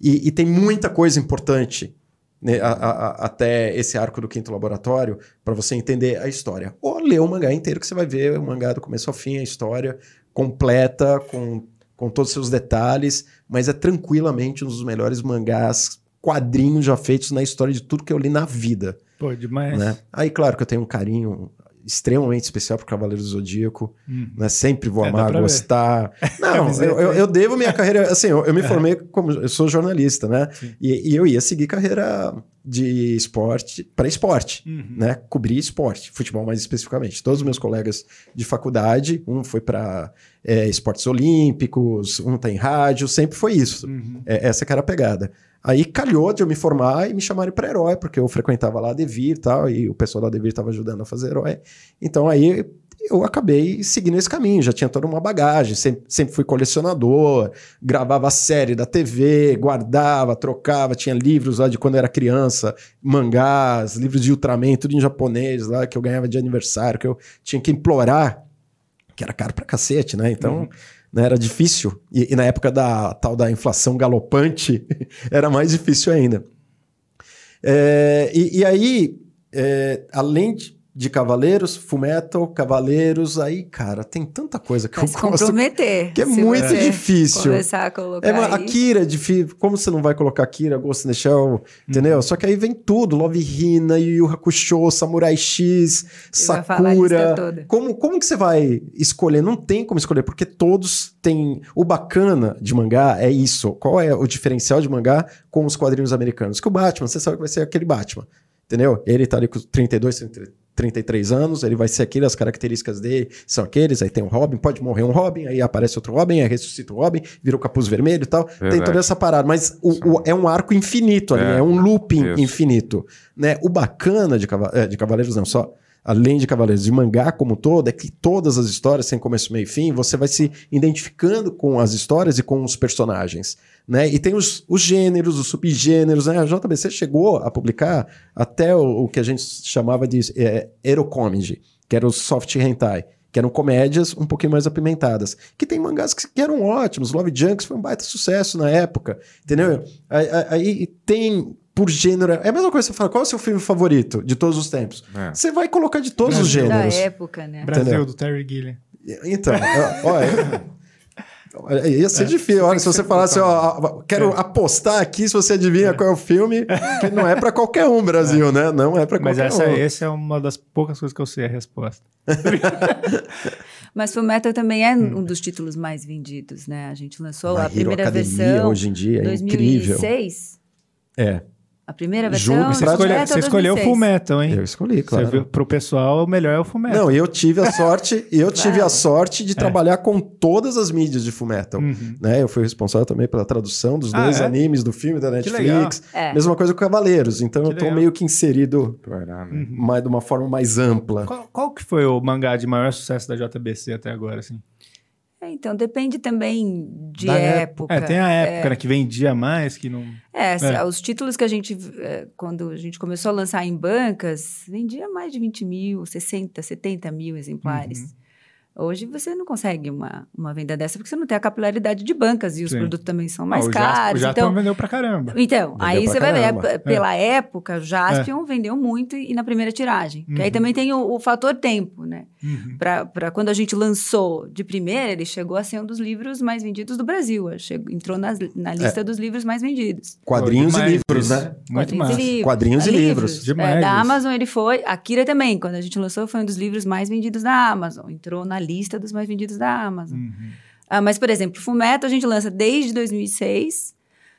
E, e tem muita coisa importante né, a- a- a- até esse arco do quinto laboratório para você entender a história. Ou ler o mangá inteiro, que você vai ver o mangá do começo ao fim, a história completa, com, com todos os seus detalhes, mas é tranquilamente um dos melhores mangás quadrinhos já feitos na história de tudo que eu li na vida. Pô, demais. né? Aí, claro que eu tenho um carinho extremamente especial pro Cavaleiro do Zodíaco, Uhum. né? Sempre vou É, dá amar, pra ver. [laughs] gostar. Não, Camiseta, É. eu, eu- eu devo minha carreira. Assim, eu, eu me formei como. Eu sou jornalista, né? Sim. E, e eu ia seguir carreira de esporte para esporte, Uhum. né? Cobrir esporte, futebol mais especificamente. Todos os meus colegas de faculdade, um foi para esportes olímpicos, um tá em rádio, sempre foi isso. Uhum. É, essa que era a pegada. Aí calhou de eu me formar e me chamarem para herói, porque eu frequentava lá a Devir e tal, e o pessoal da Devir estava ajudando a fazer herói. Então aí eu acabei seguindo esse caminho, já tinha toda uma bagagem, sempre, sempre fui colecionador, gravava série da TV, guardava, trocava, tinha livros lá de quando eu era criança, mangás, livros de Ultraman, tudo em japonês lá, que eu ganhava de aniversário, que eu tinha que implorar, que era caro pra cacete, né? Então né, era difícil. E, e na época da tal da inflação galopante, [laughs] era mais Eh, difícil ainda. É, e, e aí, é, além de de Cavaleiros, Fullmetal, Cavaleiros, aí, cara, tem tanta coisa que Vai eu se gosto. comprometer. que é se muito você difícil. Começar a colocar É, mas aí. Akira, de, como você não vai colocar Akira, Ghost in the Shell, Uhum. entendeu? Só que aí vem tudo, Love Hina, Yu Yu Hakusho, Samurai X, Ele vai falar a lista Sakura. toda. Como, como que você vai escolher? Não tem como escolher, porque todos têm... O bacana de mangá é isso. Qual é o diferencial de mangá com os quadrinhos americanos? Que o Batman, você sabe que vai ser aquele Batman, entendeu? Ele tá ali com 32, 33, 33 anos, ele vai ser aquele, as características dele são aqueles, aí tem um Robin, pode morrer um Robin, aí aparece outro Robin, aí ressuscita o Robin, vira o capuz vermelho e tal. Tem Verdade. toda essa parada, mas o- o- é um arco infinito ali, É, é, um looping isso. infinito. Né? O bacana de, Cava- é, de Cavaleiros, não, só além de Cavaleiros, de mangá como todo, é que todas as histórias, sem começo, meio e fim, você vai se identificando com as histórias e com os personagens. Né? E tem os, os gêneros, os subgêneros. Né? A JBC chegou a publicar até o, o que a gente chamava de é, Erocomedy, que era o soft hentai. Que eram comédias um pouquinho mais apimentadas. Que tem mangás que, que eram ótimos. Love Junks foi um baita sucesso na época. Entendeu? Aí, aí- aí tem, por gênero. É a mesma coisa que você fala, qual é o seu filme favorito de todos os tempos? É. Você vai colocar de todos os Da gêneros. época, né? Brasil, Entendeu? do Terry Gilliam. Então, é, ó, é- Olha, ia É, ser difícil. Olha, se você falasse, ó, ó, quero apostar aqui se você adivinha qual é o filme, que não é pra qualquer um, Brasil, né? Não é pra Mas qualquer essa, um. essa é uma das poucas coisas que eu sei a resposta. Mas Fullmetal também é um dos títulos mais vendidos, né? A gente lançou My Hum. a Hero primeira Academia, versão hoje em dia, é incrível. 2006. É, A primeira versão. Juro, de Você, você Mas Fullmetal escolhe, é você escolheu o 2006. Fullmetal, hein? eu escolhi, claro. Você viu, pro pessoal, o melhor é o Fullmetal. Não, eu tive [laughs] a sorte, eu tive a Claro. sorte de É. trabalhar com todas as mídias de Fullmetal. Uhum. Né? Eu fui responsável também pela tradução dos Ah, dois é? animes do filme da Que legal. Netflix. É. Mesma coisa com Cavaleiros, então Que eu tô legal. meio que inserido Pará, né? Uhum. mais, de uma forma mais ampla. Qual, qual que foi o mangá de maior sucesso da JBC até agora, assim? É, Então depende também de Da época. É, tem a época, né, que vendia mais, que não... É, se- É. os títulos que a gente, eh, quando a gente começou a lançar em bancas, vendia mais de 20 mil, 60, 70 mil exemplares. Uhum. Hoje você não consegue uma, uma venda dessa, porque você não tem a capilaridade de bancas e os Sim. produtos também são Ah, mais o Jasp- caros. O Japão então, vendeu pra caramba. então Vendeu aí pra você vai ver, caramba. é, p- pela época, o Jaspion vendeu muito e na primeira tiragem. Que aí É. Uhum. também tem o, o fator tempo, né? Uhum. Para quando a gente lançou de primeira, ele chegou a ser um dos livros mais vendidos do Brasil. Chegou, entrou nas- na É. lista dos livros mais vendidos. Quadrinhos Demais e livros, isso. né? Muito Quadrinhos mais. e livros. Quadrinhos e livros. Demais É, da isso. Amazon ele foi. Akira também, quando a gente lançou, foi um dos livros mais vendidos da Amazon. Entrou na lista dos mais vendidos da Hum. Amazon. Uhum. Ah, mas, por exemplo, Fumeto a gente lança desde 2006,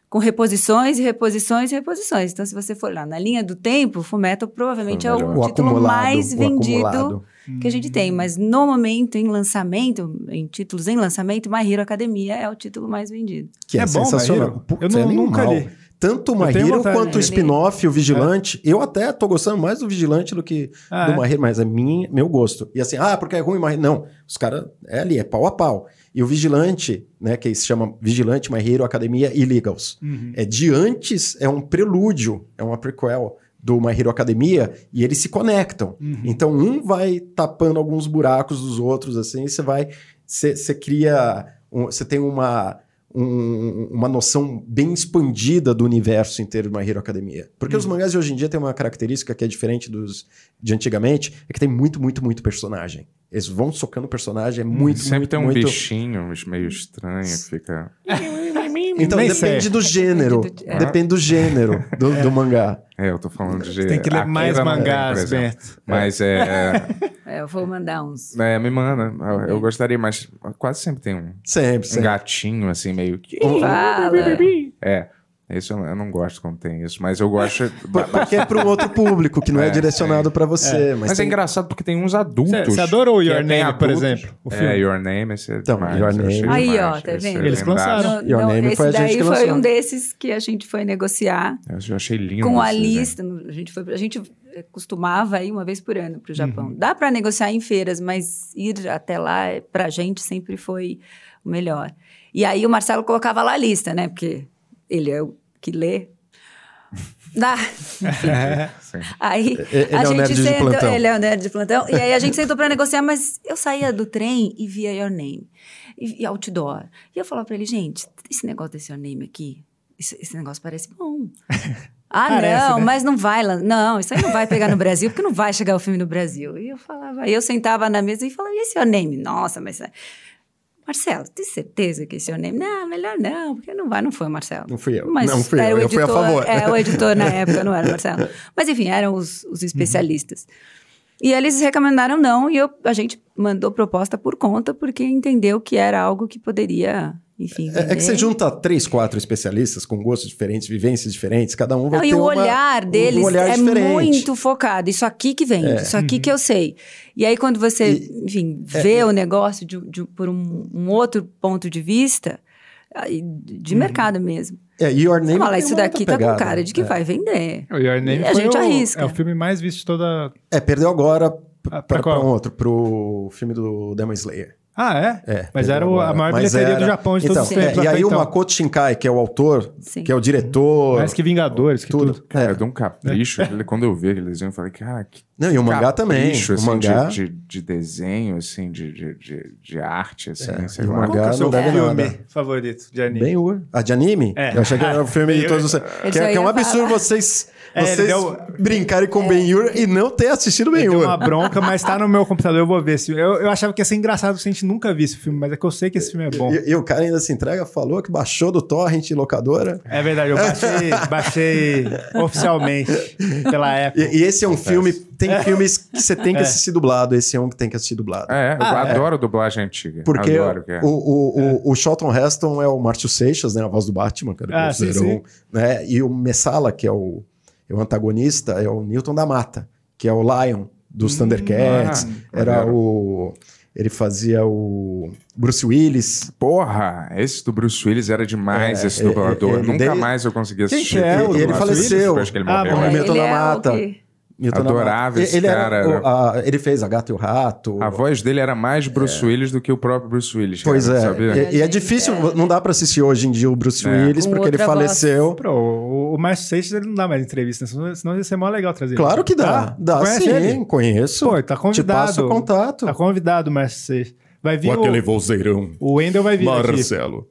com reposições e reposições e reposições. Então, se você for lá na linha do tempo, Fumeto provavelmente é o, O título acumulado, mais o vendido acumulado. Uhum. que a gente tem. Mas no momento, em lançamento, em títulos em lançamento, My Hero Academia é o título mais vendido. Que é, É bom, sensacional. Maíra? Putz, Eu é não- nunca animal. li. Tanto o Eu My tenho Hero vontade É. quanto o de ler. spin-off, o Vigilante. Eu até tô gostando mais do Vigilante do que Ah, do é? My Hero, mas é minha, meu gosto. E assim, ah, porque é ruim, mas não. Os caras, é ali, é pau a pau. E o Vigilante, né, que se chama Vigilante, My Hero, Academia e Legals. Uhum. É de antes, é um prelúdio, é uma prequel do My Hero Academia e eles se conectam. Uhum. Uhum. Então um vai tapando alguns buracos dos outros assim, e você vai você cria um- você tem uma um- uma noção bem expandida do universo inteiro de My Hero Academia. Porque Uhum. os mangás de hoje em dia têm uma característica que é diferente dos de antigamente, é que tem muito, muito, muito personagem. Eles vão socando personagem, é muito, Sempre muito, tem um muito... bichinho meio estranho que fica. Então Nem depende sei. do gênero. Depende do- é. Depende do gênero do, [laughs] do mangá. É, eu tô falando de. Tem que ler Akira mais não tem, por mangás, exemplo. Bento. Mas [laughs] é. É, eu vou mandar uns. é me manda. Eu- Eu gostaria, mas quase sempre tem um, Sempre, um sempre. gatinho assim, meio. que- Fala. É. Esse eu, eu não gosto quando tem isso, mas eu gosto. Por- Porque é para um outro público que não é, É, direcionado para você. Mas, Mas, é tem... engraçado porque tem uns adultos. Você você adorou que é Your tem Name, por adultos. exemplo? O É, filme. Your Name, esse é Então, demais, Your eu achei Name. Aí, demais, ó, tá esse é vendo? Eles lendário. lançaram. Não, Your não, Name esse foi a gente daí que foi lançou. um um desses que a gente foi negociar Eu achei lindo. com a é. esse desenho. lista. A gente, foi, a gente eh, costumava ir uma vez por ano para o Japão. Uhum. Dá para negociar em feiras, mas ir até lá, para a gente, sempre foi o melhor. E aí o Marcelo colocava lá a lista, né? Porque ele é o que [laughs] lê. Dá. É, É. Sim. Aí E- ele a é o gente nerd de sentou, plantão. ele é o nerd de plantão. E aí a gente sentou pra negociar, mas eu saía do trem e via Your Name e, e outdoor. E eu falava pra ele, gente, esse negócio desse Your Name aqui Isso- esse negócio parece [laughs] bom. Ah, Parece, não, né? mas não vai lá. Não, isso aí não vai pegar no Brasil, porque não vai chegar o filme no Brasil. E eu falava, aí eu sentava na mesa e falava, e esse your name? Nossa, mas. é- Marcelo, tem certeza que esse your name? Não, melhor não, porque não vai, não foi o Marcelo. Não fui eu. Mas não fui era eu. o Eu fui a editor- favor. É, o [laughs] editor na época, não era o Marcelo. Mas enfim, eram os, os Uhum. especialistas. E eles recomendaram não, e eu- a gente mandou proposta por conta, porque entendeu que era algo que poderia, enfim. É, é que você vender. junta três, quatro especialistas com gostos diferentes, vivências diferentes, cada um vai Não, ter e o uma- olhar um deles olhar é diferente. É. Uhum. muito focado. Isso aqui que vem, isso aqui que eu sei. E aí, quando você, enfim, vê o negócio de- de- por um, um outro ponto de vista, aí, de mercado mesmo. É, e Your Name Fala, Uhum. tem isso uma daqui outra tá com pegada. cara de que é. vai vender. O Your Name E a foi o, gente arrisca. É o filme mais visto de toda. É, perdeu agora Ah, pra pra, pra um qual? outro, pro filme do Demon Slayer. Ah, é? É, Mas era perdeu o- a agora. maior Mas bilheteria do era- Japão de então, todos os tempos. é, e até aí o então. Makoto Shinkai, que é o autor, Sim. que é o diretor, Mais que Vingadores, que tudo. tudo. Cara, eu É. dei um capricho. aquele- Quando eu vi aquele desenho, eu falei, cara, que Não, e o mangá também. capricho, o assim, mangá... de, de, de desenho, assim, de, de, de, de arte, assim, É, sei e o lá. mangá- Qual que é o seu não deve filme nada. favorito de anime? Bem Ur. A de anime? É. Eu achei que era o filme de Ben-Hur. todos os. Eu Que, é- já que é um ia absurdo vocês, [laughs] É, ele vocês deu- brincarem com Ben Hur e não ter assistido Ben Deu uma Hur. bronca, mas tá no meu computador, eu vou ver. se- Eu, eu achava que ia ser engraçado se a gente nunca visse o filme, mas é que eu sei que esse filme é bom. E, e o cara ainda se entrega, falou que baixou do torrent locadora. É verdade, eu baixei, [laughs] baixei oficialmente pela Apple. E, e esse é um filme. Tem filmes que você tem que assistir dublado. Esse é um que tem que assistir dublado. É, eu adoro dublagem antiga. Ah, Porque adoro, é. cara. o, o, É. o, o Charlton Heston é o Márcio Seixas, né? A voz do Batman, cara. Ah, do sim, Zero, Né? E o Messala, que é o, é o antagonista, é o Newton da Mata, que é o Lion Hum, dos Thundercats. ah, Era maneiro. o... Ele fazia o Bruce Willis. Porra, esse do Bruce Willis era demais, É, esse é, dublador. é, ele Nunca dei- mais eu consegui Quem assistir. que é? aquele E ele dublador. faleceu. Depois que ele Ah, morreu. bom. É, Milton ele da é Mata. o que- Newton da Adorava Mata. esse ele era cara. né? o- a- ele fez A Gata e o Rato. A voz dele era mais Bruce Willis do que o próprio Bruce Willis. cara, É. Pois é. sabia? E- E, é Gente, difícil, é. não dá pra assistir hoje em dia o Bruce É. Willis, Com porque ele outra voz. faleceu. Pô, o, o Márcio Seixas ele não dá mais entrevista, senão, senão ia ser mó legal trazer. ele. Claro que dá. Tá? Dá Conhece sim, ele? conheço. Pô, é tá Te convidado. passo o contato. Tá convidado o Márcio Seixas. Vai vir Com o, vozeirão. o Wendel vai vir aqui.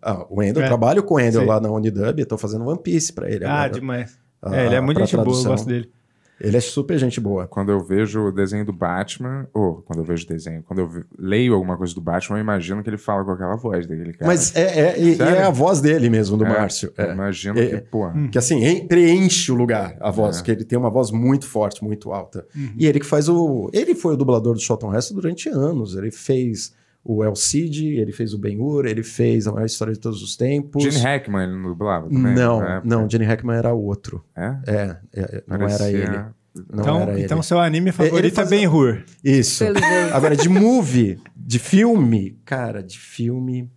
Ah, o Endel, É. eu trabalho com o Endel Sim. lá na Unidub, eu tô fazendo One Piece pra ele Ah, agora. demais. Ah, é, ele é muito pra gente boa, eu tradução. gosto dele. Ele é super gente boa. Quando eu vejo o desenho do Batman, ou quando eu vejo o desenho, quando eu ve- leio alguma coisa do Batman, eu imagino que ele fala com aquela voz daquele cara. Mas é, é, e- e Sério? é a voz dele mesmo, do É, Márcio. eu É. Imagino É, que, é. porra. Que assim, en- preenche o lugar, a voz. É. Uhum. Que ele tem uma voz muito forte, muito alta. E ele que faz o... Ele foi o dublador do Charlton Heston durante anos. Ele fez o El Cid, ele fez o Ben-Hur, ele fez A Maior História de Todos os Tempos. Gene Hackman, ele não dublava também? né? Não, Na época? não, Gene Hackman era outro. É? É, é, não Parecia- né? era ele. Não então, era então ele. seu anime favorito faz- é Ben-Hur. Isso. Pelo jeito. Agora, de movie, de filme, cara, de filme.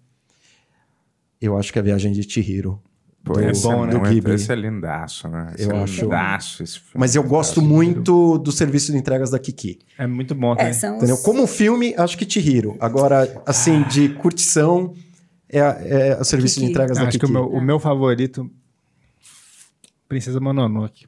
Eu acho que é a viagem de Chihiro. Pô, do- esse bom, é, do não, Ghibli. Esse é lindaço, né? Esse Eu é acho. lindaço esse filme. Mas eu gosto muito do serviço de entregas da Kiki. É muito bom É, também. são os- Entendeu? Como um filme, acho que Chihiro. Agora, assim, de curtição, é, a- é o serviço de Kiki. entregas da Acho que Kiki. o meu, o meu favorito... Princesa Mononoke.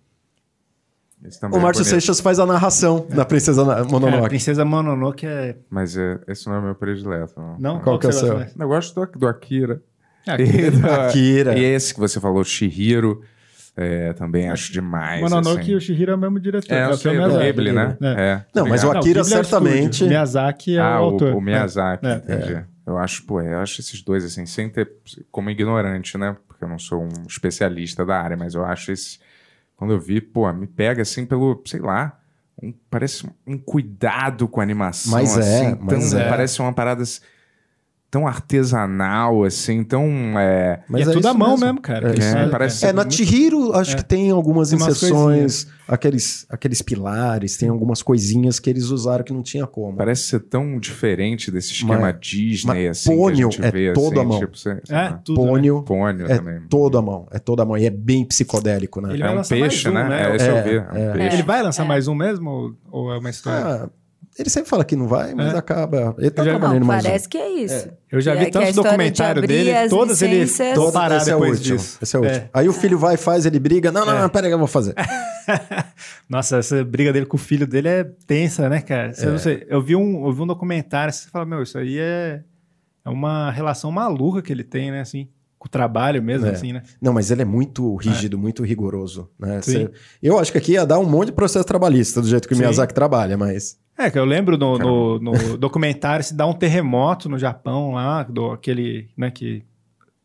Esse também O é Márcio bonito. Seixas faz a narração É. da Princesa Na- Cara, Mononoke. Princesa Mononoke é... Mas é, esse não é meu predileto. Não. Não? Qual que é o você seu? gosta [laughs] mais? Eu gosto do, do Akira. Ah, E do- Akira. é E esse que você falou, Shihiro, é, também acho demais. Mononoke assim. e o Shihiro é o mesmo diretor. É, que eu o sei, do Miyazaki. Ghibli, né? É. É, Não, obrigado. mas o Akira, Não, Ghibli é o certamente- estúdio. Miyazaki é Ah, o o, autor. o Miyazaki, É. entendi. Eu acho, pô, eu acho esses dois, assim, sem ter... Como ignorante, né? Porque eu não sou um especialista da área, mas eu acho esse... Quando eu vi, pô, me pega, assim, pelo, sei lá... um- parece um- um cuidado com a animação, Mas é, assim. mas tão- é. Parece uma parada assim, tão artesanal, assim, tão... é, E Mas é, tudo à isso mão mesmo, cara. É, Isso é, parece- É, na Tihiro acho É. que tem algumas Tem umas inserções, aqueles, aqueles pilares, tem algumas coisinhas que eles usaram que não tinha como. Parece ser tão diferente desse esquema Mas- Disney, mas assim, que a Ponyo gente é vê, todo assim, à mão. tipo... Sei, sei É, lá. tudo, né? Pônio Pônio é também. todo à mão, é toda a mão e é bem psicodélico, né? Ele É vai um lançar mais peixe, um, né? né? É, esse É, eu vi. É um é. peixe. Ele vai lançar É. mais um mesmo ou, ou é uma história? Ah, ele sempre fala que não vai, mas É. acaba. Ele tá Eu já- trabalhando Não, mais. um. parece que é isso. eu já que é- vi que é a tantos história de documentários abrir dele, as todos eles licenças. todos Todo- pararam esse é o depois último. disso. Esse é o último. É. Aí o filho vai, faz, ele briga. Não, não, É. não, peraí, eu vou fazer. Nossa, essa briga dele com o filho dele é tensa, né, cara? Você não sei, eu, vi um, eu vi um documentário, você fala, meu, isso aí é, é uma relação maluca que ele tem, né, assim. com o trabalho mesmo, É. assim, né? Não, mas ele é muito rígido, muito rigoroso. Né? Sim. Você- Eu acho que aqui ia dar um monte de processo trabalhista, do jeito que o Sim. Miyazaki trabalha, mas. É, que eu lembro no, no- no documentário se dá um terremoto no Japão lá, do, aquele, né, que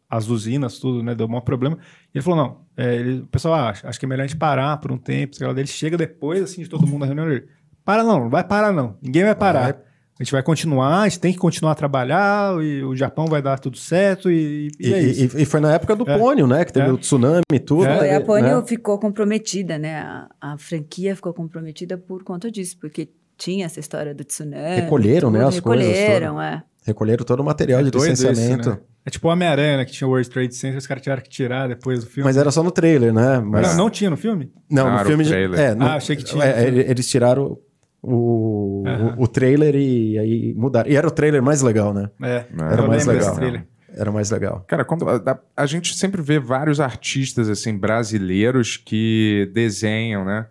as usinas, tudo, né, deu o maior problema. E ele falou, não, é, ele- o pessoal acha, acho que é melhor a gente parar por um tempo, sei lá, daí ele chega depois, assim, de todo mundo na reunião, ele, para não, não vai parar não, ninguém vai parar. Vai. A gente vai continuar, a gente tem que continuar a trabalhar, e o Japão vai dar tudo certo, e, e E, é isso. e- e foi na época do É. pônio, né? Que teve É. o tsunami e tudo. É. né? Foi, a Pônio Né? ficou comprometida, né? A, a franquia ficou comprometida por conta disso, porque tinha essa história do tsunami. Recolheram, né, tudo, as coisas Recolheram, é. Recolheram todo é o material de É Doido isso, licenciamento. né? É tipo o Homem-Aranha, né, que tinha o World Trade Center, os caras tiveram que tirar depois do filme. Mas era só no trailer, né? Mas... Não, não tinha no filme? Não, Ah, no era o filme. de- trailer. É, no- Ah, achei que tinha. é, ele- eles tiraram o, Aham. o, o trailer e aí mudaram. E era o trailer mais legal, né? É, Não, Era eu mais lembro desse legal. trailer. Era mais legal. Cara, quando a, da- a gente sempre vê vários artistas assim brasileiros que desenham, né?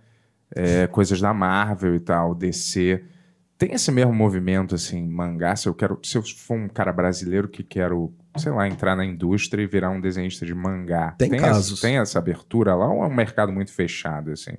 é, coisas da Marvel e tal, DC. Tem esse mesmo movimento assim, mangá. Se eu quero, se eu for um cara brasileiro que quero, sei lá, entrar na indústria e virar um desenhista de mangá, Tem essa- casos. tem essa abertura lá ou é um mercado muito fechado assim?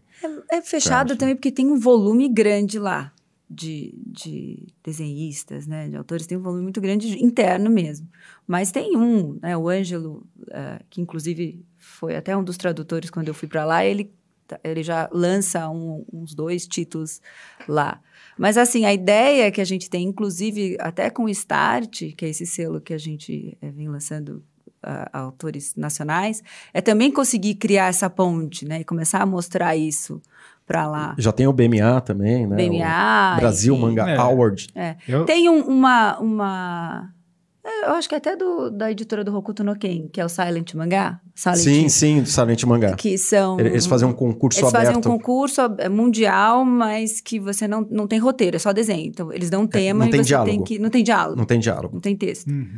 É fechado Certo. também porque tem um volume grande lá de, de desenhistas, né? De autores, tem um volume muito grande interno mesmo. Mas tem um, né? O Ângelo, eh, que inclusive foi até um dos tradutores quando eu fui para lá, ele, tá- ele já lança um- uns dois títulos lá. Mas assim, a ideia que a gente tem, inclusive até com o Start, que é esse selo que a gente eh, vem lançando ah, autores nacionais, é também conseguir criar essa ponte, né? E começar a mostrar isso para lá. Já tem o BMA também, né? BMA. O Brasil enfim. Manga É. Award. Eu- Tem um- uma, uma. é, Eu acho que até do, da editora do Hokuto no Ken, que é o Silent Mangá. Silent, Sim, sim, do Silent Mangá. Que são. Eles fazem um concurso Eles fazem aberto. um concurso ab- mundial, mas que você não, não tem roteiro, é só desenho. Então, eles dão um tema É, não e tem você tem diálogo. que. Não tem diálogo, Não tem diálogo. não tem texto. Uhum.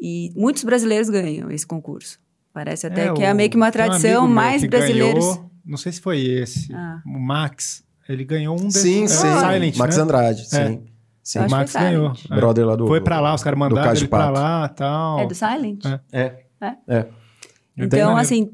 E muitos brasileiros ganham esse concurso. Parece até É, que é o- meio que uma tem um tradição, amigo meu mais que brasileiros. ganhou, não sei se foi esse, Ah. o Max. Ele ganhou um desses. Sim, é, sim. Silent, Max né? Andrade, É. sim. Sim. Eu O acho Max que foi ganhou. Silent. é. Brother lá do. foi pra lá, os caras mandaram Cais de ele pra Pato. lá e tal. É do Silent? É. É. É? É. É bem Então, maneiro. assim,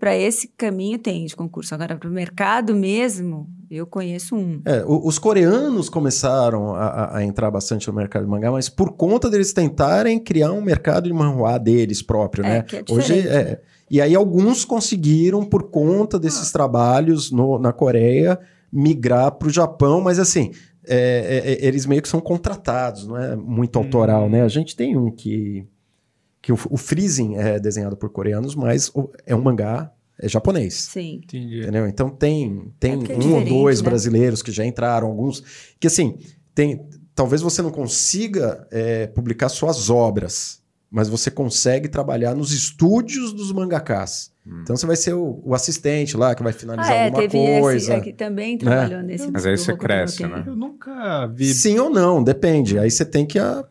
para esse caminho tem de concurso. Agora, para o mercado mesmo, eu conheço um. É, o- os coreanos começaram a, a- a entrar bastante no mercado de mangá, mas por conta deles tentarem criar um mercado de manhua deles próprio, É, né? que é Hoje diferente, é. E aí alguns conseguiram, por conta Ah. desses trabalhos no- na Coreia, migrar para o Japão, mas assim, é, é, é, eles meio que são contratados, não é muito Hum. autoral, né? A gente tem um que. que o, o Freezing é desenhado por coreanos, mas o- é um mangá é japonês. Sim. Entendi. Entendeu? Então tem, tem É porque é um ou diferente, dois né? brasileiros que já entraram, alguns. Que assim, tem, talvez você não consiga é, publicar suas obras, mas você consegue trabalhar nos estúdios dos mangakás. Então você vai ser o, o assistente lá que vai finalizar Ah, é, alguma teve esse coisa. Né? é, que também trabalhou nesse. tipo Mas aí do você Hokuto no cresce, Ken. né? Eu nunca vi. Sim ou não, depende. Aí você tem que. a-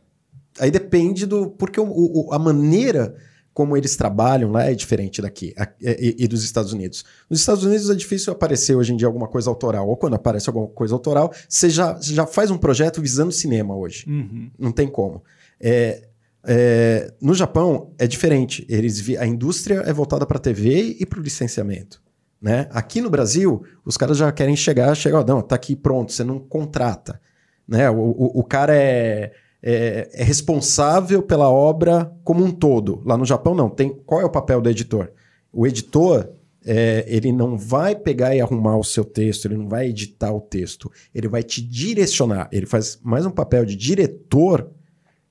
Aí depende do. Porque o- o- a maneira como eles trabalham lá é diferente daqui a- e, e dos Estados Unidos. Nos Estados Unidos é difícil aparecer hoje em dia alguma coisa autoral. Ou quando aparece alguma coisa autoral, você já, você já faz um projeto visando cinema hoje. Uhum. Não tem como. É, é, no Japão é diferente. Eles vi- a indústria é voltada para TV e para o licenciamento. Né? Aqui no Brasil, os caras já querem chegar, chegar, ó, não, tá aqui pronto, você não contrata. Né? O, o- o cara é, é- é responsável pela obra como um todo. Lá no Japão, não. Tem, qual é o papel do editor? O editor, é, ele não vai pegar e arrumar o seu texto, ele não vai editar o texto ele vai te direcionar. Ele faz mais um papel de diretor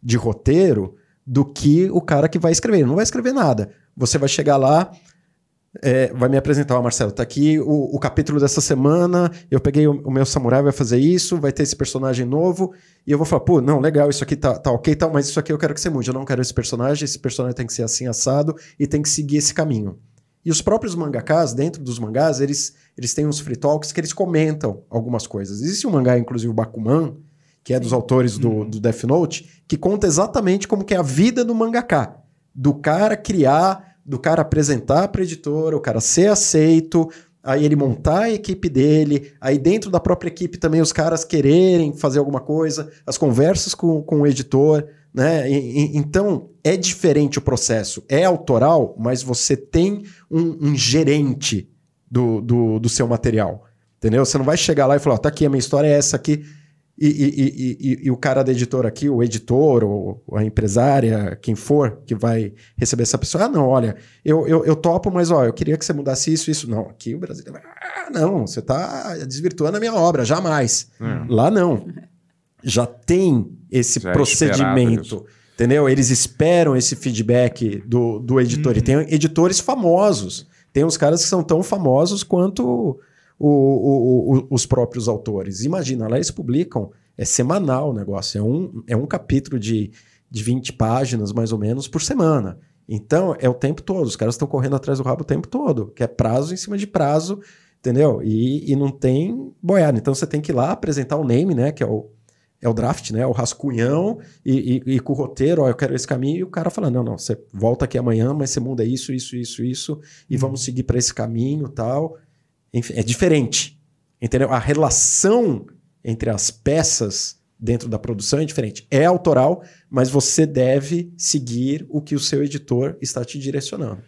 de roteiro do que o cara que vai escrever. Ele não vai escrever nada. Você vai chegar lá, é, vai me apresentar, ó, Marcelo, tá aqui o, o capítulo dessa semana, eu peguei o, o meu samurai, vai fazer isso, vai ter esse personagem novo, e eu vou falar, pô, não, legal, isso aqui tá, tá ok, tal, mas isso aqui eu quero que você mude, eu não quero esse personagem, esse personagem tem que ser assim, assado, e tem que seguir esse caminho. E os próprios mangakás, dentro dos mangás, eles, eles têm uns free talks que eles comentam algumas coisas. Existe um mangá, inclusive o Bakuman, que é dos autores do, do Death Note, que conta exatamente como que é a vida do mangaká. Do cara criar, do cara apresentar para editora, o cara ser aceito, aí ele montar a equipe dele, aí dentro da própria equipe também os caras quererem fazer alguma coisa, as conversas com, com o editor. Né? E- e- então, é diferente o processo. É autoral, mas você tem um, um gerente do, do, do seu material. Entendeu? Você não vai chegar lá e falar, ó, tá aqui, a minha história é essa aqui. E, e- e- e- e- e o cara da editora aqui, o editor, ou a empresária, quem for que vai receber essa pessoa, ah, não, olha, eu, eu, eu topo, mas ó, eu queria que você mudasse isso, isso. Não, aqui o Brasil. Ah, não, você tá desvirtuando a minha obra, jamais. É. Lá não. Já tem esse Já é procedimento. esperado entendeu? Eles esperam esse feedback do, do editor. E tem editores famosos. Tem uns caras que são tão famosos quanto o- o- o- os próprios autores. Imagina, lá eles publicam. É semanal o negócio. É um, é um capítulo de, de 20 páginas, mais ou menos, por semana. Então, é o tempo todo. Os caras estão correndo atrás do rabo o tempo todo, que é prazo em cima de prazo, entendeu? E, e não tem boiada. Então, você tem que ir lá apresentar o name, né? Que é o, é o draft, né? O rascunhão e, e- e com o roteiro, ó, eu quero esse caminho. E o cara fala, não, não, você volta aqui amanhã, mas você muda isso, isso, isso, isso. Uhum. E vamos seguir para esse caminho tal. Enfim, é diferente, entendeu? A relação entre as peças dentro da produção é diferente. É autoral, mas você deve seguir o que o seu editor está te direcionando.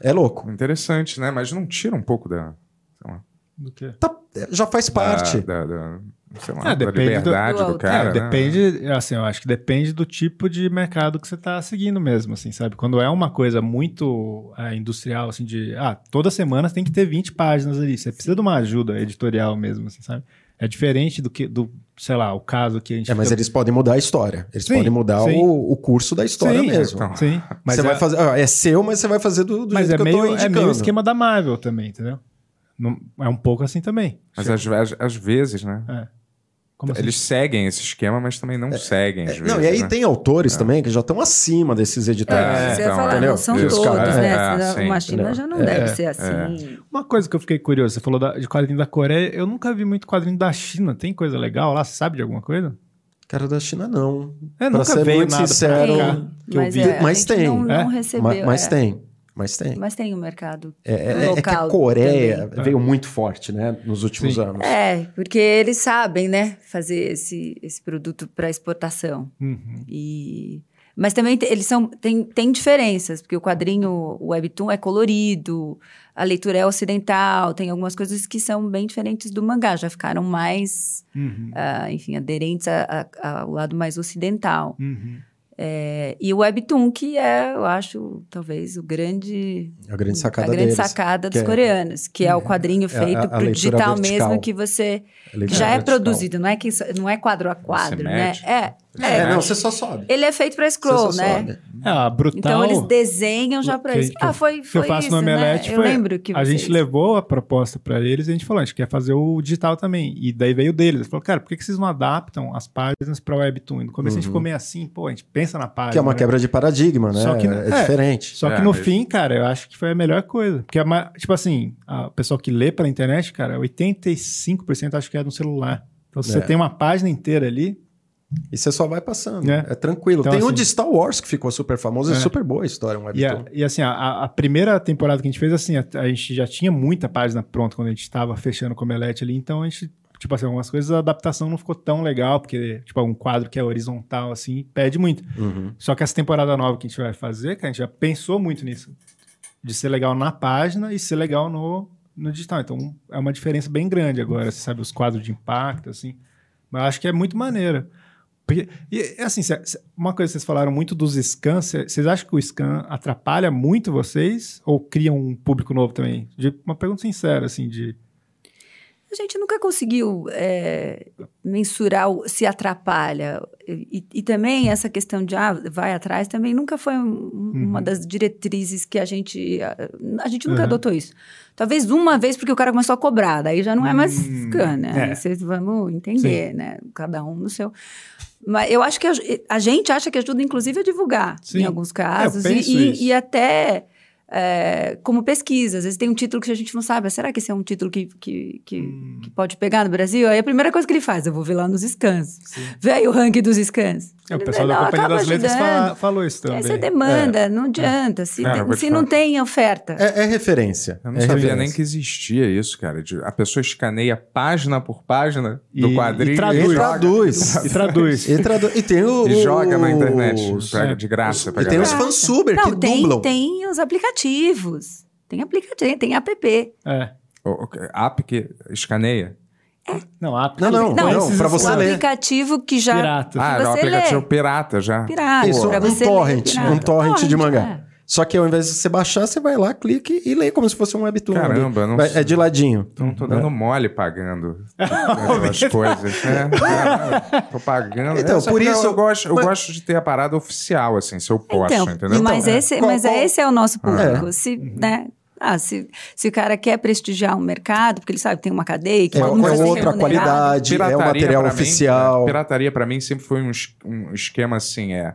É, É louco. interessante, né? Mas não tira um pouco da. Do quê? Tá- já faz parte. Da, da- da- sei lá, da Ah, depende do- liberdade do, Do cara. é, né? depende, assim, eu acho que depende do tipo de mercado que você tá seguindo mesmo, assim, sabe? Quando é uma coisa muito ah, industrial, assim, de, ah, toda semana você tem que ter 20 páginas ali, você precisa de uma ajuda editorial mesmo, assim, sabe? É diferente do que, do, sei lá, o caso que a gente... É, mas fica- eles podem mudar a história. Eles Sim, podem mudar sim. o, o curso da é história Sim, mesmo. então, Sim, mas você é- vai fazer, ó, é seu, mas você vai fazer do, do Mas jeito é que eu tô meio, é indicando. meio o esquema da Marvel também, entendeu? Não- é um pouco assim também. Mas é, às, ve- às vezes, né? Como assim? Então, Eles seguem esse esquema, mas também não seguem. Às É, vezes, não, e aí né? tem autores também que já estão acima desses É, editores. É, você então, ia falar, entendeu? não são Isso, todos, cara, né? é, Senão sim, uma China entendeu? já não É, deve ser assim. Uma coisa que eu fiquei curioso, você falou da- de quadrinho da Coreia, eu nunca vi muito quadrinho da China. Tem coisa legal lá? Você sabe de alguma coisa? Cara da China, não. É, pra nunca ser veio muito nada pra sincero, cá. um, que eu mas vi. é, a Mas gente tem, Não, não é? recebeu, ma- mas é. tem. Mas tem. Mas tem o mercado. É, é- é que a Local Coreia também. veio muito forte, né? Nos últimos Sim. anos. É, porque eles sabem, né? Fazer esse, esse produto para exportação. Uhum. E... Mas também te- eles são. Tem, tem diferenças, porque o quadrinho o webtoon é colorido, a leitura é ocidental, tem algumas coisas que são bem diferentes do mangá, já ficaram mais, Uhum. ah, enfim, aderentes a- a- ao lado mais ocidental. Uhum. É, e o webtoon, que é, eu acho, talvez, o grande A grande sacada É. a grande deles. sacada dos que é- coreanos, que é o quadrinho a- feito a para o leitura digital vertical. mesmo que você A leitura que já é vertical. produzido, não é que isso- não é quadro a quadro, né? mete. É, É, é. né? não, você só sobe. Ele é feito para scroll, você só né? sobe. É, a Brutal... Então eles desenham já para Que- isso. que eu- Ah, foi, que eu foi faço isso, no Omelete né? foi- Eu lembro que A vocês- gente levou a proposta pra eles e a gente falou, a gente quer fazer o digital também. E daí veio deles. Eles falaram, cara, por que que vocês não adaptam as páginas pra Webtoon? E no começo a gente Uhum. ficou meio assim, pô, a gente pensa na página. Que é uma né? quebra de paradigma, né? Só que- é, é. diferente. Só que É, no mas- fim, cara, eu acho que foi a melhor coisa. Porque, a ma- tipo assim, a- o pessoal que lê pela internet, cara, 85% acho que é no celular. Então, se É. você tem uma página inteira ali, E você só vai passando. É. É, tranquilo. Então, Tem um assim- de Star Wars que ficou super famoso. É, É. super boa a história, um e, webtoon. a- e assim, a, a primeira temporada que a gente fez, assim, a, a gente já tinha muita página pronta quando a gente estava fechando o Comelete ali, então a gente, tipo assim, algumas coisas a adaptação não ficou tão legal, porque, tipo, um quadro que é horizontal, assim, pede muito. Uhum. Só que essa temporada nova que a gente vai fazer, cara, a gente já pensou muito nisso. De ser legal na página e ser legal no, no digital. Então, é uma diferença bem grande agora, você sabe, os quadros de impacto, assim. Mas eu acho que é muito maneira. Porque, e, assim, cê- cê- uma coisa que vocês falaram muito dos scans, vocês acham que o scan atrapalha muito vocês? Ou cria um público novo também? De- uma pergunta sincera, assim, de... A gente nunca conseguiu é, mensurar o- se atrapalha. E, e também essa questão de ah, vai atrás também nunca foi um- uma das diretrizes que a gente. A, a gente nunca Uhum. adotou isso. Talvez uma vez porque o cara começou a cobrar, daí já não é mais Hum, scan, né? é. Vocês vamos entender, né? Cada um no seu. Mas eu acho que a, a gente acha que ajuda, inclusive, a divulgar Sim. É, em alguns casos. penso e, e- isso. e até é, como pesquisa. Às vezes tem um título que a gente não sabe. Será que esse é um título que, que, que, que pode pegar no Brasil? Aí a primeira coisa que ele faz, eu vou ver lá nos scans. Vê aí o ranking dos scans. É, o Ele pessoal vê, da não, Companhia acaba das Letras ajudando. fala- falou isso também. Essa é demanda, não adianta. Se, Não, tem- eu vou te se não falar. tem oferta. É, é referência. Eu não é sabia referência. nem que existia isso, cara. De- a pessoa escaneia página por página do E- quadrinho e traduz. E E joga- [laughs] traduz. é traduz. E, tradu- e tem o. e joga na internet. os- joga de graça pra E tem os galera. Graça. fansuber que Não, tem, dublam. tem os aplicativos. Tem aplicativo, tem app. É. um- O- o- App que escaneia. Não, a... Não, não, Não, não, pra você um ler. aplicativo que já. Pirata. assim. Ah, é um você aplicativo lê. pirata já. Pirata. Isso, Ah, pra um você torrent, ler, pirata. um torrent de mangá. é. Só que ao invés de você baixar, você vai lá, clica e e lê como se fosse um webtoon. ali. Caramba, não Vai- sei. É de ladinho. Então tô dando mole pagando né, as coisas. né? É, tô pagando. Então, Essa- por eu- isso- Eu gosto, eu mas- gosto de ter a parada oficial, assim, se eu posso, Então, entendeu? mas, Então, é. esse, Qual- mas qual- esse é o nosso público. É. Se, né? ah, se, se o cara quer prestigiar um mercado, porque ele sabe que tem uma cadeia, que É, é todo mundo vai ser outra remunerado. qualidade, é o Pirataria, material pra mim, oficial. é, pirataria pra mim sempre foi um, es- um esquema assim, é...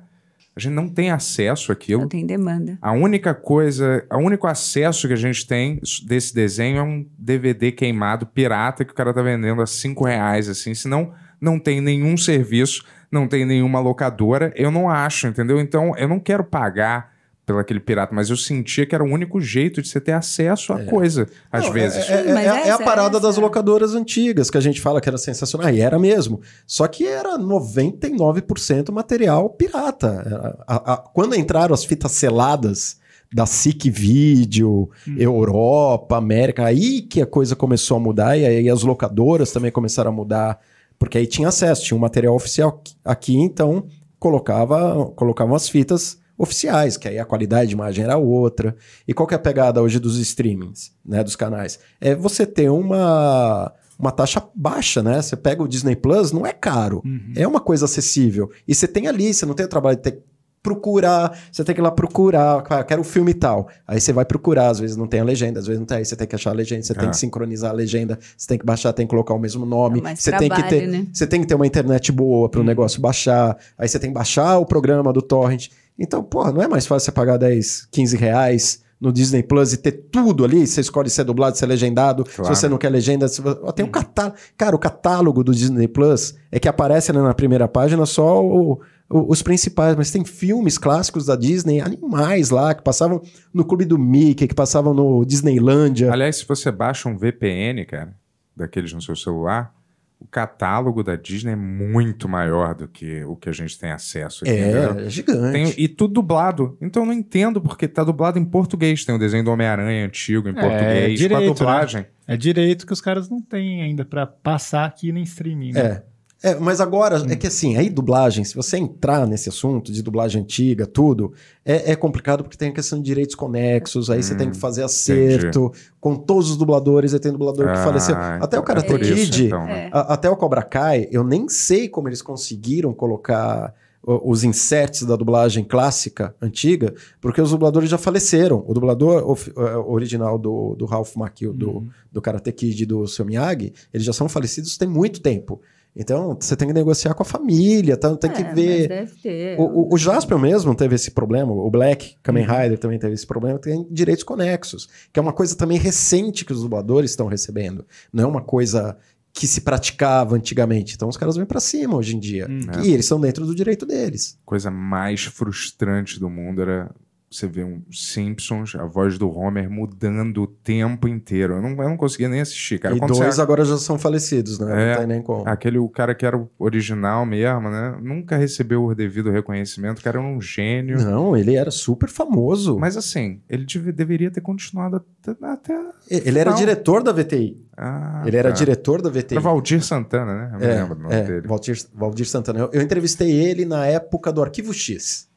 A gente não tem acesso àquilo. Não é tem demanda. A única coisa, o único acesso que a gente tem desse desenho é um DVD queimado pirata que o cara tá vendendo a 5 reais, assim. Senão, não tem nenhum serviço, não tem nenhuma locadora. Eu não acho, entendeu? Então, eu não quero pagar pelo aquele pirata, mas eu sentia que era o único jeito de você ter acesso à coisa, às É. Não, vezes. É, é- é- Mas é a essa- parada essa- das locadoras antigas, que a gente fala que era sensacional. E era mesmo. Só que era 99% material pirata. Era- a- a- quando entraram as fitas seladas da SIC Video, Hum. Europa, América, aí que a coisa começou a mudar. E aí as locadoras também começaram a mudar. Porque aí tinha acesso, tinha um material oficial aqui- aqui, então colocava, colocavam as fitas oficiais, que aí a qualidade de imagem era outra. E qual que é a pegada hoje dos streamings, né, dos canais? É você ter uma, uma taxa baixa, né? Você pega o Disney Plus, não é caro, é uma coisa acessível. E você tem ali, você não tem o trabalho de ter que procurar, você tem que ir lá procurar, ah, quero o filme tal. Aí você vai procurar, às vezes não tem a legenda, às vezes não tem, aí você tem que achar a legenda, você tem Ah. que sincronizar a legenda, você tem que baixar, tem que colocar o mesmo nome, Dá É mais você tem que trabalho, ter, né? você tem que ter uma internet boa Uhum. para o negócio baixar, aí você tem que baixar o programa do torrent. Então, porra, não é mais fácil você pagar 10, 15 reais no Disney Plus e ter tudo ali? Você escolhe se é dublado, se é legendado, Claro. Uhum. se você não quer legenda. se vo- Ó, Tem um catálogo. Cara, o catálogo do Disney Plus é que aparece né, na primeira página só o- o- os principais, mas tem filmes clássicos da Disney, animais lá, que passavam no Clube do Mickey, que passavam no Disneylândia. Aliás, se você baixa um VPN, cara, daqueles no seu celular, o catálogo da Disney é muito maior do que o que a gente tem acesso. aqui, entendeu? É, é gigante. Tem- e tudo dublado. Então eu não entendo porque tá dublado em português. Tem o desenho do Homem-Aranha antigo É, em português, com a né? direito, dublagem. É direito que os caras não têm ainda pra passar aqui nem streaming. né? É. É, mas agora, Hum. é que assim, aí dublagem, se você entrar nesse assunto de dublagem antiga, tudo, é, é complicado porque tem a questão de direitos conexos, aí você tem que Hum, fazer acerto com todos os dubladores, aí tem dublador que Ah, faleceu. Até então o Karate por isso, Kid, então, né? É. a- até o Cobra Kai, eu nem sei como eles conseguiram colocar o- os inserts da dublagem clássica antiga, porque os dubladores já faleceram. O dublador of- eh, original do, do Ralph Macchio, É, Hum. do, do Karate Kid e do seu Miyagi, eles já são falecidos tem muito tempo. Então, você tem que negociar com a família, tá? tem que É, ver... mas é, Deve ter. O, o- o Jasper mesmo teve esse problema, o Black, Kamen Uhum. Rider também teve esse problema, tem direitos conexos, que é uma coisa também recente que os dubladores estão recebendo. Não é uma coisa que se praticava antigamente. Então os caras vêm pra cima hoje em dia. Uhum. E eles estão dentro do direito deles. Coisa mais frustrante do mundo era você ver um Simpsons, a voz do Homer mudando o tempo inteiro. Eu não, eu não conseguia nem assistir, cara. e Quando dois você- agora já são falecidos, né? É. Não tem nem como. Aquele o cara que era o original mesmo, né? Nunca recebeu o devido reconhecimento, o cara era um gênio. Não, ele era super famoso. Mas assim, ele deve- deveria ter continuado até. até- E- ele era Não. diretor da VTI. Ah, ele era tá. diretor da VTI. Era Valdir Santana, né? Eu me lembro o nome é, dele. Valdir, Valdir Santana. Eu, eu entrevistei ele na época do Arquivo X,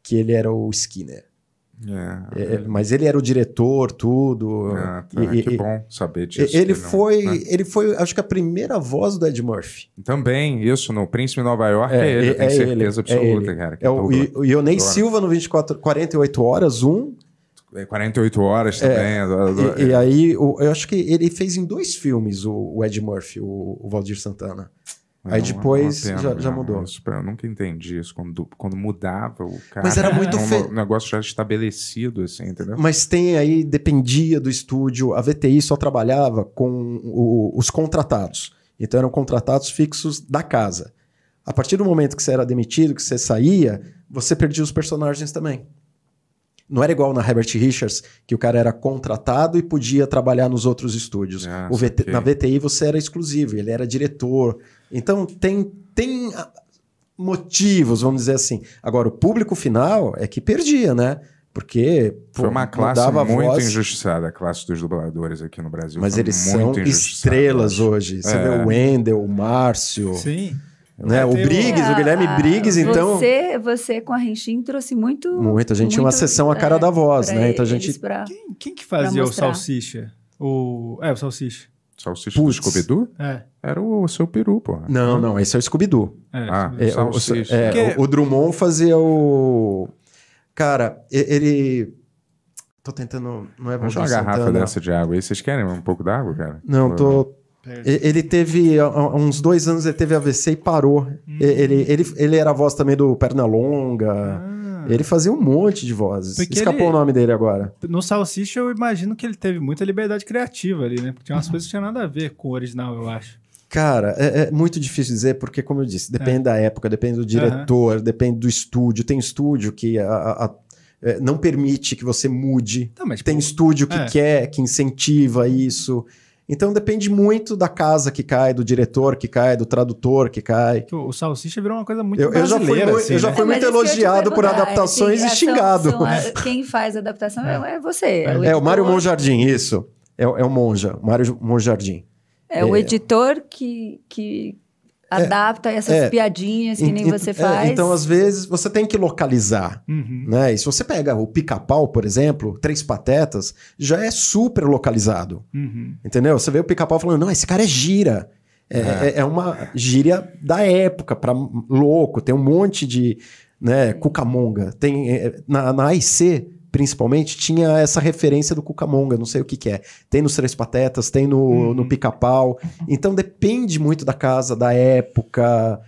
que ele era o Skinner. É. É, é, mas ele era o diretor, tudo. Ah, tá. E- e- que e- bom saber disso. Ele que não- foi, né? ele foi, acho que a primeira voz do Ed Murphy. Também, isso, no Príncipe de Nova York É, é, ele, é- eu tenho é certeza ele, é absoluta, ele. cara. que É o, Douglas- I- o Ionei Adoro. Silva no 24, 48 horas, um. é 48 horas também. adoro- adoro- É, E, e aí, o- eu acho que ele fez em dois filmes o, o Ed Murphy, o, o Valdir Santana. Aí depois uma já- já mudou. Isso, eu nunca entendi isso. Quando, quando mudava o cara. Mas era muito um fe- no- negócio já estabelecido, assim, entendeu? Mas tem aí, dependia do estúdio. A VTI só trabalhava com o- os contratados. Então eram contratados fixos da casa. A partir do momento que você era demitido, que você saía, você perdia os personagens também. Não era igual na Herbert Richards, que o cara era contratado e podia trabalhar nos outros estúdios. Ah, O VT saquei. Na VTI você era exclusivo, ele era diretor. Então tem, tem ah, motivos, vamos dizer assim. Agora, o público final é que perdia, né? Porque pô, Foi uma classe mudava a muito voz, injustiçada, a classe dos dubladores aqui no Brasil. mas Foi eles são muito injustiçada. estrelas hoje. Você É. vê o Wendel, o Márcio, Sim. né? o Tem o- Briggs, o Guilherme Ah, Briggs, então. Você, você com a Renchim trouxe muito. Muita gente tinha uma muito, sessão a cara é, da voz, pra né? Então a eles, gente pra- Quem, quem que fazia o mostrar. Salsicha? O... É, o Salsicha. Salsicha do Putz. Scooby-Doo? É. Era o seu peru, porra. Não, não, esse é o Scooby-Doo. é. Ah, É, o- salsicha. é, Porque- o, o Drummond fazia o. Cara, e- ele. Tô tentando. Não é Vamos né? Valdir uma garrafa Santana. dessa de água aí. Vocês querem um pouco d'água, cara? Não, tô. e- Ele teve. Há há uns dois anos ele teve AVC e parou. Hum. E- Ele, ele, ele era a voz também do Pernalonga. Ah. Ele fazia um monte de vozes. Porque Escapou ele- o nome dele agora. No Salsicha, eu imagino que ele teve muita liberdade criativa ali, né? Porque tinha Uhum. umas coisas que tinha nada a ver com o original, eu acho. Cara, é, é muito difícil dizer, porque, como eu disse, É. depende da época, depende do diretor, depende do estúdio. Tem estúdio que a- a- a- é, não permite que você mude Não, mas, tipo, Tem estúdio que É. quer, que incentiva isso. Então depende muito da casa que cai, do diretor que cai, do tradutor que cai. que o o Salsicha virou uma coisa muito Eu, eu já fui, brasileira, mui- assim, eu já né? fui Mas muito isso que eu ia te elogiado por perguntar, adaptações assim, e são- xingado. são a- quem faz a adaptação é, é você. É, É, o Mário editor. Monjardim, isso. É, é o Monja, o Mário Monjardim. É o editor que, que adapta essas é. piadinhas que nem En- você é, faz. então, às vezes, você tem que localizar. Uhum. Né? E se você pega o pica-pau, por exemplo, Três Patetas, já é super localizado. Uhum. Entendeu? Você vê o pica-pau falando, não, esse cara é gira. É, é- é uma gíria da época, pra m- louco. Tem um monte de né, cucamonga. Tem, é, na, na AIC, principalmente, tinha essa referência do cucamonga, não sei o que, que é. Tem nos Três Patetas, tem no, no pica-pau. Então depende muito da casa, da época.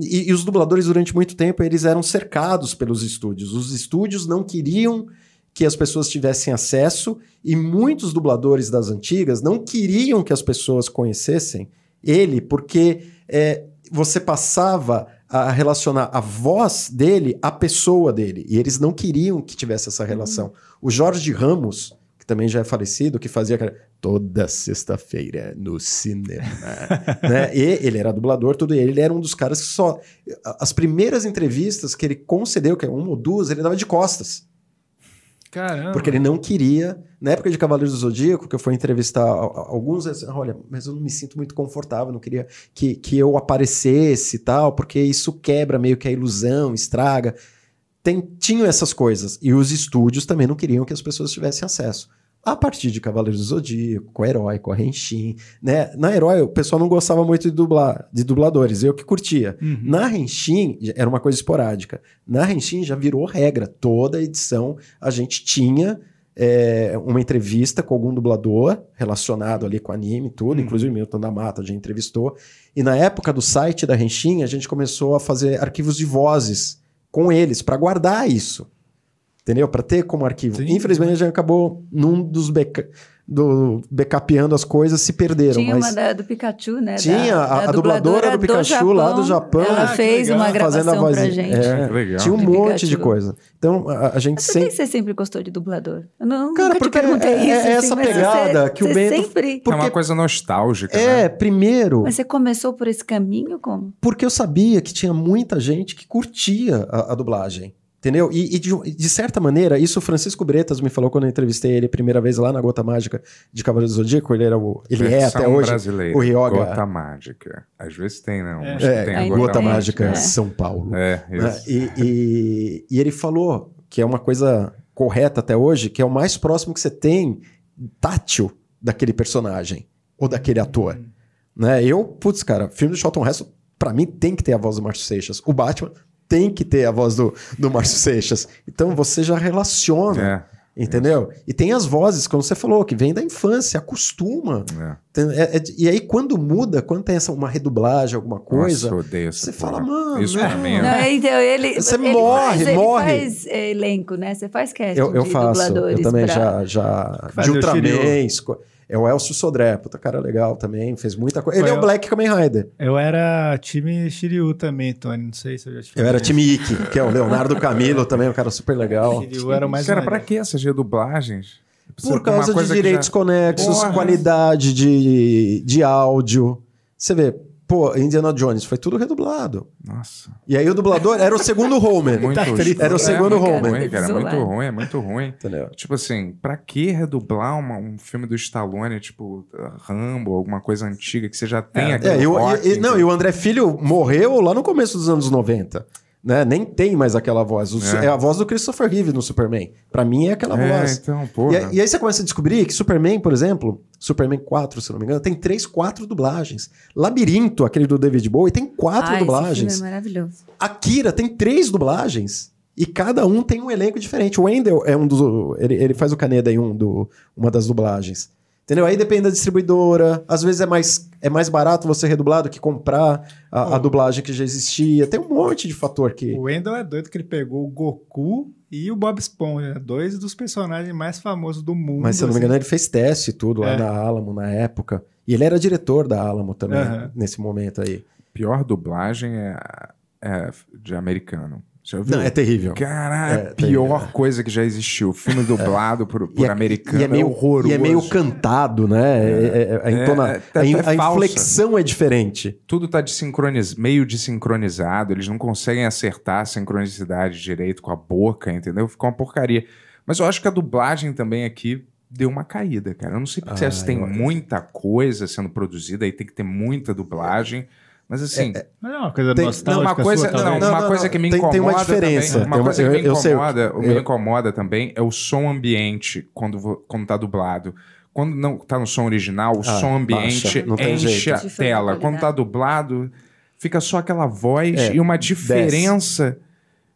E, e os dubladores, durante muito tempo, eles eram cercados pelos estúdios. Os estúdios não queriam que as pessoas tivessem acesso e muitos dubladores das antigas não queriam que as pessoas conhecessem ele, porque é, você passava a relacionar a voz dele à pessoa dele. E eles não queriam que tivesse essa relação. O Jorge Ramos, que também já é falecido, que fazia aquela, toda sexta-feira no cinema. né? E ele era dublador, tudo. e Ele era um dos caras que só. As primeiras entrevistas que ele concedeu, que é uma ou duas, ele dava de costas. Caramba. Porque ele não queria. Na época de Cavaleiros do Zodíaco, que eu fui entrevistar a- a- alguns, eles, olha, mas eu não me sinto muito confortável, não queria que, que eu aparecesse e tal, porque isso quebra meio que a ilusão, estraga. Tem, tinham essas coisas. E os estúdios também não queriam que as pessoas tivessem acesso. A partir de Cavaleiros do Zodíaco, com a Herói, com a Renchim, né? Na Herói, o pessoal não gostava muito de dublar, de dubladores, eu que curtia. Uhum. Na Renshin, era uma coisa esporádica. Na Renshin já virou regra. Toda edição a gente tinha é, uma entrevista com algum dublador relacionado ali com anime e tudo. Inclusive o Milton da Mata a gente entrevistou. E na época do site da Renshin, a gente começou a fazer arquivos de vozes com eles para guardar isso. Entendeu? Para ter como arquivo. Sim. Infelizmente, a gente acabou num dos beca... do backupeando as coisas, se perderam. Tinha mas... uma da- do Pikachu, né? Da- Tinha, a- a dubladora do Pikachu lá do Japão. Ela Ah, que fez legal. uma Fazendo a gravação pra vozinha. gente. É. Ah, que legal. Tinha um De monte de Pikachu. coisa. Então, a, a gente Mas por sempre. que você sempre gostou de dublador? Eu não, Cara, nunca te porque perguntei é- isso. é assim, essa mas pegada você- que o você Bento- sempre... É uma porque- coisa nostálgica, né? É, primeiro, Mas você começou por esse caminho como? porque eu sabia que tinha muita gente que curtia a, a dublagem. Entendeu? E, e de, um- de certa maneira, isso o Francisco Bretas me falou quando eu entrevistei ele a primeira vez lá na Gota Mágica de Cavaleiro do Zodíaco. Ele, era o, ele é Versão até hoje. brasileira, o Ryoga. Gota mágica. Às vezes tem, né? Umas É, que tem a ainda Gota tem, Mágica é. São Paulo. É, né? isso. E, e- e ele falou que é uma coisa correta até hoje, que é o mais próximo que você tem tátil daquele personagem ou daquele ator. Hum. Né? Eu, putz, cara, filme do Charlton Heston, pra mim, tem que ter a voz do Márcio Seixas. O Batman tem que ter a voz do, do Márcio Seixas. Então você já relaciona É. Entendeu? E tem as vozes, como você falou, que vem da infância, acostuma. É. Tem- é- é- e aí, quando muda, quando tem essa, uma redublagem, alguma coisa, Nossa, eu odeio essa você porra. fala, mano. né?" Isso não. pra mim é- Não, então, ele, Você ele morre, faz, ele morre. faz eh, elenco, né? Você faz casting Eu, eu de faço, dubladores eu também pra- já, já Fazer de o Ultraman, Shiryu. esco- é o Elcio Sodré, puta cara legal também, fez muita coisa. Ele Foi é eu- o Black Kamen Rider. Eu era time Shiryu também, Tony. Não sei se eu já te Eu falei. era time Ikki, que é o Leonardo Camilo [laughs] também, um cara super legal. Shiryu era o mais Cara, pra maneiro. que essas redublagens? Precisa é, Por ter uma causa de coisa que direitos já- conexos, Porra. qualidade de, de áudio. Você vê, pô, Indiana Jones foi tudo redublado. [laughs] Nossa. E aí o dublador era o [laughs] segundo Homer. Muito Tá triste. Era o segundo é, muito Homer. ruim, cara, Isolado. muito ruim, é muito ruim. Entendeu? Tipo assim, pra que redublar uma- um filme do Stallone, tipo Rambo, alguma coisa antiga que você já tem aqui? É, e, no o- rock, então. e- e- não, e entendeu? o André Filho morreu lá no começo dos anos 90. Né? Nem tem mais aquela voz. O- É. é. a voz do Christopher Reeve no Superman. Pra mim é aquela É, voz. então, E, porra. a- e aí você começa a descobrir que Superman, por exemplo, Superman 4, se não me engano, tem três, quatro dublagens. Labirinto, aquele do David Bowie, tem quatro Ah, esse dublagens. filme é maravilhoso. Akira tem três dublagens e cada um tem um elenco diferente. O Wendell é um dos. Ele, ele faz o Caneda em um do, uma das dublagens. Entendeu? Aí depende da distribuidora. Às vezes é mais, é mais barato você redublar do que comprar a, a Hum. Oh. dublagem que já existia. Tem um monte de fator que. O Wendell é doido que ele pegou o Goku e o Bob Esponja, né? dois dos personagens mais famosos do mundo. Mas se eu não me assim. engano, ele fez teste e tudo lá É. na Alamo na época. E ele era diretor da Alamo também, Aham. nesse momento aí. Pior dublagem é, é de americano. Já viu? Não, é terrível. Caralho, É, tem- pior coisa que já existiu. [laughs] Filme dublado por, por é- americano. E é meio, horroroso. e é meio cantado, né? É- é- é- a, É, entona- é- é- a in- é a falsa. inflexão é diferente. Tudo tá desincroniz... meio desincronizado, eles não conseguem acertar a sincronicidade direito com a boca, entendeu? Ficou uma porcaria. Mas eu acho que a dublagem também aqui deu uma caída, cara. Eu não sei porque Ah, se tem eu- muita coisa sendo produzida e tem que ter muita dublagem. Mas assim, Mas é uma coisa Tem- não, nostálgica uma coisa, sua, não, talvez. Não, uma não, coisa não. que me Tem- incomoda tem uma diferença. também, uma Tem uma- coisa que eu- me eu sei, incomoda, me eu- incomoda também é o som ambiente quando vo- quando tá dublado. Quando não tá no som original, o Ah, som ambiente baixa, não tem enche jeito. a Diferente tela. qualidade. Quando tá dublado, fica só aquela voz É, e uma diferença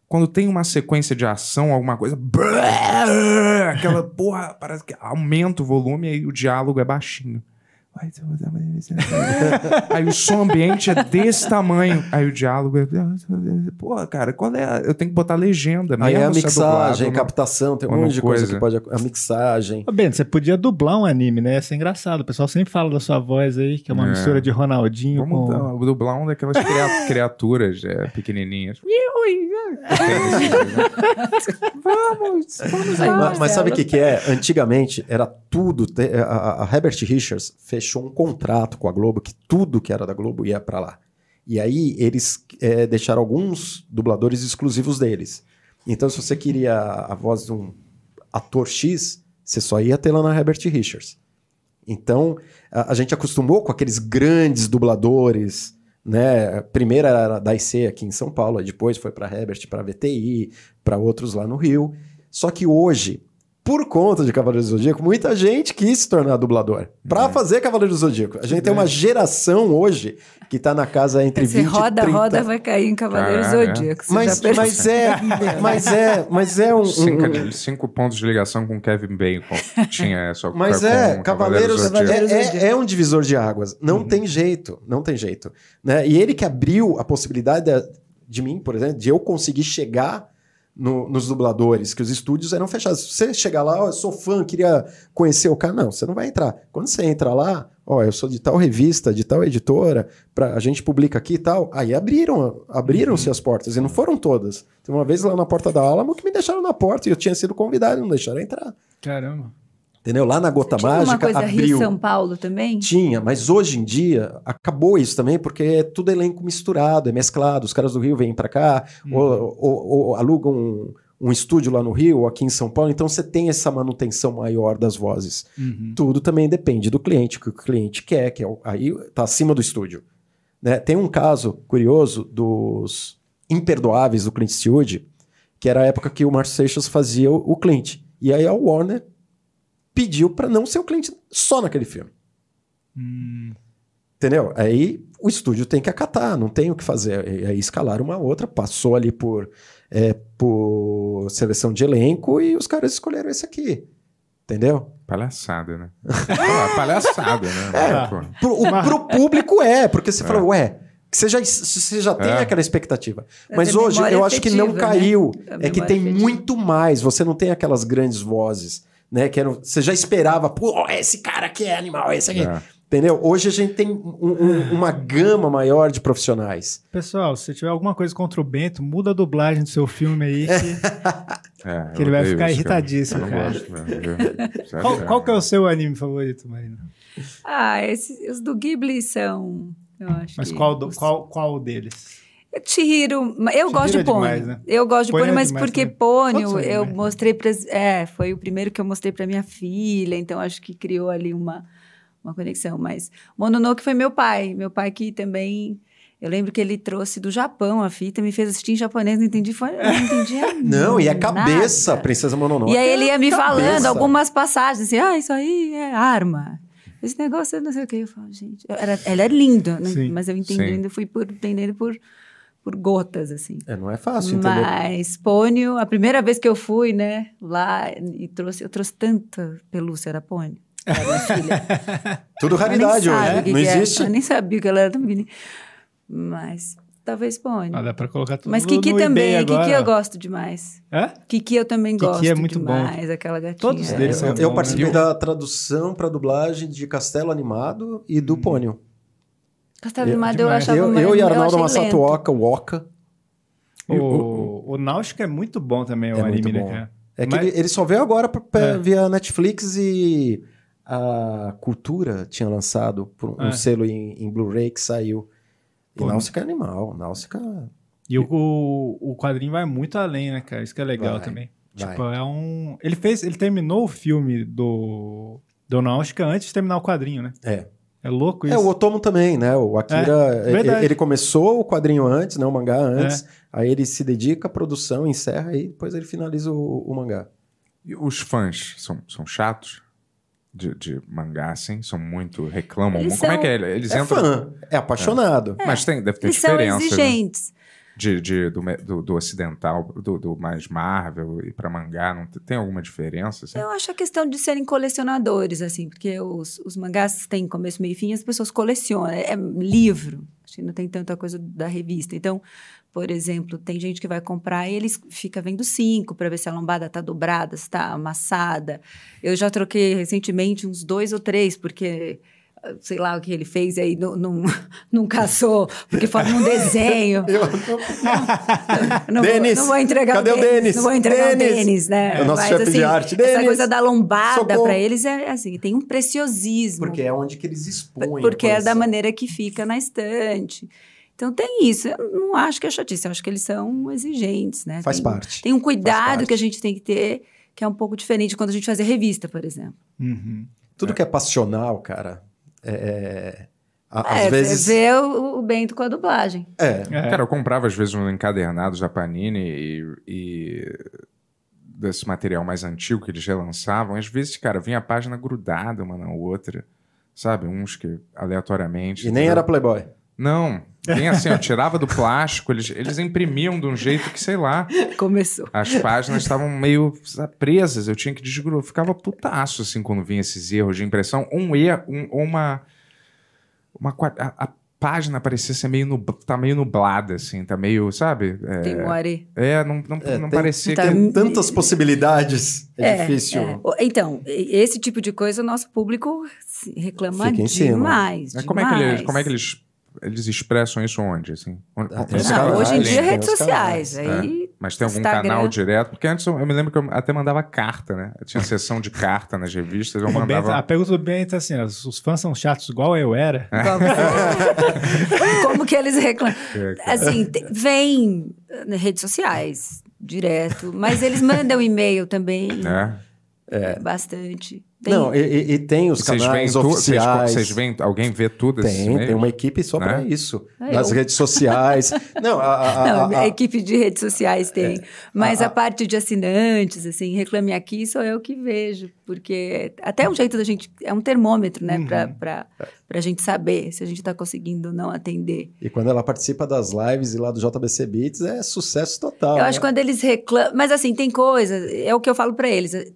quando tem uma sequência de ação, alguma coisa, aquela porra, parece que aumenta o volume e aí o diálogo é baixinho. Aí o som ambiente é desse tamanho. Aí o diálogo é. Pô, cara, qual é? a- Eu tenho que botar legenda mesmo. Aí é a se mixagem, dublado, a captação, tem um ou não monte de coisa, coisa. que pode. ac- A mixagem. Ô, Bento, você podia dublar um anime, né? Ia ser engraçado. O pessoal sempre fala da sua voz aí, que é uma É. mistura de Ronaldinho Vamos com... dar- dublar um daquelas cria- [laughs] criaturas é, pequenininhas. [laughs] vamos, vamos Ai, Ma- Mas, Marcelo. sabe o que, que é? Antigamente era tudo. te- A, a- a Herbert Richards fechou um contrato com a Globo que tudo que era da Globo ia pra lá. E aí eles eh, deixaram alguns dubladores exclusivos deles. Então, se você queria a voz de um ator X, você só ia ter lá na Herbert Richards. Então, a, a gente acostumou com aqueles grandes dubladores, né? Primeiro era da IC aqui em São Paulo, aí depois foi para Herbert, para VTI, para outros lá no Rio. Só que hoje, por conta de Cavaleiros do Zodíaco, muita gente quis se tornar dublador É. para fazer Cavaleiros do Zodíaco. A gente tem uma geração hoje que tá na casa entre Você 20 roda, e 30. roda, vai cair em Cavaleiros Caraca. Zodíaco. você Mas, já percebeu? mas é, mas é, mas é um- Cinco, um, de- cinco pontos de ligação com Kevin Bacon. Tinha essa. Mas com- é, com Zodíaco. Cavaleiros, Uhum. Cavaleiros é- Zodíaco. é, é um divisor de águas. Não tem jeito, não tem jeito. né? E ele que abriu a possibilidade da- de, mim, por exemplo, de eu conseguir chegar no- nos dubladores, que os estúdios eram fechados. Se você chegar lá, ó, eu sou fã, queria conhecer o cara, não, você não vai entrar. Quando você entra lá, ó, eu sou de tal revista, de tal editora, pra, a gente publica aqui e tal, aí abriram, abriram-se Uhum. as portas, e não foram todas. Tem uma vez lá na porta da Alamo que me deixaram na porta e eu tinha sido convidado, não deixaram entrar. Caramba. Entendeu? Lá na Gota Tinha Tá Mágica uma coisa abriu. Rio-São Paulo também? Tinha, mas hoje em dia acabou isso também, porque é tudo elenco misturado, é mesclado. Os caras do Rio vêm pra cá, ou, ou- ou alugam um, um estúdio lá no Rio, ou aqui em São Paulo. Então você tem essa manutenção maior das vozes. Uhum. Tudo também depende do cliente, o que o cliente quer, que é o- aí tá acima do estúdio. né? Tem um caso curioso dos imperdoáveis do Clint Eastwood, que era a época que o Marcio Seixas fazia o, o Clint. E aí a Warner pediu pra não ser o Clint só naquele filme. Hum. Entendeu? Aí o estúdio tem que acatar, não tem o que fazer. E aí escalaram uma outra, passou ali por é, por seleção de elenco e os caras escolheram esse aqui. Entendeu? Palhaçada, né? Ah, palhaçada, [laughs] né? É. Pô. Pro, [laughs] o, Mas- pro público é, porque você É. fala, ué, você já, você já tem É. aquela expectativa. É Mas de hoje memória eu acho que não afetiva, né? caiu. A É que memória tem afetiva. muito mais. Você não tem aquelas grandes vozes, né? Que eram, você já esperava, pô, esse cara aqui é animal, esse aqui. É. Entendeu? Hoje a gente tem um- um- uma gama maior de profissionais. Pessoal, se tiver alguma coisa contra o Bento, muda a dublagem do seu filme aí. que- É, Que eu ele vai odeio ficar isso, cara. irritadíssimo, Eu não cara. gosto mesmo, viu? Sério, qual, cara. qual que é o seu anime favorito, Marina? Ah, esses, os do Ghibli são. Eu acho Mas que qual, do- os- qual, qual deles? Chihiro, mas eu Chihiro gosto é de Pônio. demais, né? Eu gosto de Pônio Pônio, é mas demais porque também. Pônio Todos são eu demais, né? mostrei para é, foi o primeiro que eu mostrei para minha filha, então acho que criou ali uma uma conexão, mas Mononoke foi meu pai, meu pai que também eu lembro que ele trouxe do Japão a fita, me fez assistir em japonês, não entendi, foi, não entendia [laughs] Não, e a cabeça, nada. Princesa Mononoke. E aí é ele ia me Cabeça. falando algumas passagens, assim, ah, isso aí é arma. Esse negócio eu não sei o que. Eu falo, gente. eu Era, ele é lindo, né? Sim, mas eu entendendo, fui por, entendendo por, por gotas, assim. É, não é fácil, entendeu? Mas Pônio, a primeira vez que eu fui, né, lá e trouxe, eu trouxe tanta pelúcia era Pônio. Era minha filha. é Tudo Ela nem raridade hoje. né? sabe o que Não que é. existe. Ela nem sabia que ela era tão pequenininha. Mas talvez Pônio. [laughs] Ah, dá pra colocar tudo mas no- Kiki no também, eBay agora. Kiki eu gosto demais. Hã? Kiki eu também Kiki gosto é muito bom. demais, aquela gatinha. Todos É, deles eu são Eu, eu bom, participei né? da tradução para dublagem de Castelo Animado e Hum. do Pônio. Castelo Eu- Animado eu demais. achava É, Eu, uma- eu e eu Arnaldo achei lento. Massatuoca, Waka. O, o, Náutica é muito bom também, o É muito anime, né, bom. cara? É que Mas- ele, ele só veio agora pra- pra- É. via Netflix e a Cultura tinha lançado por um É. selo em, em Blu-ray que saiu. E Pô, Náusica é animal, Náusica E o, o, o quadrinho vai muito além, né, cara? Isso que é legal Vai, também. vai. Tipo, é um. Ele fez. Ele terminou o filme do, do Náutica antes de terminar o quadrinho, né? É. É louco isso. É, o Otomo também, né? O Akira, É, verdade. É. ele, ele começou o quadrinho antes, né? O mangá antes. Aí ele se dedica à produção, encerra e depois ele finaliza o, o mangá. É E os fãs são, são chatos de, de mangá, assim? São muito. reclamam. Eles muito. Como é são- É. que é? Eles é entram. fã, é apaixonado. Mas tem, deve ter Eles são diferença. né? exigentes. De, de- do, me- do, do ocidental, do, do mais Marvel e pra mangá, não tem, tem alguma diferença? É. Assim? Eu acho a questão de serem colecionadores, assim, porque os, os mangás têm começo, meio e fim, as pessoas colecionam. É, é livro. Acho que não tem tanta coisa da revista. Então, por exemplo, tem gente que vai comprar e eles fica vendo cinco para ver se a lombada tá dobrada, se tá amassada. Eu já troquei recentemente uns dois ou três, porque ah, sei lá o que ele fez aí, não, não, [laughs] não caçou, porque foi [laughs] um desenho. É. Eu- Eu Não, Denis, vou, não vou entregar cadê o Denis? Não vou entregar Denis! o Denis, né? É o nosso chefe de arte. Essa Denis, coisa da lombada socorro. pra eles é assim, tem um preciosismo. Porque é onde que eles expõem. a porque é da coleção. maneira que fica na estante. Então tem isso. Eu não acho que é chatice, eu acho que eles são exigentes, né? Faz tem, parte. Tem um Faz cuidado parte. que a gente tem que ter, que é um pouco diferente quando a gente fazia revista, por exemplo. Uhum. Tudo que é passional, cara, é, é- a- é, às vezes. você vê o, o Bento com a dublagem. É, É. Cara, eu comprava às vezes um encadernados da Panini e, e desse material mais antigo que eles relançavam. Às vezes, cara, vinha a página grudada uma na outra, sabe? Uns que aleatoriamente. e nem entendeu? era Playboy. Não, bem assim, eu tirava do plástico, eles, eles imprimiam de um jeito que, sei lá, Começou. as páginas estavam meio sabe, presas, eu tinha que desgrudar. Eu ficava putaço, assim, quando vinha esses erros de impressão. Um erro, um, uma... uma qua- a, a página parecia ser meio, nub, tá meio nublada, assim, tá meio, sabe? Tem um are. É, é, não, não, É, não tem- parecia Tá. que... Tem tantas possibilidades. É, difícil. é. O- Então, e- esse tipo de coisa o nosso público se reclama Fica em cima. demais. Mas como é que eles... demais. Como é que eles... Eles expressam isso onde, assim? Onde- Ah, tem onde- os Não, canais, hoje em dia é tem é. redes os canais, sociais. Aí [laughs] Mas tem algum Instagram. canal direto? Porque antes eu, eu me lembro que eu até mandava carta, né? Eu tinha sessão de carta nas revistas, eu O Bento- a mandava... pergunta do Bento é assim: ó, os fãs são chatos igual eu era. É. igual [laughs] você- como que eles reclamam? [laughs] É, cara. Assim, te- vem nas redes sociais direto, mas eles mandam e-mail também né? bastante. Tem. É. é, Não, e, e- e tem os Vocês veem canais tudo? Vocês, oficiais. vocês veem? Alguém vê tudo esses Tem, tem meios? uma equipe só pra né? isso. É, Nas eu- redes [laughs] sociais. Não, a, a- a- Não, é a- a equipe de redes sociais tem. Mas a- a, a- parte de assinantes, assim, reclame aqui, sou eu que vejo. Porque até um jeito da gente. É um termômetro, né? Pra Para a gente saber se a gente está conseguindo ou não atender. E quando ela participa das lives e lá do JBC Beats, é sucesso total. eu né? acho que quando eles reclamam. Mas assim, tem coisa, é o que eu falo para eles. é,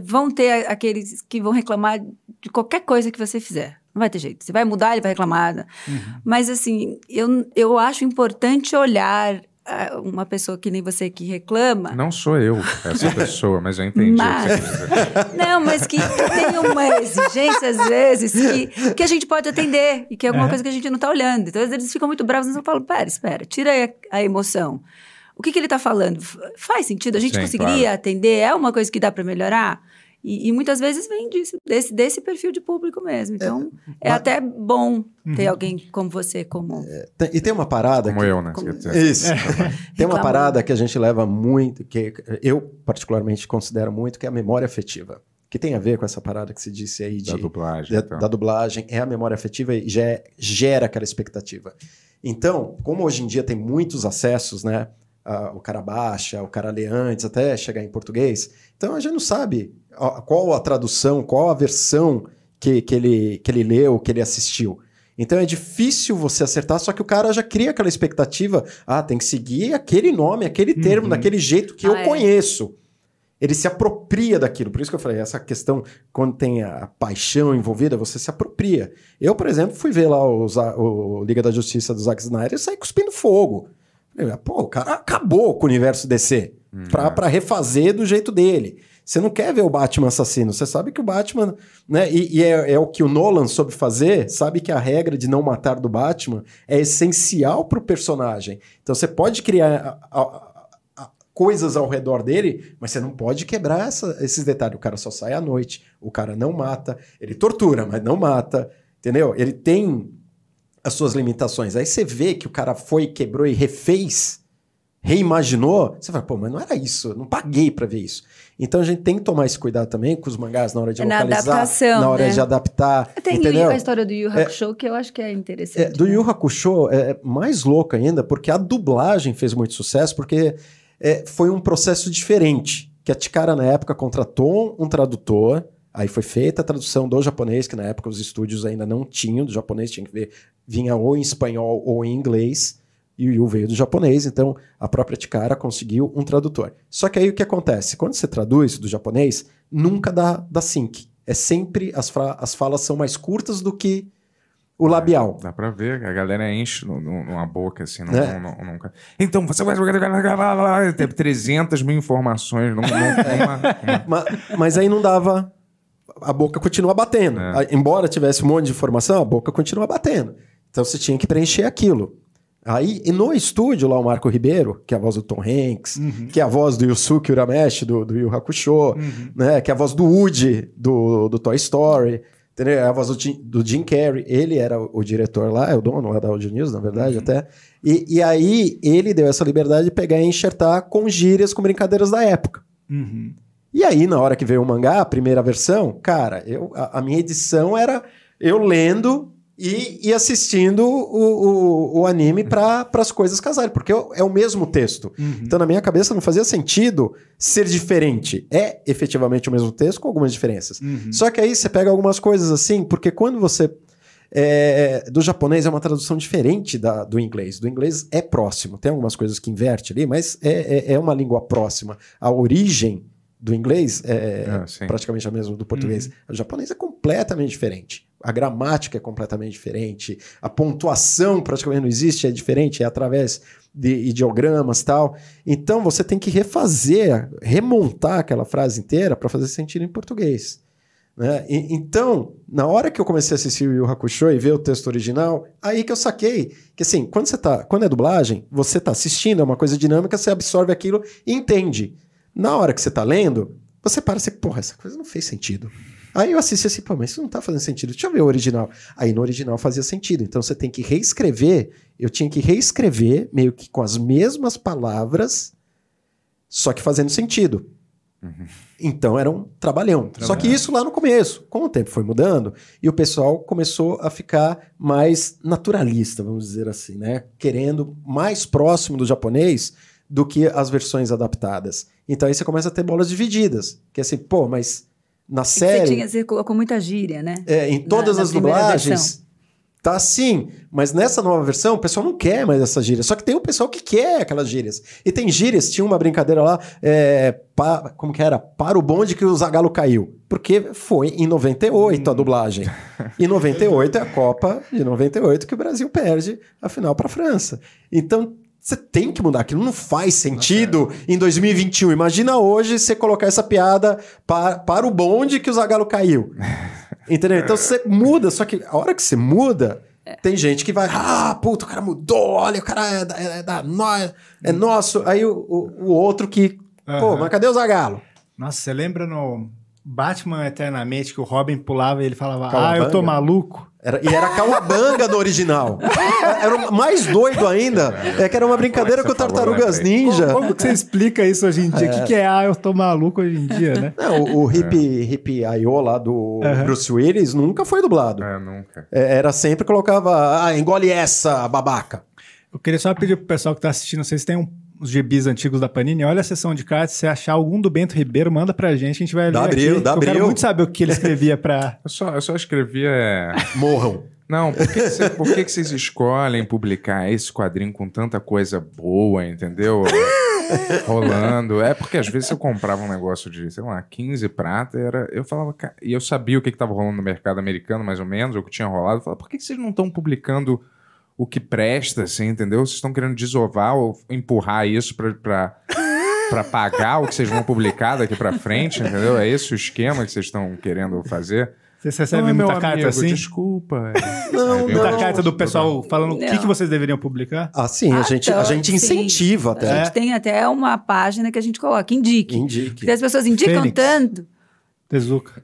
Vão ter a- aqueles que vão reclamar de qualquer coisa que você fizer. Não vai ter jeito. Você vai mudar, ele vai reclamar. né? Mas assim, eu, eu acho importante olhar ah, uma pessoa que nem você que reclama. Não sou eu, é essa [laughs] pessoa, mas eu entendi o que você Mas- quis dizer. Não, mas que tem uma exigência, às vezes, que, que a gente pode atender e que é alguma coisa que a gente não está olhando. Então, às vezes, eles ficam muito bravos, mas eu falo, pera, espera, tira aí a, a emoção. O que, que ele está falando? F- Faz sentido? A gente Sim, conseguiria atender? É uma coisa que dá para melhorar? E, e muitas vezes vem disso, desse, desse perfil de público mesmo. Então, é, mas- É, até bom ter alguém como você, como... Tem- e tem uma parada. Como que- eu, né? como- assim. Quer dizer, Isso. É. [laughs] Tem uma Reclamando. parada que a gente leva muito, que eu particularmente considero muito, que é a memória afetiva. Que tem a ver com essa parada que se disse aí de, Da dublagem. da, então. da dublagem, é a memória afetiva e já gera aquela expectativa. Então, como hoje em dia tem muitos acessos, né? a- o cara baixa, o cara lê antes, até chegar em português. Então a gente não sabe a- qual a tradução, qual a versão que, que, ele, que ele leu, que ele assistiu. Então é difícil você acertar, só que o cara já cria aquela expectativa. Ah, tem que seguir aquele nome, aquele Uhum. termo, daquele jeito que eu Ah, é. conheço. Ele se apropria daquilo. Por isso que eu falei, essa questão, quando tem a paixão envolvida, você se apropria. Eu, por exemplo, fui ver lá o, Za- o Liga da Justiça do Zack Snyder e saí cuspindo fogo. Falei, Pô, o cara acabou com o universo DC pra, pra refazer do jeito dele. Você não quer ver o Batman assassino, você sabe que o Batman, né? E, e é, é o que o Nolan soube fazer, sabe que a regra de não matar do Batman é essencial pro personagem. Então você pode criar a- a- a- coisas ao redor dele, mas você não pode quebrar essa- esses detalhes. O cara só sai à noite, o cara não mata, ele tortura, mas não mata, entendeu? Ele tem as suas limitações. Aí você vê que o cara foi, quebrou e refez, reimaginou, você fala, pô, mas não era isso, eu não paguei pra ver isso. Então a gente tem que tomar esse cuidado também com os mangás na hora de É na localizar, adaptação, na hora né? de adaptar, Tem entendeu? a história do Yu Hakusho, que eu acho que é É, interessante. do Yu Hakusho é é mais louco ainda, porque a dublagem fez muito sucesso, porque é, foi um processo diferente. Que a Tikara, na época, contratou um tradutor, aí foi feita a tradução do japonês, que na época os estúdios ainda não tinham, do japonês tinha que ver, vinha ou em espanhol ou em inglês, e o Yu veio do japonês, então a própria Tikara conseguiu um tradutor. Só que aí o que acontece? Quando você traduz do japonês, nunca dá, dá sync. É sempre, as, fra- as falas são mais curtas do que o labial. Dá pra ver, a galera enche no- no- numa boca, assim, não, Né? não- não- nunca. Então, você vai jogar. Tem 300 mil informações. Não, não, uma- uma- Ma- mas aí não dava. A boca continua batendo. É. A- Embora tivesse um monte de informação, a boca continua batendo. Então você tinha que preencher aquilo. Aí, e no estúdio, lá o Marco Ribeiro, que é a voz do Tom Hanks, que é a voz do Yusuke Urameshi, do, do Yu Hakusho, Uhum. né? que é a voz do Woody, do, do Toy Story, entendeu? É a voz do Jim, do Jim Carrey. Ele era o, o diretor lá, é o dono lá da Audio News, na verdade, até. E, e aí, ele deu essa liberdade de pegar e enxertar com gírias, com brincadeiras da época. Uhum. E aí, na hora que veio o mangá, a primeira versão, cara, eu, a, a minha edição era eu lendo e, e assistindo o, o, o anime para as coisas casarem, porque eu- é o mesmo texto. Uhum. Então, na minha cabeça, não fazia sentido ser diferente. É efetivamente o mesmo texto, com algumas diferenças. Uhum. Só que aí você pega algumas coisas assim, porque quando você. é, do japonês é uma tradução diferente da, do inglês. Do inglês é próximo, tem algumas coisas que inverte ali, mas é, é, é uma língua próxima. A origem do inglês [laughs] é, Ah, sim. praticamente a mesma do português. O japonês é completamente diferente. A gramática é completamente diferente. A pontuação praticamente não existe, é diferente, é através de ideogramas e tal. Então você tem que refazer, remontar aquela frase inteira para fazer sentido em português. né? E- então, na hora que eu comecei a assistir o Yu Hakusho e ver o texto original, aí que eu saquei que assim, quando você tá, quando é dublagem, você tá assistindo, é uma coisa dinâmica, você absorve aquilo e entende. Na hora que você tá lendo, você para e você, porra, essa coisa não fez sentido. Aí eu assisti assim, pô, mas isso não tá fazendo sentido. Deixa eu ver o original. Aí no original fazia sentido. Então você tem que reescrever. Eu tinha que reescrever meio que com as mesmas palavras, só que fazendo sentido. Então era um trabalhão. Só que isso lá no começo, com o tempo foi mudando e o pessoal começou a ficar mais naturalista, vamos dizer assim, né? Querendo mais próximo do japonês do que as versões adaptadas. Então aí você começa a ter bolas divididas, que é assim, pô, mas na E Você, série tinha, você colocou muita gíria, né? é, em Na- todas na as primeira dublagens. versão. Tá assim, mas nessa nova versão o pessoal não quer mais essas gírias. Só que tem o pessoal que quer aquelas gírias. E tem gírias, tinha uma brincadeira lá, é, pa- como que era? Para o bonde que o Zagalo caiu. Porque foi em 98 Hum. a [laughs] dublagem. E 98 é a Copa de 98 que o Brasil perde a final para a França. Então você tem que mudar. Aquilo não faz sentido em 2021. Imagina hoje você colocar essa piada para, para o bonde que o Zagalo caiu. Entendeu? Então você muda, só que a hora que você muda, É. tem gente que vai, ah, puta, o cara mudou, olha, o cara é, da, é, da nó- é nosso. Aí o, o- o outro que, pô, Aham. mas cadê o Zagalo? Nossa, você lembra no Batman Eternamente que o Robin pulava e ele falava, ah, Calabanga? eu tô maluco? Era- e era Calabanga no original. Era o mais doido ainda, é que era uma brincadeira com Como o é que você Tartarugas falou, né, Ninja. Como, como que você explica isso hoje em dia? O que, que é, ah, eu tô maluco hoje em dia, [laughs] né? Não, o, o É. Hip, hip I.O. lá do Bruce Willis nunca foi dublado. É, nunca. É, Era sempre colocava, ah, engole essa, babaca. Eu queria só pedir pro pessoal que tá assistindo, vocês têm um- uns gibis antigos da Panini, olha a sessão de cartas, se achar algum do Bento Ribeiro, manda pra gente, a gente vai ler Dá aqui. abril, dá eu abril. quero muito saber o que ele escrevia [laughs] pra... Eu só, eu só escrevia. é, Morram. Não, por que, que cê- por que que vocês escolhem publicar esse quadrinho com tanta coisa boa, entendeu? Rolando. É porque às vezes eu comprava um negócio de, sei lá, 15 prata, era, eu falava, "Ca-" e eu sabia o que estava rolando no mercado americano, mais ou menos, ou o que tinha rolado. Eu falava, por que, que vocês não estão publicando o que presta, assim, entendeu? Vocês estão querendo desovar ou empurrar isso pra. pra para pagar o que vocês vão publicar daqui pra frente, entendeu? É esse o esquema que vocês estão querendo fazer. Vocês recebem Ai, muita carta assim? é Desculpa. Não, Aí vem não. o Muita texto carta do pessoal falando o Não. que, que vocês deveriam publicar? Ah, sim, a Ah, gente, a então, gente sim. incentiva A até. gente tem até uma página que a gente coloca, É. indique. Indique. Porque as pessoas indicam Fênix. tanto, Tezuka.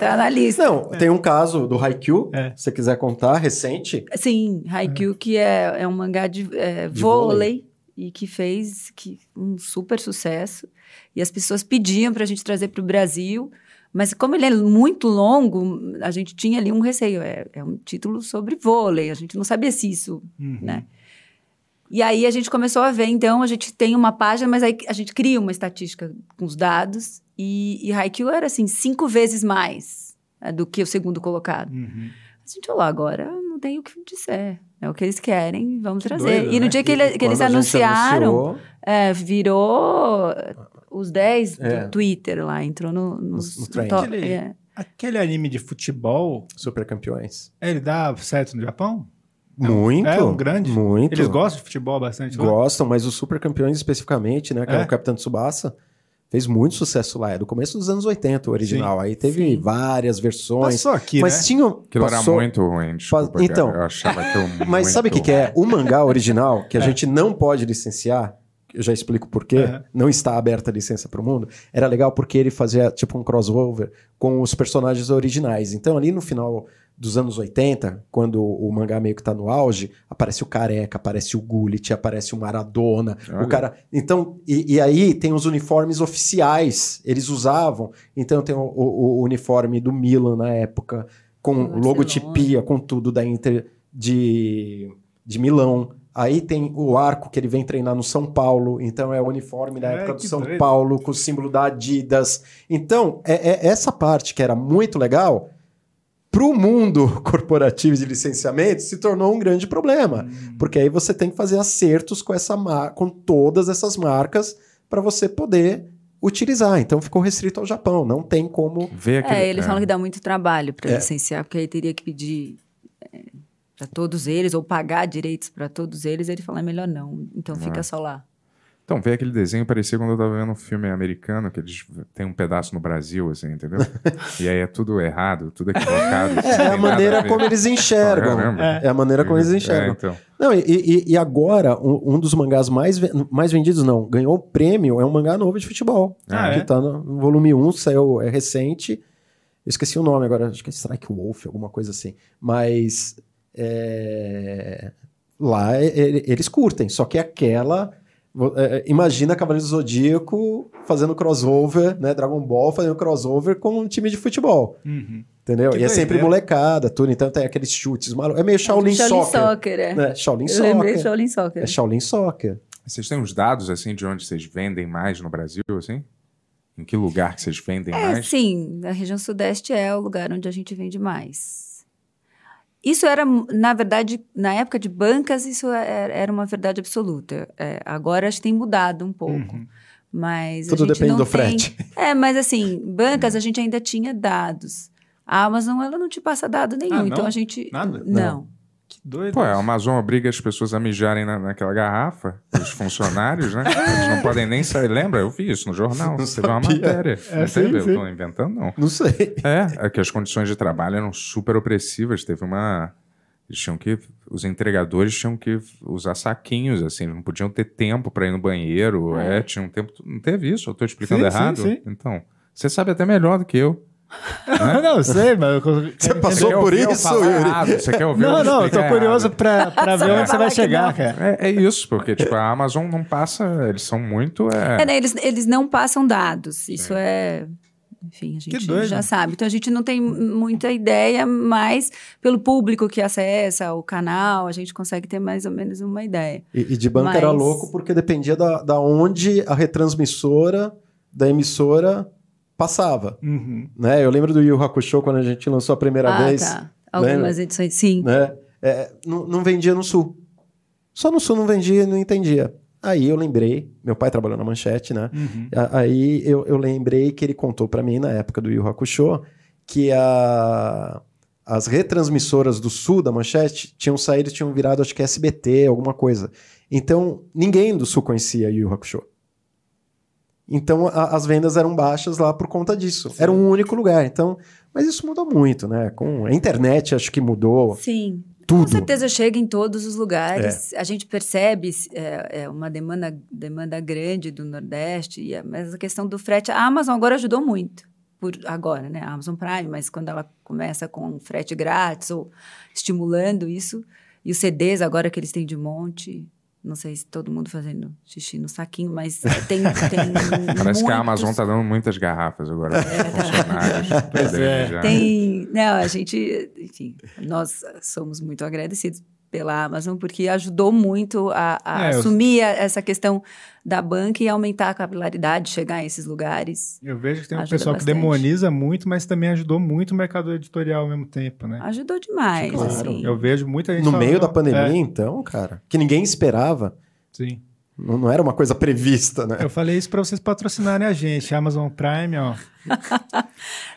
tá na lista. Não, tem um caso do Haikyuu, É. se você quiser contar, recente. Sim, Haikyuu, que é, é um mangá de, é, De vôlei. vôlei e que fez que, um super sucesso. E as pessoas pediam para a gente trazer para o Brasil, mas como ele é muito longo, a gente tinha ali um receio. É, é um título sobre vôlei, a gente não sabia se isso, Uhum. né? E aí a gente começou a ver, então a gente tem uma página, mas aí a gente cria uma estatística com os dados. E, e Haikyuu era assim, cinco vezes mais eh, do que o segundo colocado. Uhum. A gente olhou, agora não tem o que disser. É o que eles querem, vamos trazer. doido, e no né? dia que, ele- que eles Quando a gente anunciaram, anunciou, é, virou os 10 É. do Twitter lá, entrou no, nos No- no trend. top. Aquele- é. Aquele anime de futebol, é, Super campeões. ele dá certo no Japão? Muito. é um grande. Muito. Eles gostam de futebol bastante lá? Gostam, mas os Super Campeões especificamente, né? Que é. É? o Capitão Tsubasa. Fez muito sucesso lá. É do começo dos anos 80 o original. Aí teve Sim. várias versões. Passou aqui, mas né? tinham. Aquilo passou- era muito ruim, desculpa, cara. Então. Eu achava que eu [laughs] Mas sabe o que, que é? O mangá original, que a gente não pode licenciar, eu já explico por quê, Aham. não está aberta a licença para o mundo, era legal porque ele fazia tipo um crossover com os personagens originais. Então, ali no final dos anos 80, quando o mangá meio que tá no auge, aparece o Careca, aparece o Gullit, aparece o Maradona, Olha. o cara... Então, e, e aí tem os uniformes oficiais, eles usavam. Então tem o, o- o uniforme do Milan na época, com Barcelona. logotipia, com tudo da Inter de, de Milão. Aí tem o arco que ele vem treinar no São Paulo, então é o uniforme da É, época do que São doido. Paulo, com o símbolo da Adidas. Então, é, é essa parte que era muito legal, para o mundo [laughs] corporativo de licenciamento, se tornou um grande problema. Hum. Porque aí você tem que fazer acertos com, essa mar- com todas essas marcas para você poder utilizar. Então ficou restrito ao Japão, não [laughs] tem como. Vê aquele... É, eles falam que dá muito trabalho para É. licenciar, porque aí teria que pedir para todos eles, ou pagar direitos para todos eles. Ele fala, é melhor não, então fica só lá. Então, vê aquele desenho, parecia quando eu tava vendo um filme americano, que eles têm um pedaço no Brasil, assim, [laughs] entendeu? e aí é tudo errado, tudo né? equivocado. É, a maneira como eles enxergam. É. É a maneira como eles enxergam. então. Não, e, e- e agora, um, um dos mangás mais, ven- mais vendidos, não, ganhou o prêmio, é um mangá novo de futebol. Ah, que é? tá no, no volume 1, saiu, é recente. Eu esqueci o nome agora, acho que é Strike Wolf, alguma coisa assim. Mas é, lá e- e- eles curtem, só que é aquela Vo- é, é, Imagina Cavaleiros do Zodíaco fazendo crossover, né? Dragon Ball fazendo crossover com um time de futebol, Uhum. entendeu? Que e é sempre doideira. molecada, tudo. Então tem aqueles chutes malucos. É meio Shaolin, Soccer. é. Né? Shaolin Eu lembrei Soccer. Shaolin Soccer. É Shaolin Soccer. Vocês têm uns dados, assim, de onde vocês vendem mais no Brasil, assim? Em que lugar que vocês vendem É, mais? sim. A região sudeste é o lugar onde a gente vende mais. Isso era, na verdade, na época de bancas, isso era era uma verdade absoluta. É, agora acho que tem mudado um pouco. Uhum. Mas a Tudo gente depende não do tem- frete. [laughs] É, mas assim, bancas a gente ainda tinha dados. A Amazon, ela não te passa dado nenhum. Ah, não? Então a gente. Nada? Não. Que doido. é Pô, a isso. Amazon obriga as pessoas a mijarem na, naquela garrafa, os funcionários, né? Eles não podem nem sair. Lembra? Eu vi isso no jornal. Não Teve uma sabia. matéria. É, não sim, teve? sim. Eu tô inventando, não. Não sei. É, é que as condições de trabalho eram super opressivas. Teve uma. Eles tinham que. Os entregadores tinham que usar saquinhos, assim, não podiam ter tempo para ir no banheiro. É, tinha um tempo. Não teve isso, eu tô explicando Sim, sim, errado. sim. Então, você sabe até melhor do que eu. Não, não, eu sei, mas eu quero entender. passou- Só Quer por ouvir eu isso, falar Yuri. errado? Você quer ouvir Não, não, eu eu explicar tô errado? curioso pra, pra ver onde você vai chegar, cara. É, é isso, porque tipo, a Amazon não passa, eles são muito. É, É, né, eles, eles não passam dados. Isso é. Enfim, a gente doido. já sabe. Então a gente não tem muita ideia, mas pelo público que acessa o canal, a gente consegue ter mais ou menos uma ideia. E, e de banco era Mas- louco porque dependia da, da onde a retransmissora da emissora passava. Uhum. Né? Eu lembro do Yu Hakusho quando a gente lançou a primeira ah, vez. tá. Algumas edições, sim. né? É, não, não vendia no sul. Só no sul não vendia e não entendia. Aí eu lembrei, meu pai trabalhou na manchete, né? Uhum. A- Aí eu, eu lembrei que ele contou pra mim na época do Yu Hakusho que a- as retransmissoras do sul da manchete tinham saído, e tinham virado acho que SBT, alguma coisa. Então ninguém do sul conhecia Yu Hakusho. Então a- as vendas eram baixas lá por conta disso. Era um único lugar. Então, mas isso mudou muito, né? Com a internet acho que mudou Sim. Com tudo. certeza chega em todos os lugares. A gente percebe é, é, uma demanda, demanda grande do Nordeste, e a- mas a questão do frete. A Amazon agora ajudou muito. Por agora, né? A Amazon Prime, mas quando ela começa com um frete grátis ou estimulando isso, e os CDs agora que eles têm de monte. Não sei se todo mundo fazendo xixi no saquinho, mas tem. tem [laughs] parece que a muitos- É. Amazon tá dando muitas garrafas agora para os [laughs] funcionários. Pois Tudo é. aí já. Tem. Não, a gente, enfim, nós somos muito agradecidos pela Amazon, porque ajudou muito a, a É, eu- assumir a- essa questão da banca e aumentar a capilaridade, chegar a esses lugares. Eu vejo que tem um Ajuda pessoal que bastante. demoniza muito, mas também ajudou muito o mercado editorial ao mesmo tempo, né? Ajudou demais, Claro. assim. Eu vejo muita gente. No falando- meio da pandemia, É, então, cara, que ninguém esperava, sim. não, não era uma coisa prevista, né? Eu falei isso pra vocês patrocinarem a gente. Amazon Prime, ó.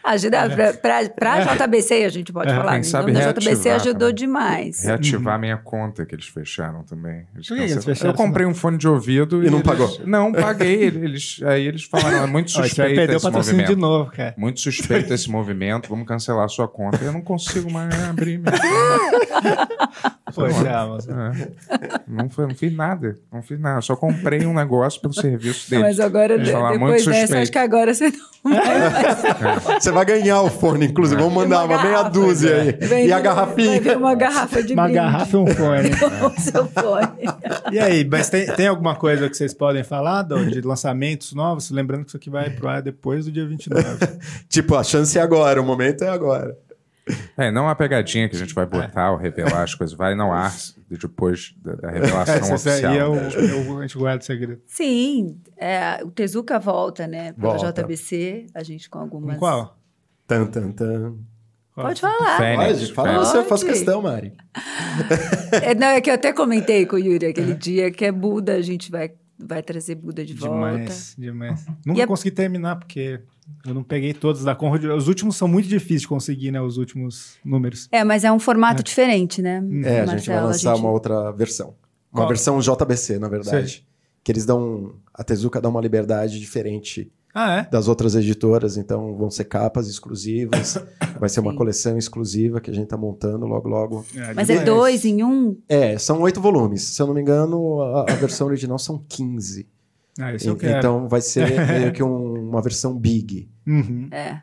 Ajudar para a JBC, a gente pode É, falar. né? quem no sabe nome da JBC reativar ajudou também. demais. Reativar minha conta que eles fecharam também. Eles Por que eles cancelaram. fecharam eu comprei um fone de ouvido E não eles- pagou? Não, paguei. Eles, aí eles falaram, é muito [laughs] Ó, a gente vai suspeito perder o esse patrocínio movimento. de novo, cara. Muito suspeito esse movimento, vamos cancelar a sua conta. Eu não consigo mais abrir minha conta. Tá Poxa, Amazon. É. Não, foi- não fiz nada, não fiz nada. Só comprei um negócio pelo serviço Não, deles. Mas agora, de- falar, muito depois dessa, suspeito. acho que agora você não vai. Você vai ganhar o fone, inclusive. Vamos mandar uma, meia garrafa, dúzia aí. Vem e a vir- Vai garrafinha. vir uma garrafa de Uma brinde [laughs] garrafa e um fone. com o seu fone. E aí, mas tem, tem alguma coisa que vocês podem falar, Dom, [laughs] de lançamentos novos? Lembrando que isso aqui vai pro ar depois do dia 29. Tipo, a chance é agora, o momento é agora. É, não a pegadinha que a É. gente vai botar ou revelar as coisas, vai no ar depois da, da revelação Essa, essa oficial. aí é o, né? é o- a gente guarda o segredo. Sim, é, o Tezuka volta, né? Pela Volta. JBC, a gente com algumas. Com qual? Tan, tan, tan. Qual? Pode falar. Fênix, Pode, fala Fênix. você, eu faço Pode. questão, Mari. É, não, é que eu até comentei com o Yuri aquele dia que é Buda, a gente vai, vai trazer Buda de volta. Demais, demais. Nunca E a- consegui terminar, porque eu não peguei todos da Conrad. Os últimos são muito difíceis de conseguir, né? Os últimos números. É, mas é um formato diferente, É, né? a gente vai Marcelo, lançar a gente- uma outra versão. Uma Qual? versão JBC, na verdade. Que eles dão. A Tezuka dá uma liberdade diferente Ah, é? das outras editoras, então vão ser capas [coughs] exclusivas. vai ser uma Sim. coleção exclusiva que a gente tá montando logo, logo. Mas é Ah, demais. dois em um? É, são oito volumes. Se eu não me engano, a, a versão original são 15. Ah, isso eu En- quero. Então [laughs] vai ser meio que um- uma versão big. Uhum. É.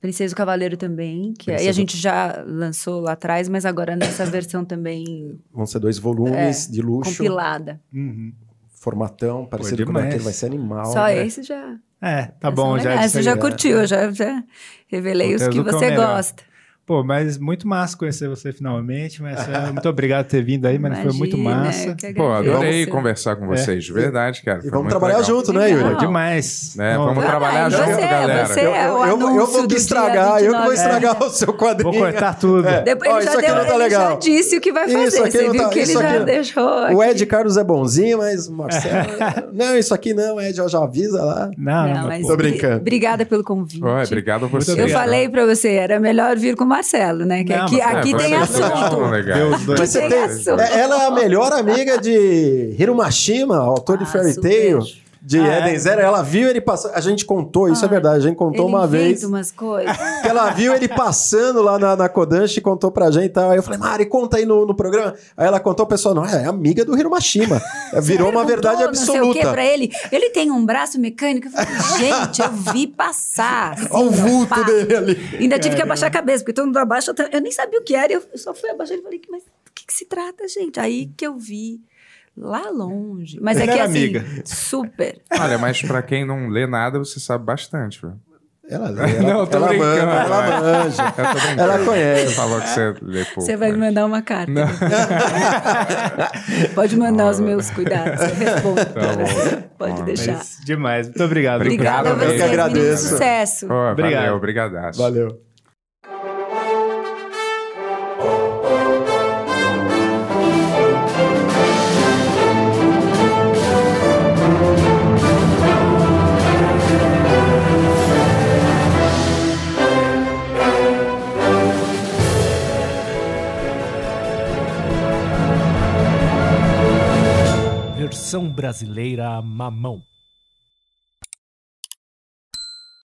Princesa do Cavaleiro também, que aí Princesa- a gente já lançou lá atrás, mas agora nessa versão também É, Vão ser dois volumes de luxo. compilada. Uhum. formatão, parecido com demais. aquele, vai ser animal. Só né? esse já. É, tá bom, já. Ah, é isso Você aí, já né? curtiu, já, já revelei os Conteúdo que é que o você melhor. gosta. Pô, mas muito massa conhecer você finalmente, mas é, muito obrigado por ter vindo aí, mano, foi muito Imagina, massa. que Pô, agradeço. adorei conversar com vocês, de verdade, cara. É. E foi vamos muito trabalhar legal. junto, né, Yuri? Legal. Demais. Né, Não, vamos Ah, trabalhar e junto, você, galera. você é o eu, eu, vou- eu anúncio vou que do dia estragar, eu que vou 29, estragar o seu Vou quadrinho. cortar tudo. É. Depois Ó, ele isso já aqui deu, não tá ele já legal. disse o que vai Isso fazer. aqui Você não viu tá- que ele isso já aqui não- deixou. O aqui. Ed Carlos é bonzinho, mas o [laughs] Marcelo. não, isso aqui não, Ed, ó, já avisa lá. Não, não, Não, mas Ah, Tô bri- brincando. Obrigada pelo convite. Ué, obrigado a você. Eu falei pra você, era melhor vir com o Marcelo, né? Que Não, aqui, mas- É, aqui foi tem legal, assunto. legal. Deus dois. Mas você tem tem. assunto. é- Ela é a melhor amiga de Hiro Mashima, autor de Ah, Fairy super. Tail, de Ah, Eden é? Zero. Ela viu ele passando. A gente contou, isso é verdade. A gente contou Ah, Ele uma vez. inventa umas coisas. Que ela viu ele passando lá na, na Kodansha e contou pra gente e tal. Aí eu falei, Mari, conta aí no, no programa. Aí ela contou, o pessoal, não, é amiga do Hiro Mashima. Virou [laughs] uma Perguntou, verdade um Não sei o que absoluta. pra ele. Ele tem um braço mecânico. Eu falei, gente, eu vi passar. assim, Olha o pá. vulto dele ali. Ainda tive que abaixar a cabeça, porque todo mundo abaixa. eu ta- Eu nem sabia o que era. Eu eu só fui abaixando e falei, mas do que, que se trata, gente? Aí que eu vi. Lá longe. Mas é que Era assim, amiga. super. Olha, mas pra quem não lê nada, você sabe bastante, velho. [laughs] Ela Não, tô ela brincando, manja, vai. ela manja. Eu tô brincando. Ela conhece. Você falou que você lê pouco. né? Você vai me mas- mandar uma carta. Não. [laughs] Pode mandar os meus cuidados. Eu respondo. bom. Pode Bom, deixar. Mas demais. Muito obrigado. Obrigada a Obrigado vocês, mesmo. Eu que meninos. agradeço. Sucesso. Pô, Obrigado. Valeu, obrigadaço. Valeu. Versão brasileira mamão.